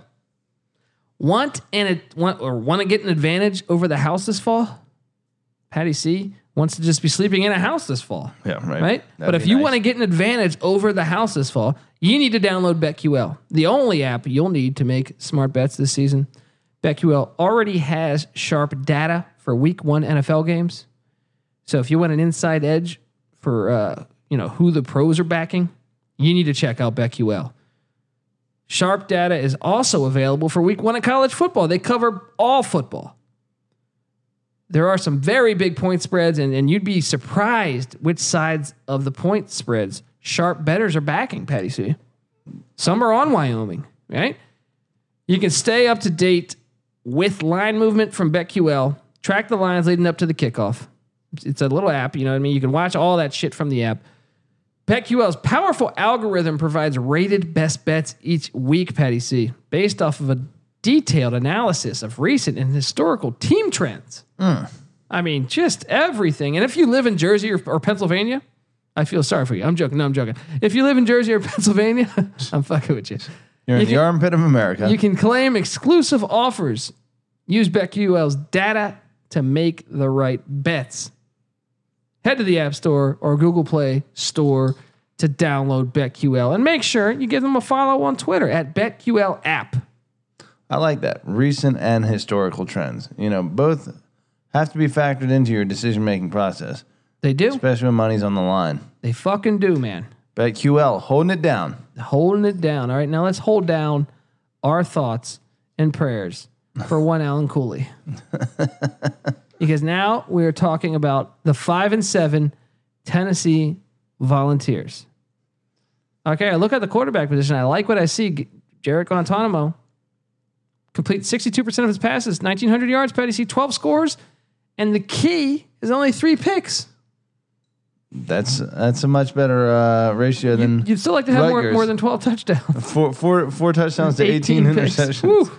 A: Want and it want or want to get an advantage over the house this fall? Patty C wants to just be sleeping in a house this fall
B: Yeah. Right.
A: right? but if you want to get an advantage over the house this fall, you need to download BetQL, the only app you'll need to make smart bets this season. BetQL already has sharp data for Week One NFL games, so if you want an inside edge for uh, you know who the pros are backing, you need to check out BetQL. Sharp data is also available for Week One of college football. They cover all football there are some very big point spreads, and, and you'd be surprised which sides of the point spreads sharp betters are backing, Patty C. Some are on Wyoming, right? You can stay up to date with line movement from BetQL, track the lines leading up to the kickoff. It's- It's a little app, you know what I mean? You can watch all that shit from the app. BetQL's powerful algorithm provides rated best bets each week, Patty C, based off of a detailed analysis of recent and historical team trends. I mean, just everything. And if you live in Jersey or, or Pennsylvania, I feel sorry for you. I'm joking. No, I'm joking. If you live in Jersey or Pennsylvania, I'm fucking with you.
B: you're in
A: you
B: the armpit of America.
A: You can claim exclusive offers. Use BetQL's data to make the right bets. Head to the App Store or Google Play Store to download BetQL and make sure you give them a follow on Twitter at BetQL app.
B: I like that. Recent and historical trends. You know, both have to be factored into your decision making process,
A: They do.
B: especially when money's on the line.
A: They fucking do, man.
B: BetQL holding it down.
A: holding it down. All right, now let's hold down our thoughts and prayers for one Alan Cooley. because now we are talking about the five and seven Tennessee Volunteers. Okay, I look at the quarterback position. I like what I see. G- Jarek Guantanamo complete 62% of his passes, 1,900 yards, Patty C, 12 scores, and the key is only three picks.
B: That's that's a much better uh, ratio than
A: You'd still like to have more,
B: Rutgers.
A: more than 12 touchdowns.
B: four, four, four touchdowns to 18,
A: picks.
B: interceptions.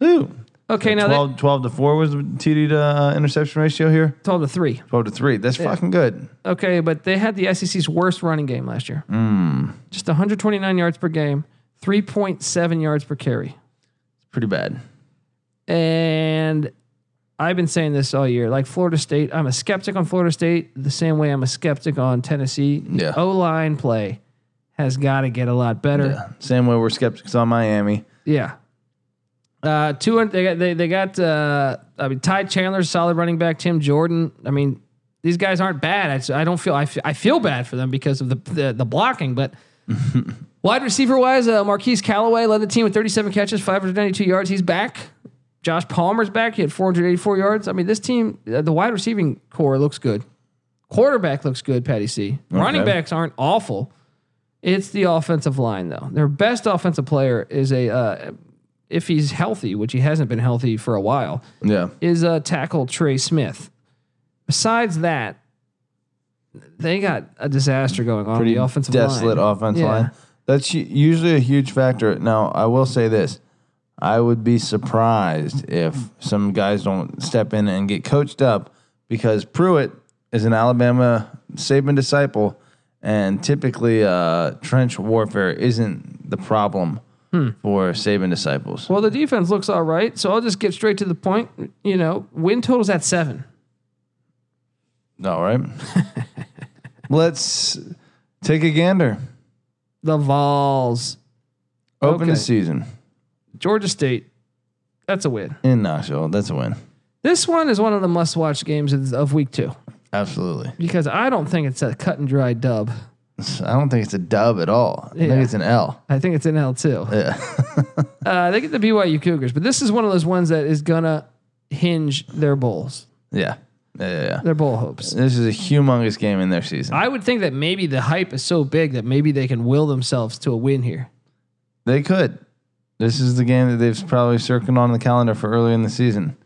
A: Woo.
B: Ooh.
A: Okay, now
B: 12, 12 to 4 was the TD to uh, interception ratio here.
A: that 12 to 3.
B: 12 to 3. That's fucking good.
A: Okay, but they had the SEC's worst running game last year. Just 129 yards per game, 3.7 yards per carry.
B: Pretty bad.
A: And I've been saying this all year. Like Florida State, I'm a skeptic on Florida State the same way I'm a skeptic on Tennessee.
B: Yeah.
A: O line play has got to get a lot better.
B: Same way we're skeptics on Miami.
A: Yeah. Uh, two they got they, they got uh, I mean Ty Chandler's solid running back Tim Jordan I mean these guys aren't bad I, just- I don't feel I, feel I feel bad for them because of the the, the blocking but wide receiver wise uh, Marquise Callaway led the team with 37 catches 592 yards he's back Josh Palmer's back he had 484 yards I mean this team uh, the wide receiving core looks good quarterback looks good Patty C running
B: Okay.
A: backs aren't awful it's the offensive line though their best offensive player is a uh, if he's healthy, which he hasn't been healthy for a while,
B: Yeah.
A: is uh, tackle Trey Smith. Besides that, they got a disaster going on the offensive
B: desolate
A: line.
B: offense
A: Yeah.
B: line. That's u- usually a huge factor. Now, I will say this. I would be surprised if some guys don't step in and get coached up because Pruitt is an Alabama Saban disciple, and typically uh, trench warfare isn't the problem for Saban disciples.
A: Hmm. Well, the defense looks all right, so I'll just get straight to the point. You know, win totals at seven.
B: All right. Let's take a gander.
A: The Vols,
B: Open
A: Okay.
B: the season
A: Georgia State, that's a win.
B: in Knoxville. That's a win.
A: This one is one of the must-watch games of, of week two
B: Absolutely.
A: because I don't think it's a cut and dry dub.
B: I don't think it's a dub at all. I
A: Yeah.
B: think it's an L.
A: I think it's in L two. uh, they get the BYU Cougars, but this is one of those ones that is gonna hinge their bowls,
B: Yeah. Yeah. yeah, yeah.
A: their bowl hopes.
B: This is a humongous game in their season.
A: I would think that maybe the hype is so big that maybe they can will themselves to a win here.
B: They could. This is the game that they've probably circled on the calendar for early in the season.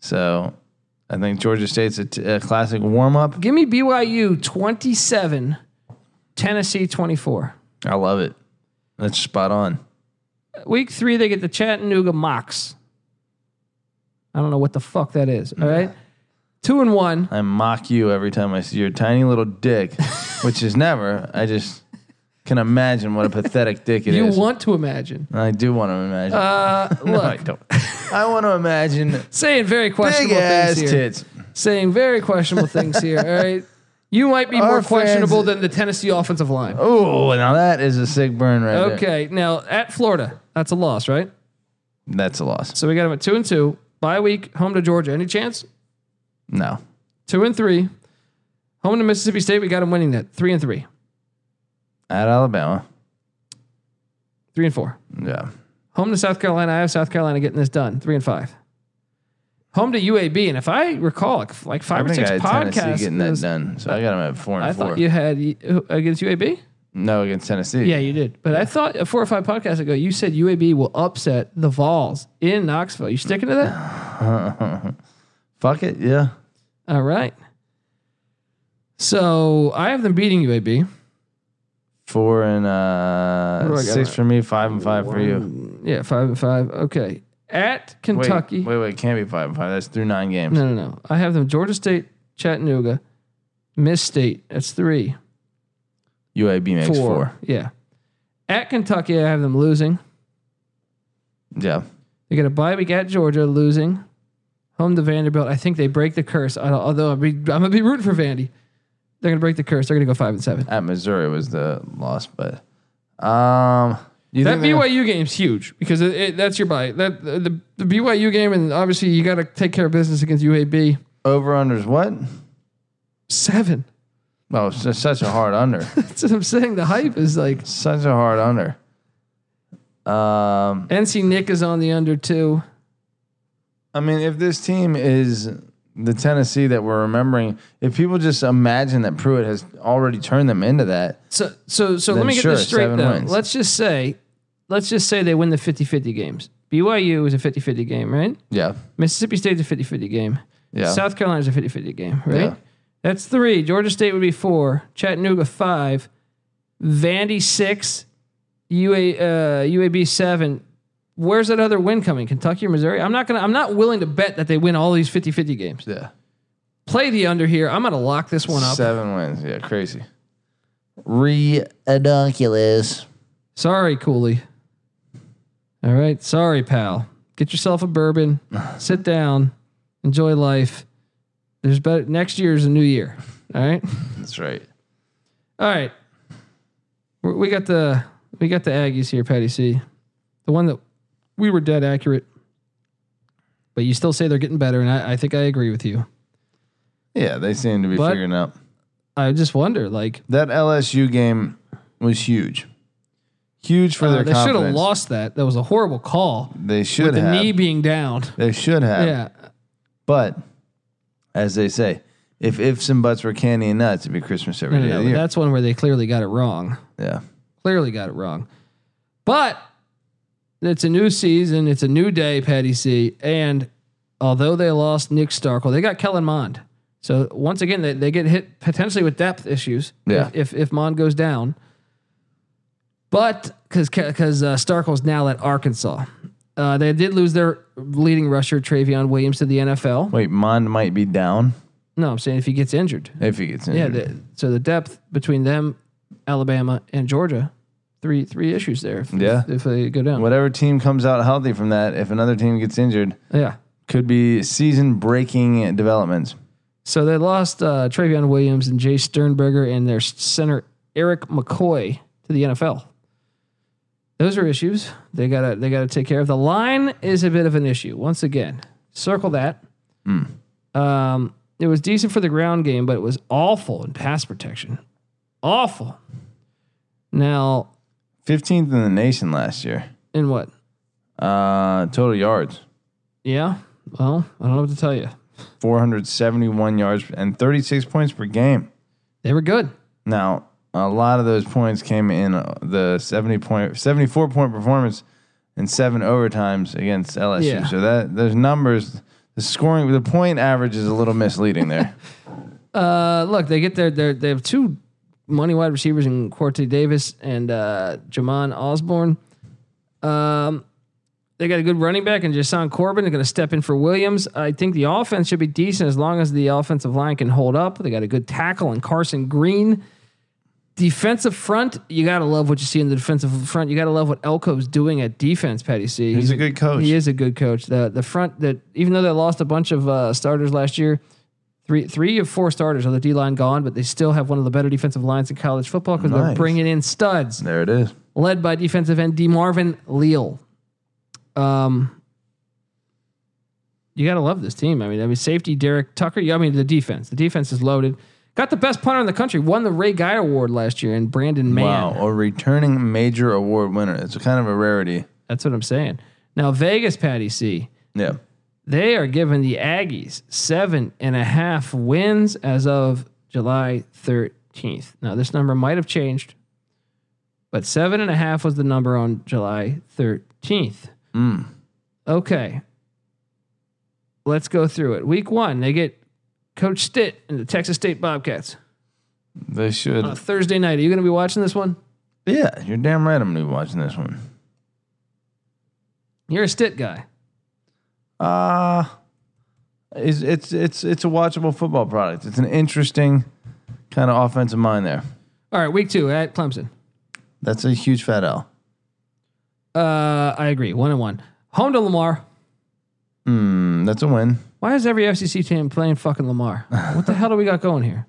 B: So I think Georgia State's a, t- a classic warm up.
A: Give me BYU 27, Tennessee 24.
B: I love it. That's spot on.
A: Week three, they get the Chattanooga Mocs. I don't know what the fuck that is. All right. Two and one.
B: I mock you every time I see your tiny little dick, which is never. I just can imagine what a pathetic dick it is.
A: You want to imagine.
B: I do want to imagine.
A: Uh, look,
B: I don't. I want to imagine
A: saying very
B: big
A: questionable
B: ass
A: things here.
B: tits.
A: saying very questionable things here. All right. You might be
B: Our
A: more
B: fans-
A: questionable than the Tennessee offensive line.
B: Oh, now that is a sick burn right there.
A: Okay. Now at Florida, that's a loss, right?
B: That's a loss.
A: So we got them at two and two. Bye week, home to Georgia. Any chance?
B: No.
A: Two and three. Home to Mississippi State. We got them winning that. Three and three.
B: At Alabama.
A: Three and four.
B: Yeah.
A: Home to South Carolina. I have South Carolina getting this done. Three and five. Home to UAB. And if I recall, like, like
B: I
A: five or
B: think
A: six
B: I had
A: podcasts.
B: Tennessee getting that
A: is-
B: done. So I got them at four and
A: I
B: four.
A: thought you had uh, against UAB.
B: no, against Tennessee.
A: Yeah, you did. But I thought four or five podcasts ago, you said UAB will upset the Vols in Knoxville. You sticking to that?
B: Fuck it. Yeah.
A: All right. So I have them beating UAB.
B: Four and uh,
A: do I got
B: six
A: at?
B: for me, five and five for you.
A: Mm, Yeah, five and five. Okay. At
B: Wait,
A: Kentucky.
B: wait, wait. Can't be five and five. That's through nine games.
A: No, no, no. I have them Georgia State, Chattanooga, Miss State. That's three.
B: UAB makes
A: Four.
B: four.
A: Yeah. At Kentucky, I have them losing.
B: Yeah.
A: They get a bye week at Georgia, losing. Home to Vanderbilt. I think they break the curse. I- Although I'm, be, I'm gonna be rooting for Vandy. They're gonna break the curse. They're gonna go five and seven.
B: At Missouri was the loss, but um, you
A: That
B: think they're gonna-
A: BYU game's huge because it, it, that's your bye. That the, the BYU game, and obviously you got to take care of business against UAB.
B: over unders what?
A: Seven.
B: Oh, it's just such a hard under.
A: That's what I'm saying. The hype is like
B: Such a hard under. Um,
A: NC Nick is on the under two.
B: I mean, if this team is the Tennessee that we're remembering, if people just imagine that Pruitt has already turned them into that,
A: So so so let
B: Then
A: me get
B: sure,
A: this straight
B: seven
A: though.
B: wins.
A: Let's just say let's just say they win the 50-50 games. BYU is a 50-50 game, right?
B: yeah,
A: Mississippi State's a 50-50 game.
B: Yeah.
A: South Carolina's a 50-50 game, right?
B: Yeah.
A: That's 3. Georgia State would be 4, Chattanooga 5, Vandy 6, UA uh, UAB 7. Where's that other win coming? Kentucky or Missouri? I'm not going to I'm not willing to bet that they win all these 50-50 games.
B: yeah,
A: Play the under here. I'm going to lock this one up.
B: seven wins, yeah, crazy. Redonkulous.
A: Sorry, Cooley. All right. Sorry, pal. Get yourself a bourbon, sit down, enjoy life. There's better next year's a new year. All right.
B: That's right.
A: All right. We- We got the we got the Aggies here, Patty C. The one that we were dead accurate. But you still say they're getting better, and I, I think I agree with you.
B: Yeah, they seem to be
A: But-
B: figuring out.
A: I just wonder, like
B: That LSU game was huge, huge for
A: uh,
B: their
A: they should have
B: confidence.
A: lost that. That was a horrible call.
B: They should
A: The
B: have.
A: knee being down.
B: they should have.
A: Yeah.
B: But as they say, if ifs and buts were candy and nuts, it'd be Christmas every
A: No,
B: day
A: no, no,
B: of
A: but
B: the year.
A: that's one where they clearly got it wrong.
B: yeah.
A: clearly got it wrong. But it's a new season, it's a new day, Patty C. And although they lost Nick Starkle, they got Kellen Mond. So once again, they, they get hit potentially with depth issues
B: Yeah.
A: if, if if Mond goes down. But because because uh, Starkle's now at Arkansas, uh, they did lose their leading rusher Travion Williams to the NFL.
B: Wait, Mond might be down
A: No, I'm saying if he gets injured,
B: if he gets
A: yeah.
B: injured.
A: The, so the depth between them, Alabama and Georgia, three three issues there. If,
B: Yeah.
A: If, they go down.
B: Whatever team comes out healthy from that, if another team gets injured,
A: Yeah.
B: could be season breaking developments.
A: So they lost uh, Travion Williams and Jay Sternberger and their center Eric McCoy to the NFL. Those are issues they gotta they gotta take care of. The line is a bit of an issue once again. Circle that. Um, it was decent for the ground game, but it was awful in pass protection. Awful. Now
B: 15th in the nation last year.
A: in what?
B: Uh, total yards
A: Yeah. Well, I don't know what to tell you.
B: 471 yards and 36 points per game.
A: They were good.
B: Now, a lot of those points came in uh, the 70 point 74 point performance in seven overtimes against LSU.
A: Yeah.
B: So that those numbers the scoring the point average is a little misleading there.
A: Uh, look, they get their, their they have two money wide receivers in Corte Davis and uh, Jamon Osborne. Um, they got a good running back and Jason Corbin is going to step in for Williams. I think the offense should be decent as long as the offensive line can hold up. They got a good tackle in Carson Green. Defensive front, you got to love what you see in the defensive front. You got to love what Elko's doing at defense, Patty C.
B: He's a good coach.
A: He is a good coach. The the front that even though they lost a bunch of uh, starters last year, three three of four starters on the D line gone, but they still have one of the better defensive lines in college football because they're
B: Nice.
A: bringing in studs
B: There it is.
A: led by defensive end D Marvin Leal. Um, you gotta love this team. I mean, I mean safety Derek Tucker. yeah, I mean the defense. The defense is loaded. Got the best punter in the country. Won the Ray Guy Award last year, and Brandon Mann.
B: Wow, a returning major award winner. It's kind of a rarity.
A: That's what I'm saying. Now Vegas, Patty C.
B: Yeah.
A: They are giving the Aggies seven and a half wins as of July 13th. Now, this number might have changed, but seven and a half was the number on July 13th.
B: Mm.
A: Okay. Let's go through it. Week one, they get Coach Stitt and the Texas State Bobcats.
B: They should.
A: On a Thursday night, are you going to be watching this one?
B: yeah, you're damn right I'm going to be watching this one.
A: You're a Stitt guy.
B: Uh it's it's it's it's a watchable football product. It's an interesting kind of offensive mind there.
A: All right, week two at Clemson.
B: That's a huge fat L.
A: Uh, I agree. One and one. Home to Lamar.
B: Mm, that's a win.
A: Why is every FCC team playing fucking Lamar? What the hell do we got going here?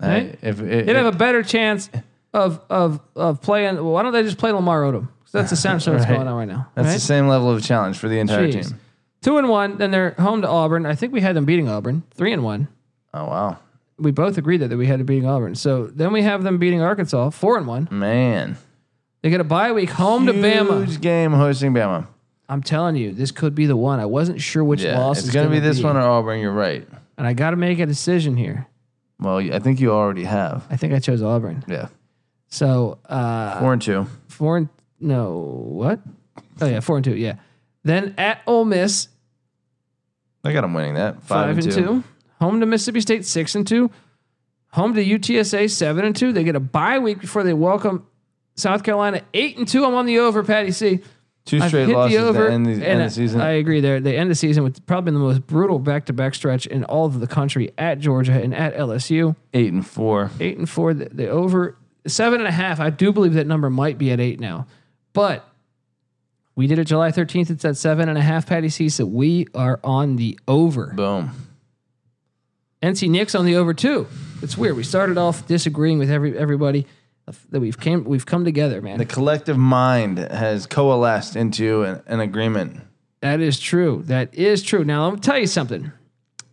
A: Right?
B: I- if it,
A: They'd have a better chance of of of playing. Well, why don't they just play Lamar Odom? 'Cause that's essentially what's
B: Right.
A: going on right now.
B: that's the
A: That's
B: same level of challenge for the entire
A: right? Jeez.
B: team.
A: Two and one. Then they're home to Auburn. I think we had them beating Auburn. Three and one.
B: Oh wow,
A: We both agreed that, that we had them beating Auburn. So then we have them beating Arkansas. Four and one.
B: man!
A: They get a bye week home to Bama.
B: Huge game hosting Bama.
A: I'm telling you, this could be the one. I wasn't sure which
B: Yeah,
A: loss
B: it's
A: is
B: going to be
A: gonna
B: this one or Auburn. You're right.
A: And and I got to make a decision here.
B: Well, I think you already have.
A: I think I chose Auburn.
B: Yeah.
A: So uh,
B: Four and two.
A: four and no what? Oh yeah, four and two. Yeah. Then at Ole Miss,
B: I got them winning that. Five,
A: five and two. Home to Mississippi State, six and two. Home to UTSA, seven and two. They get a bye week before they welcome South Carolina, eight and two. I'm on the over, Patty C.
B: Two
A: I've
B: straight
A: hit
B: losses
A: the over
B: to end the, end
A: I-
B: the season.
A: I agree. There, they end the season with probably the most brutal back-to-back stretch in all of the country at Georgia and at LSU.
B: Eight and four.
A: Eight and four. The, the over seven and a half. I do believe that number might be at eight now, but we did it July 13th. It's at seven and a half. Patty C. So we are on the over.
B: Boom.
A: NC Nick's on the over too. It's weird. We started off disagreeing with every everybody that we've came we've come together, man.
B: The collective mind has coalesced into an, an agreement.
A: That is true. That is true. Now, I'm gonna tell you something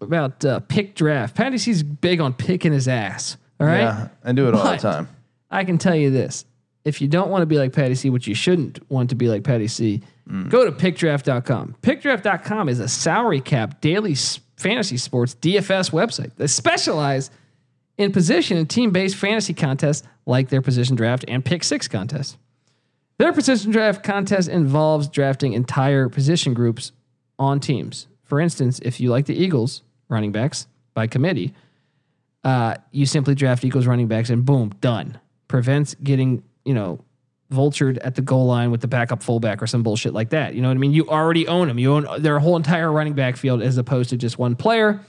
A: about uh, pick draft. Patty C's big on picking his ass. All right.
B: Yeah, I do it all the
A: But-
B: time.
A: I can tell you this. If you don't want to be like Patty C, which you shouldn't want to be like Patty C, go to pickdraft.com. Pickdraft.com is a salary cap daily s- fantasy sports DFS website that specialize in position and team based fantasy contests like their position draft and pick six contest. Their position draft contest involves drafting entire position groups on teams. For instance, if you like the Eagles running backs by committee, uh, you simply draft Eagles running backs and boom, done. Prevents getting, you know, vultured at the goal line with the backup fullback or some bullshit like that. You know what I mean? You already own them. You own their whole entire running back field as opposed to just one player.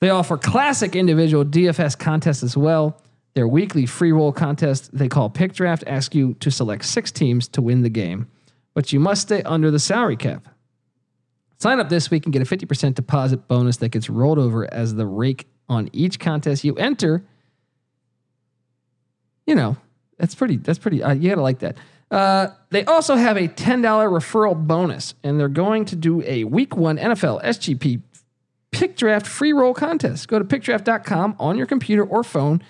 A: They offer classic individual DFS contests as well. Their weekly free roll contest they call Pick Draft ask you to select six teams to win the game, but you must stay under the salary cap. Sign up this week and get a 50% deposit bonus that gets rolled over as the rake on each contest you enter. You know, that's pretty, that's pretty, uh, you gotta like that. Uh, they also have a $10 referral bonus, and they're going to do a week one NFL SGP pick draft free roll contest. Go to pickdraft.com on your computer or phone,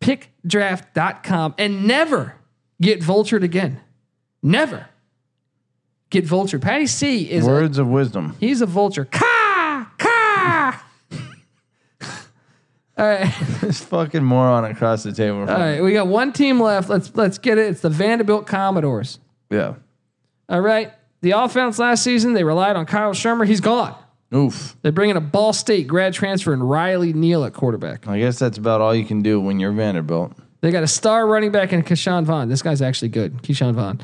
A: pickdraft.com, and never get vultured again. Never get vultured. Patty C is a
B: Words of wisdom.
A: He's a vulture. Ka ka. All right,
B: This fucking moron across the table.
A: all right. We got one team left. Let's let's get it. It's the Vanderbilt Commodores.
B: Yeah.
A: All right. The offense last season they relied on Kyle Shermer. He's gone.
B: Oof.
A: They bring in a Ball State grad transfer and Riley Neal at quarterback.
B: I guess that's about all you can do when you're Vanderbilt.
A: They got a star running back in Keyshawn Vaughn. This guy's actually good. Keyshawn Vaughn.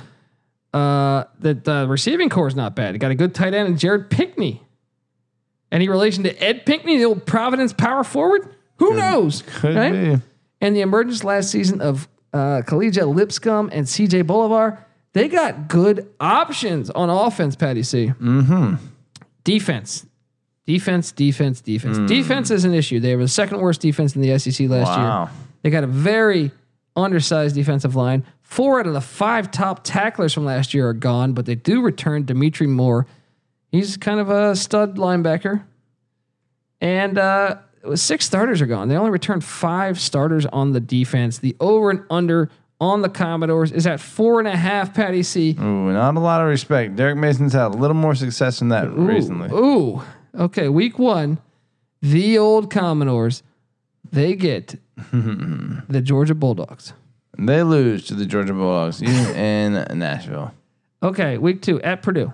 A: Uh, the, the receiving core is not bad. They got a good tight end and Jared Pickney. Any relation to Ed Pickney, the old Providence power forward? Who knows?
B: Could
A: right?
B: be.
A: And the emergence last season of uh, Collegiate Lipscomb and CJ Bolivar, they got good options on offense, Patty C. Mm-hmm. Defense. Defense, defense, defense. Defense is an issue. They were the second worst defense in the SEC last
B: Wow.
A: year. They got a very undersized defensive line. Four out of the five top tacklers from last year are gone, but they do return Dimitri Moore. He's kind of a stud linebacker. And uh, it was six starters are gone. They only returned five starters on the defense. The over and under on the Commodores is at four and a half, Patty C.
B: Ooh, not a lot of respect. Derek Mason's had a little more success in that recently.
A: Ooh. Okay, week one, the old Commodores, they get the Georgia Bulldogs.
B: They lose to the Georgia Bulldogs even in Nashville.
A: Okay, week two at Purdue.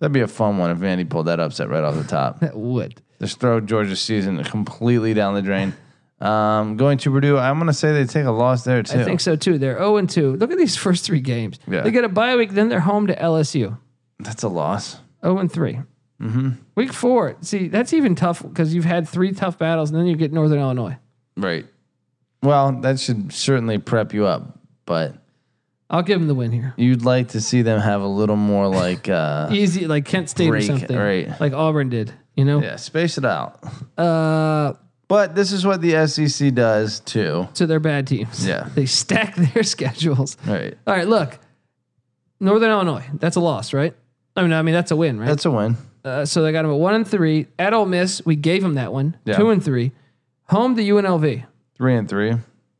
B: That'd be a fun one if Vandy pulled that upset right off the top.
A: That would.
B: Just throw Georgia's season completely down the drain. Um, going to Purdue, I'm gonna say they take a loss there too.
A: I think so too. They're 0 and 2. Look at these first three games.
B: Yeah.
A: They get a bye week, then they're home to LSU.
B: That's a loss.
A: 0 Oh, and 3.
B: Mm-hmm.
A: Week four. See, that's even tough because you've had three tough battles and then you get Northern Illinois.
B: Right. Well, that should certainly prep you up, but
A: I'll give them the win here.
B: you'd like to see them have a little more like uh
A: Easy, like Kent State
B: Break,
A: or something.
B: right.
A: Like Auburn did, you know?
B: yeah, space it out.
A: Uh,
B: But this is what the SEC does too.
A: to their bad teams.
B: Yeah.
A: They stack their schedules.
B: Right.
A: All right, look. Northern Illinois, that's a loss, right? I mean, I mean that's a win, right?
B: That's a win.
A: Uh, so they got him at one and three at Ole Miss. We gave him that one.
B: Yeah.
A: Two and three, home to UNLV,
B: Three and three.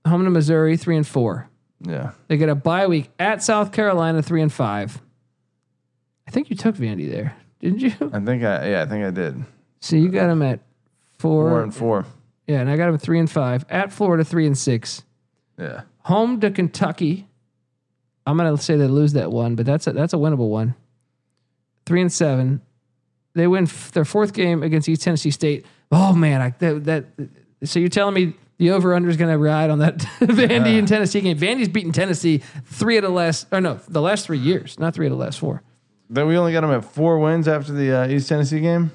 A: home to Missouri. Three and four.
B: Yeah.
A: They get a bye week at South Carolina. Three and five. I think you took Vandy there, didn't you?
B: I think I yeah, I think I did.
A: So you got him at four.
B: Four and four.
A: Yeah, and I got them three and five. At Florida, three and six.
B: Yeah.
A: Home to Kentucky. I'm gonna say they lose that one, but that's a that's a winnable one. Three and seven. They win f- their fourth game against East Tennessee State. Oh man, I, that, that. So you're telling me the over under is gonna ride on that Vandy and Tennessee game? Vandy's beaten Tennessee three of the last, or no, the last three years, not three of the last four.
B: Then we only got them at four wins after the uh, East Tennessee game.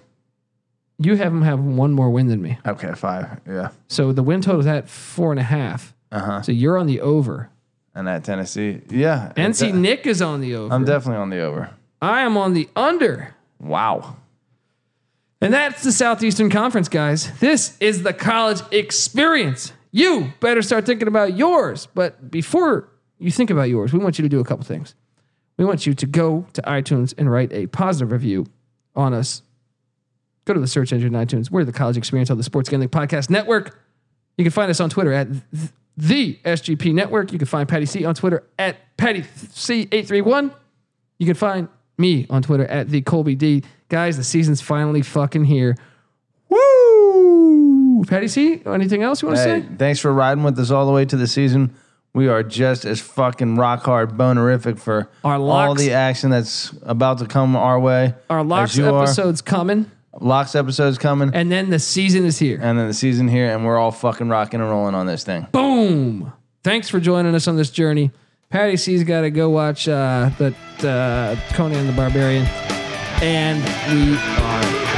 A: You have them have one more win than me.
B: Okay, five. Yeah.
A: So the win total is at four and a half.
B: Uh-huh.
A: So you're on the over.
B: And at Tennessee, yeah.
A: NC Nick is on the over.
B: I'm definitely on the over.
A: I am on the under.
B: Wow.
A: And that's the Southeastern Conference, guys. This is the college experience. You better start thinking about yours. But before you think about yours, we want you to do a couple things. We want you to go to iTunes and write a positive review on us. Go to the search engine in iTunes. We're the college experience on the Sports Gambling Podcast Network. You can find us on Twitter at th- the SGP Network. You can find Patty C on Twitter at Patty C eight three one. You can find me on Twitter at the Colby D. Guys, the season's finally fucking here. Woo! Patty C, anything else you want to
B: Hey,
A: say?
B: thanks for riding with us all the way to the season. We are just as fucking rock hard bonerific for
A: Our
B: all
A: locks-
B: the action that's about to come our way.
A: Our
B: as
A: locks
B: you are.
A: episode's coming,
B: Locks episode's coming.
A: and then the season is here.
B: and then the season here, and we're all fucking rocking and rolling on this thing.
A: Boom! Thanks for joining us on this journey. Patty C's got to go watch uh, the uh, Conan the Barbarian, and we are.